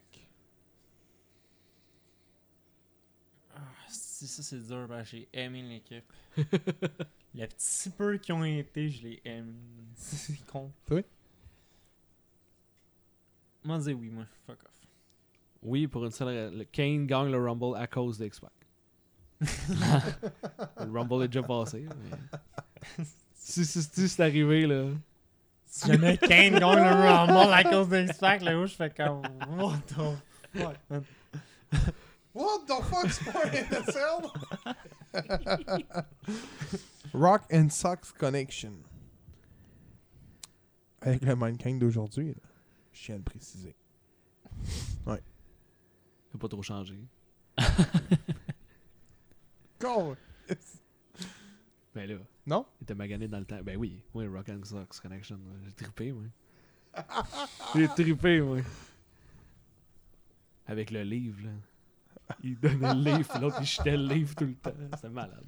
S4: Si, ça, c'est dur. Ben, j'ai aimé l'équipe. le petit peu qui ont été, je les aime. C'est con.
S2: Toi?
S4: Moi, je dis oui, moi. Fuck off.
S3: Oui, pour une seule raison. Le Kane gagne le Rumble à cause de X-Pac. le Rumble est déjà passé. mais- Si, si, si c'est arrivé, là.
S4: Si jamais Kane gagne le Rumble à cause de X-Fac, là où je fais comme. What the fuck? man?
S2: What the fuck, Sport in the Cell? Rock and Sox Connection. Avec le Mankind d'aujourd'hui, là. je tiens à le préciser.
S3: Il a pas trop changé.
S2: Con!
S3: Ben là,
S2: Non?
S3: il était magané dans le temps. Ben oui, oui, Rock and Sox Connection. là. J'ai trippé, moi. J'ai trippé, moi. Avec le livre, là. Il donnait le livre, puis l'autre, il jetait le livre tout le temps. C'était malade.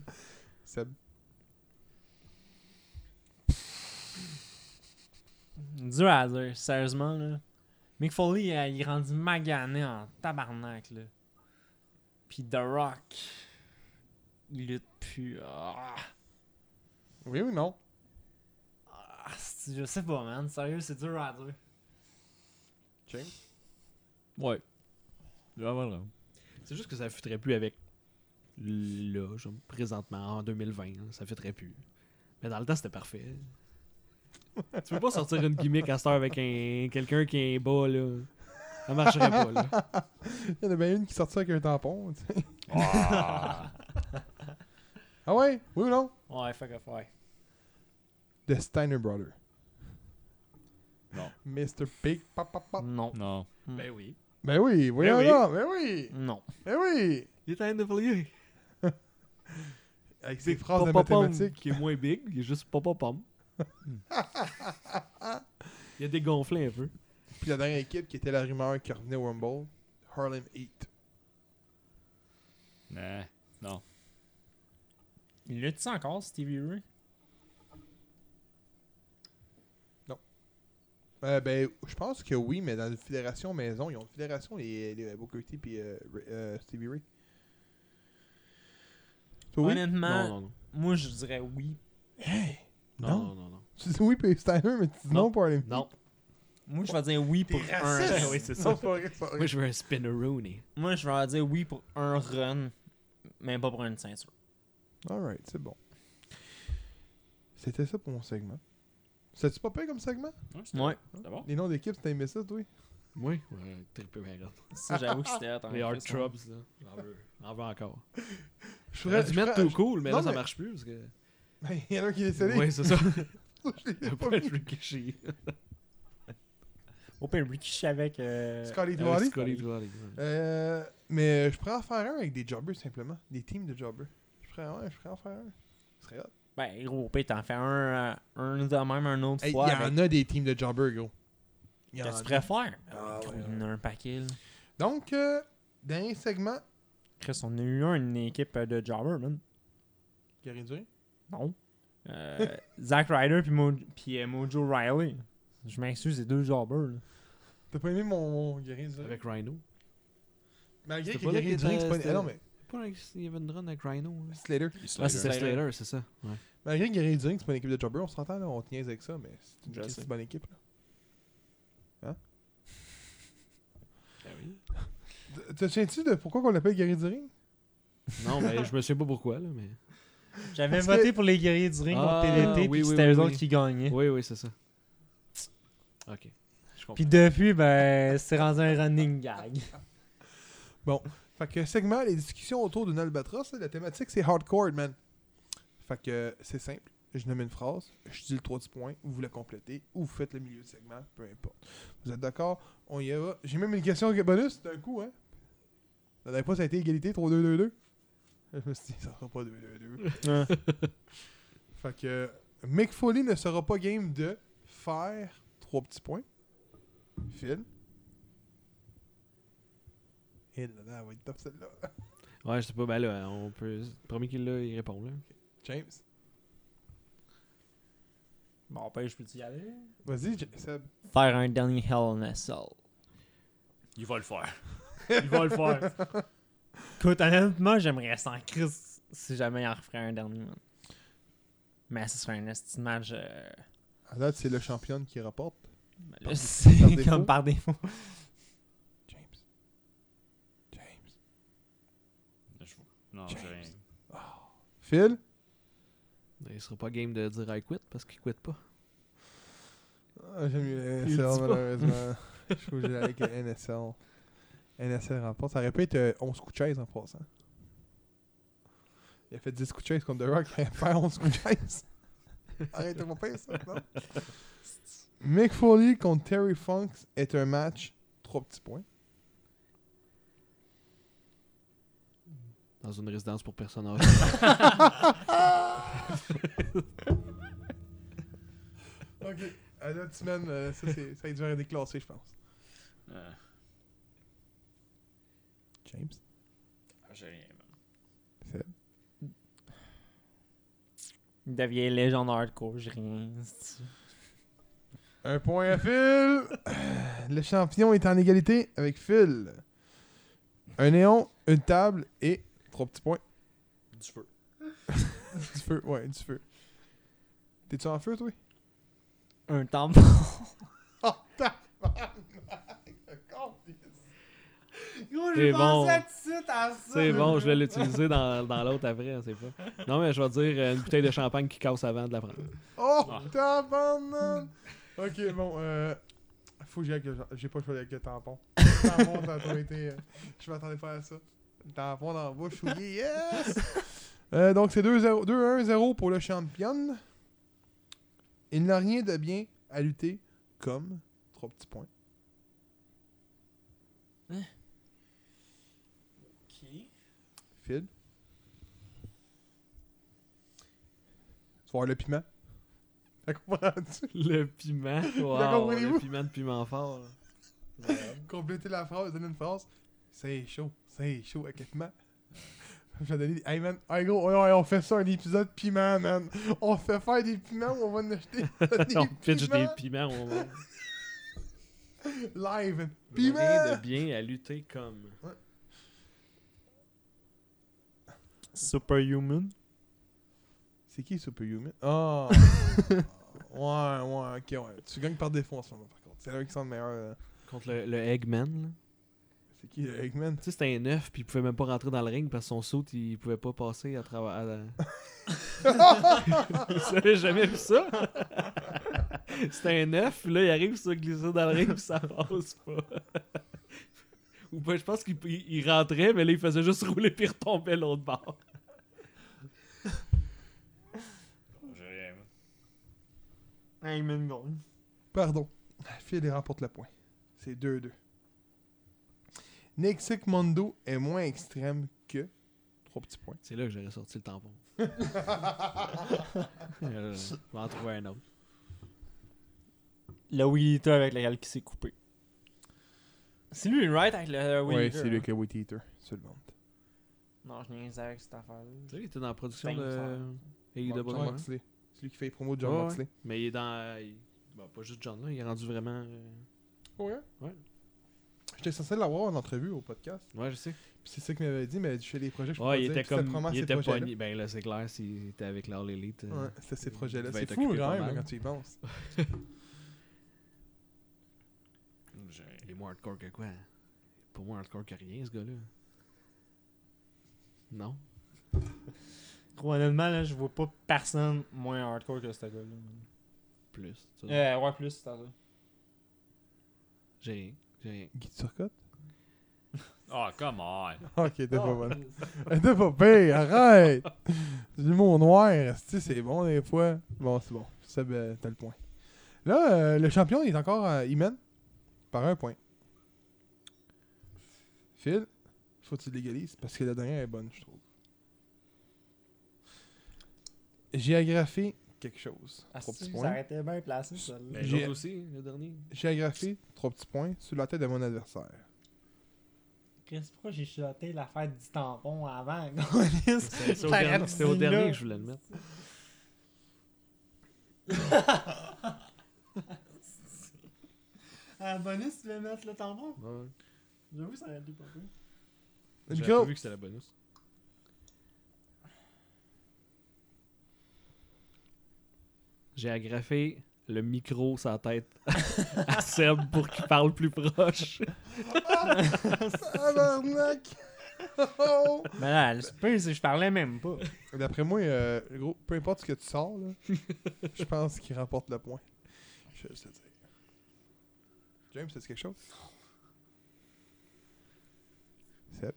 S2: Seb.
S4: Dur à dire, sérieusement, là. Mick Foley, euh, il est rendu magané en tabarnak, là. Puis The Rock, il lutte plus. Ah,
S2: Oui ou non?
S4: ah, c'est- je sais pas, man. Sérieux, c'est dur à dire.
S2: James?
S5: Ouais. Ouais, voilà.
S3: C'est juste que ça fitterait plus avec là, genre, présentement, en 2020. hein, ça fitterait plus. Mais dans le temps, c'était parfait. tu peux pas sortir une gimmick à cette heure avec un, quelqu'un qui est bas, là. Ça marcherait pas, là.
S2: Il y en a bien une qui sortit avec un tampon. tu sais. ah ouais? Oui ou non?
S4: Ouais, fuck off, ouais.
S2: The Steiner Brother.
S5: Non.
S2: Mr. Pig. pop, pop, pop.
S4: Non.
S5: Non.
S3: Ben oui.
S2: Ben oui, voyons
S3: oui.
S2: là, ben oui,
S4: Non.
S2: ben oui.
S3: Il est à NWA.
S2: Avec ses
S3: Big
S2: phrases de
S3: Papa Pom,
S2: mathématiques.
S3: qui est moins big, il est juste papa pom. il a dégonflé un peu.
S2: Puis la dernière équipe qui était la rumeur qui revenait au Rumble, Harlem Heat.
S5: Nah. Non.
S4: Il lutte encore, Stevie Ray?
S2: Euh, ben, je pense que oui, mais dans une fédération maison, ils ont une fédération, les, les Booker T puis euh, Ray- euh, Stevie Ray. Toi, oui?
S4: Honnêtement,
S3: Non, non, non.
S4: moi, je dirais oui.
S3: Non,
S2: Non.
S3: non, non. non.
S2: Tu dis oui puis Steiner, mais tu dis non,
S3: Non.
S2: pour Harlem
S3: Non.
S4: Moi, je vais dire oui pour un...
S3: Oui, c'est ça.
S2: Heat.
S3: Moi, je veux un spinneroony.
S4: Moi, je vais dire oui pour un run, mais pas pour une ceinture.
S2: Alright, c'est bon. C'était ça pour mon segment. C'était-tu pas payé comme segment?
S4: Ouais.
S5: D'abord?
S2: Les noms d'équipe, c'était aimé ça, toi?
S3: Oui. Ouais, trippé, ben, regarde.
S4: Ça, j'avoue que c'était hot, en
S3: Les hard
S4: plus, hein.
S3: trubs, là. J'en veux. J'en veux encore.
S2: Je
S3: J'aurais
S2: ferais-
S3: dû
S2: je
S3: mettre
S2: ferais-
S3: tout cool, mais
S2: Non,
S3: là, ça
S2: mais-
S3: marche plus. Parce que...
S2: Ben, Il y en a un qui est décédé.
S3: Oui, c'est ça.
S2: Je l'ai pas
S3: Après,
S2: vu.
S3: je veux cacher.
S4: Au pire, Rikishi avec. euh,
S2: Scotty Dwally.
S3: Avec Scotty Dwally, ouais.
S2: Euh, mais je pourrais en faire un avec des jobbers simplement. Des teams de jobbers. Je pourrais, ouais, je pourrais en faire un. Ce serait hot.
S4: Ben, gros, au pire, t'en fais un, euh, un de même, un autre
S2: Hey, Il
S4: fois.
S2: y en a des teams de jobbers, gros. Il y en
S4: que tu
S2: a.
S4: pourrais faire.
S2: Ah,
S4: Gros,
S2: ouais,
S4: Il y en a un paquet, là.
S2: Donc, euh, dernier segment.
S4: Chris, on a eu un, une équipe euh, de Jobber, man.
S2: Qui a rien duré.
S4: Non. Euh, Zack Ryder puis Mo- puis, euh, Mojo Riley. Je m'excuse, c'est deux Jobbers, là.
S2: T'as pas aimé mon, mon Guérin duré?
S3: Avec Rhino.
S2: Malgré
S3: C'était
S2: que
S3: pas là
S2: Guérin
S3: que
S2: duré, c'est
S3: t'as-
S2: pas. Ah
S3: c'était-
S2: non, mais.
S3: Pas avec Steven Run avec Rhino. là.
S2: Slater.
S3: Ah, c'est
S4: Slater.
S3: Slater, c'est ça. Ouais.
S2: Malgré que Guérin duré, c'est pas une équipe de jobbers, on s'entend là, on te niaise avec ça, mais c'est une
S4: Je
S2: Christy
S4: sais.
S2: bonne équipe Hein? là.
S4: Ben
S2: Te- Te tiens-tu de pourquoi on l'appelle Guérin duré?
S3: Non, mais je me souviens pas pourquoi, là, mais.
S4: J'avais
S2: Parce
S4: voté
S2: que-
S4: pour les guerriers du ring
S3: Ah,
S4: contre TDT,
S3: oui,
S4: puis
S3: oui,
S4: c'était
S3: oui,
S4: eux
S3: oui.
S4: autres qui gagnaient.
S3: Oui, oui, c'est ça. Ok. Je comprends.
S4: Puis depuis, ben, c'est rendu un running gag.
S2: Fait que segment, les discussions autour d'une albatros, là, la thématique c'est hardcore, man. Fait que euh, c'est simple. Je nomme une phrase, je dis le 3 petits points, vous la complétez, ou vous faites le milieu du segment, peu importe. Vous êtes d'accord? On y va. J'ai même une question bonus d'un coup, hein? La dernière fois, ça a été égalité 3-2-2-2. Je me suis dit, ça sera pas 2-2-2.
S4: Hein.
S2: Fait que euh, Mick Foley ne sera pas game de faire 3 petits points. Phil. Et là, là, elle va être top celle-là.
S3: Ouais, je sais pas, ben là, on peut. Premier qu'il l'a, il répond, là.
S2: James.
S4: bon, ben, je peux y aller?
S2: Vas-y, J- Seb.
S4: Faire un dernier Hell in a Cell.
S5: Il va le faire.
S4: Il va le faire. Écoute, honnêtement, j'aimerais sans Chris si jamais il en referait un dernier. man. Mais ce serait un esti de match. euh,
S2: À date, c'est le championne qui rapporte.
S4: ben
S2: Par
S4: là,
S2: dé-
S4: c'est
S2: par
S4: comme
S2: défaut.
S4: par défaut.
S2: James. James.
S5: Je- Non, j'ai
S2: James.
S5: rien.
S2: Phil.
S3: Il sera pas game de dire I quit parce qu'il quitte pas.
S2: Ah, J'aime mieux NSL,
S3: Il le dit pas.
S2: malheureusement. Je suis obligé d'aller avec le NSL. NSL remporte. Ça aurait pu être euh, 11 coups de chaise en passant. Il a fait 10 coups de chaise contre The Rock, il allait faire 11 coups de chaise. Arrêtez mon père, ça, non? Mick Foley contre Terry Funks est un match, 3 petits points.
S3: dans une résidence pour personnes âgées.
S2: Ok, à l'autre semaine, euh, ça, c'est- ça va être dur à déclasser, je pense.
S5: Euh,
S2: James?
S5: Ah, j'ai rien, man.
S4: Il devient légende hardcore, j'ai rien. c'est-tu.
S2: Un point à Phil. Le champion est en égalité avec Phil. Un néon, une table et trois petits points.
S5: Du feu.
S2: Du feu, ouais, du feu. T'es-tu en feu, toi?
S4: Un temple.
S2: Oh, tabarnak!
S4: Gros,
S3: j'ai C'est bon. pensé à
S4: à ça.
S3: C'est bon, je vais l'utiliser dans, dans l'autre après, hein, c'est pas. Non, mais je vais dire euh, une bouteille de champagne qui casse avant de la prendre.
S2: Oh, tabarnak! Ok, bon, euh... Faut que j'aille avec le- J'ai pas le choix avec le tampon. Le tampon, ça a trop été... euh, Je m'attendais pas à ça. Le tampon dans la bouche, oui, yes! Euh, donc, c'est 2-0 2-1-0 pour le champion. Il n'a rien de bien à lutter comme... Trois petits points. Phil? Tu vas voir le piment? T'as compris?
S3: Le piment.
S2: D'accord,
S3: Wow,
S2: voyez-vous?
S3: le piment de piment fort. là.
S2: compléter la phrase, donner une phrase. C'est chaud, c'est chaud avec le piment. Je vais donner des. Hey man, hey go, ouais, ouais, on fait ça un épisode piment, man. On fait faire des piments où on va en acheter. des
S3: On pitch des
S2: piments
S3: piments au moment.
S2: Live,
S3: Il y a rien
S2: piment!
S3: de bien à lutter comme.
S4: Superhuman.
S2: C'est qui Superhuman? Ah! ouais, ouais, ok, ouais. Tu gagnes par défaut en ce moment, par contre. C'est là qui sont le meilleur. euh,
S3: Contre le, le Eggman. là.
S2: C'est qui le Eggman?
S3: Tu sais, c'était un œuf, puis il pouvait même pas rentrer dans le ring parce que son saut, il pouvait pas passer à travers. à la- Vous avez jamais vu ça? c'était un œuf, puis là, il arrive sur glisser dans le ring, puis ça passe pas. Ou ben, je pense qu'il il- il rentrait, mais là, il faisait juste rouler, puis il retombait l'autre bord.
S5: J'ai rien, man.
S4: Eggman Gold.
S2: Pardon. Phil il remporte le point. C'est 2-2. Nexic Mondo est moins extrême que. Trois petits points.
S3: C'est là que j'aurais sorti le tampon. Euh, je vais en trouver un autre.
S4: Le Wheel Eater avec lequel qui s'est coupé. C'est lui, right, avec le Wheel
S2: Ouais,
S4: Eater,
S2: c'est lui
S4: hein?
S2: qui a Wheat Eater, sur le monde.
S4: Non, je n'ai rien à avec cette affaire-là.
S3: Tu sais, Ben, il était dans la production
S4: Thanks,
S3: de AEW.
S2: John
S3: hein?
S2: Moxley. C'est lui qui fait les promos de John
S3: Ouais,
S2: Moxley.
S3: Mais il est dans. euh, il- Bon, pas juste John là, il est rendu vraiment. euh,
S2: Ouais?
S3: Ouais.
S2: J'étais censé l'avoir en entrevue au podcast.
S3: Ouais, je sais.
S2: Puis c'est ça qu'il m'avait dit, mais je fais des projets, je peux pas
S3: Ouais,
S2: dire.
S3: il était
S2: Puis c'était
S3: comme.
S2: probablement
S3: Il
S2: ces
S3: était
S2: projets-là.
S3: pogné. Ben là, c'est clair, s'il était avec leur l'élite. euh,
S2: Ouais, c'était ces projets-là.
S3: devait
S2: C'est
S3: être
S2: fou,
S3: occupé
S2: quand
S3: pas
S2: même,
S3: mal.
S2: quand tu y penses.
S5: J'ai rien.
S3: Il est moins hardcore que quoi Pour moi, hardcore que rien, ce gars-là. Non
S4: Gros, honnêtement, là, je vois pas personne moins hardcore que ce gars-là.
S3: Plus. ça.
S4: Euh, ouais, plus, c'est à dire.
S3: J'ai rien. J'ai rien.
S2: Guy Turcotte
S5: Oh, come on.
S2: Ok, t'es pas
S4: Ah,
S2: bonne.
S4: Chris.
S2: Elle était pas pire, arrête! Du mot noir, esti, c'est bon des fois. Bon, c'est bon. Seb, euh, t'as le point. Là, euh, le champion, il est encore. euh, il mène par un point. Phil, faut que tu l'égalises parce que la dernière est bonne, je trouve. J'ai agrafé quelque chose.
S4: Ah,
S2: Trois petits
S4: si, ça
S2: points.
S4: aurait été bien placé, celle-là.
S5: Ben,
S2: J'ai-
S3: J'ai aussi, le dernier.
S2: J'ai agrafé trois petits points sur la tête de mon adversaire.
S4: Chris, pourquoi j'ai shoté l'affaire du tampon avant,
S3: C'était au, dernier- c'était au dernier que je voulais le mettre.
S4: Ah, bonus, tu veux mettre le tampon?
S3: Ouais, ouais.
S4: J'avoue, ça aurait été pas cool.
S3: J'avais
S2: Nico,
S3: pas vu que c'était la bonus. J'ai agrafé le micro sa tête à Seb pour qu'il parle plus proche.
S2: tabarnak! Oh!
S4: Mais là, le spin, c'est que je parlais même pas.
S2: D'après moi, euh, gros, peu importe ce que tu sors, là, je pense qu'il remporte le point. Je sais dire. James, c'est quelque chose? Seb?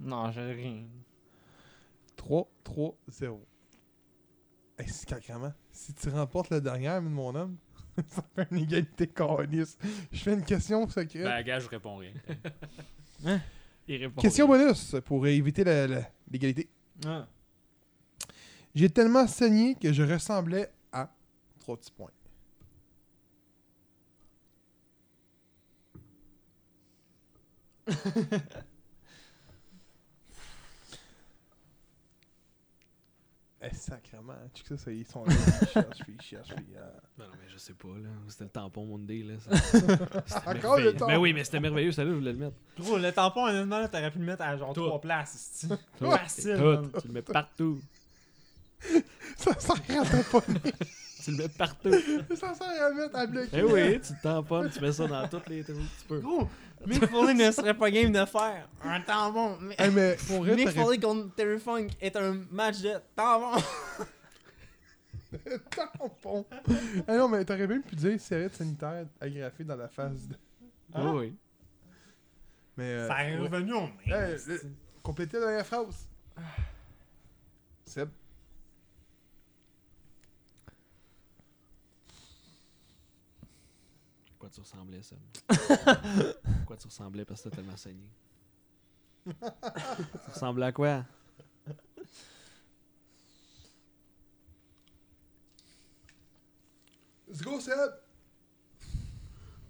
S4: Non, j'ai rien.
S2: 3-3-0. Hey, c'est sacrément. Si tu remportes la dernière, mon homme, ça fait une égalité calice. Je fais une question secrète.
S5: Ben, gars, je réponds rien.
S3: Il répond
S2: question
S3: rien.
S2: bonus pour éviter la- la- l'égalité.
S4: Ah.
S2: J'ai tellement saigné que je ressemblais à. Trois petits points. Eh, sacrément. Tu sais, ça, ils sont là. Ils cherchent, puis ils cherchent, puis, euh,
S3: Non, non, mais je sais pas, là. C'était le tampon Monday, là.
S2: Encore le
S3: Mais
S2: tampon.
S3: Ben oui, mais c'était merveilleux, ça, là, je voulais le mettre.
S4: Gros, le tampon, honnêtement, là, t'aurais pu le mettre à genre
S3: Tout.
S4: trois places. esti.
S3: Tout.
S4: Facile. man.
S3: Tout. Tu le mets partout.
S2: Ça sert à tamponner.
S3: Tu le mets partout.
S2: ça sert à mettre à bloquer.
S3: Eh oui, tu le tamponnes, tu mets ça dans toutes les trous que tu peux.
S4: Gros, Mick Foley ne serait pas game de faire un tampon. Mais...
S2: Eh, mais pour vrai,
S4: Mick
S2: t'aurais-
S4: Foley contre Terry Funk est un match de tampon.
S2: tampon. Ah non, mais t'aurais même pu dire serviette sanitaire agrafée dans la face. de-
S3: Ah oui.
S2: Mais. euh,
S4: Ça est
S2: ouais.
S4: revenu au
S2: Hey,
S4: même.
S2: le- Complétez la dernière phrase. Seb.
S3: Quoi tu ressemblais, Sam? quoi tu ressemblais parce que t'as tellement saigné? tu ressemblais à quoi?
S2: Let's go, Seb!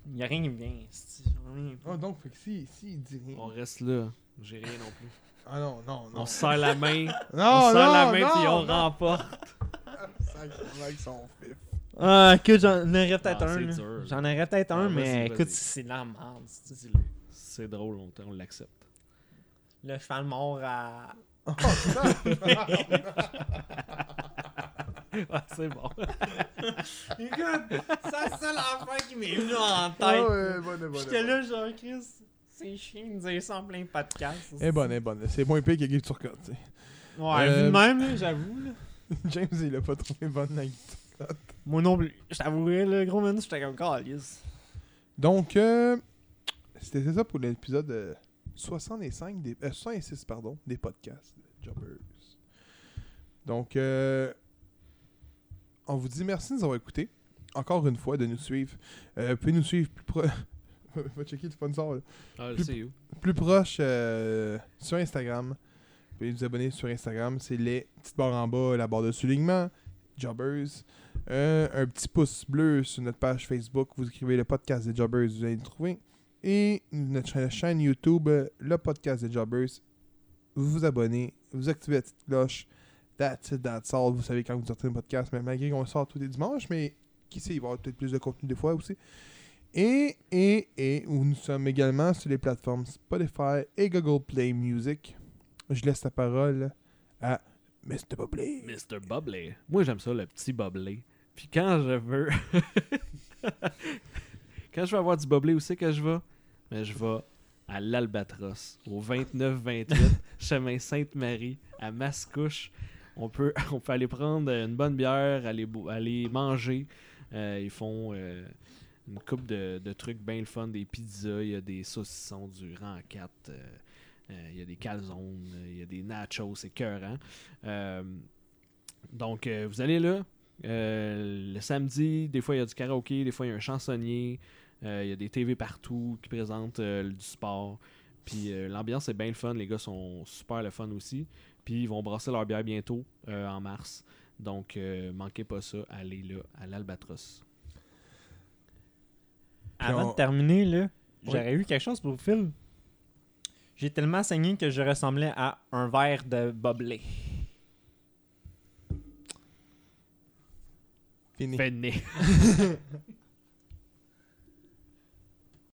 S4: Il y a rien qui me vient. esti. Rien.
S2: Ah, donc, fait que si, si, il dit rien.
S3: On reste là. J'ai rien non plus.
S2: Ah non, non, non.
S3: On se serre la main.
S2: non,
S3: on se serre la
S2: non,
S3: main puis
S2: non,
S3: on remporte.
S2: Sacrément, ils sont fifs.
S4: Ah, écoute, j'en aurais peut-être
S5: Ah,
S4: un.
S5: c'est
S4: là.
S5: dur, là.
S4: J'en aurais peut-être
S3: Ah,
S4: un,
S3: vas-y,
S4: mais
S3: vas-y.
S4: écoute, c'est de la merde. esti. C'est le,
S3: C'est drôle, on, on l'accepte.
S4: le cheval mort à.
S2: Oh, putain.
S3: Ah, c'est bon.
S4: Écoute, c'est la seule affaire qui m'est venue en
S2: Ah
S4: tête.
S2: ouais, bonne, bonne.
S4: J'étais
S2: bonne.
S4: là, genre, Chris, c'est chiant de dire ça en plein podcast.
S3: ben,
S2: Eh bonne, eh bonne. C'est moins pire que Guy Turcotte, tu sais.
S4: Ouais,
S2: Euh,
S4: vu de même, là, j'avoue. là.
S2: James, il a pas trouvé bonne la Guy Turcotte.
S4: Moi non plus. Je t'avouerais, le gros man, j'étais comme calice.
S2: Donc, euh, c'était c'est ça pour l'épisode euh, 65 des euh, 66 pardon des podcasts de Jobbers. Donc, euh, on vous dit merci de nous avoir écoutés. Encore une fois, de nous suivre. Euh, vous pouvez nous suivre plus proche. Va checker le sponsor. là.
S3: Ah, je sais où.
S2: Plus proche euh, sur Instagram. Vous pouvez vous abonner sur Instagram. C'est les petites barres en bas, la barre de soulignement. Jobbers. Euh, un petit pouce bleu sur notre page Facebook. Vous écrivez le podcast des Jobbers, vous allez le trouver. Et notre cha- chaîne YouTube, euh, le podcast des Jobbers. Vous vous abonnez, vous activez la petite cloche. That's it, that's all. Vous savez quand vous sortez un podcast, mais malgré qu'on le sort tous les dimanches, mais qui sait, il va y avoir peut-être plus de contenu des fois aussi. Et, et, et, où nous sommes également sur les plateformes Spotify et Google Play Music. Je laisse la parole à Mr. Bubbly.
S3: Mr. Bubbly. Moi, j'aime ça, le petit Bubbly. Puis quand je veux. quand je veux avoir du Bubbly, où c'est que je vais Mais je vais à l'Albatros, au 29-28, chemin Sainte-Marie, à Mascouche. On peut, on peut aller prendre une bonne bière, aller, bo- aller manger. Euh, ils font euh, une coupe de, de trucs bien le fun des pizzas. Il y a des saucissons du rang 4. euh, euh, il y a des calzones. Il y a des nachos. C'est écœurant. Euh, donc, euh, vous allez là. Euh, le samedi, des fois, il y a du karaoké, des fois, il y a un chansonnier. Euh, Il y a des TV partout qui présentent euh, du sport. Puis euh, l'ambiance est bien le fun. Les gars sont super le fun aussi. Puis ils vont brasser leur bière bientôt, euh, en mars. Donc, euh, manquez pas ça. Allez là, à l'Albatros.
S4: Avant
S2: on-
S4: de terminer, là,
S2: Oui.
S4: j'aurais eu quelque chose pour Phil. J'ai tellement saigné que je ressemblais à un verre de boblé.
S2: Fini.
S3: Venez.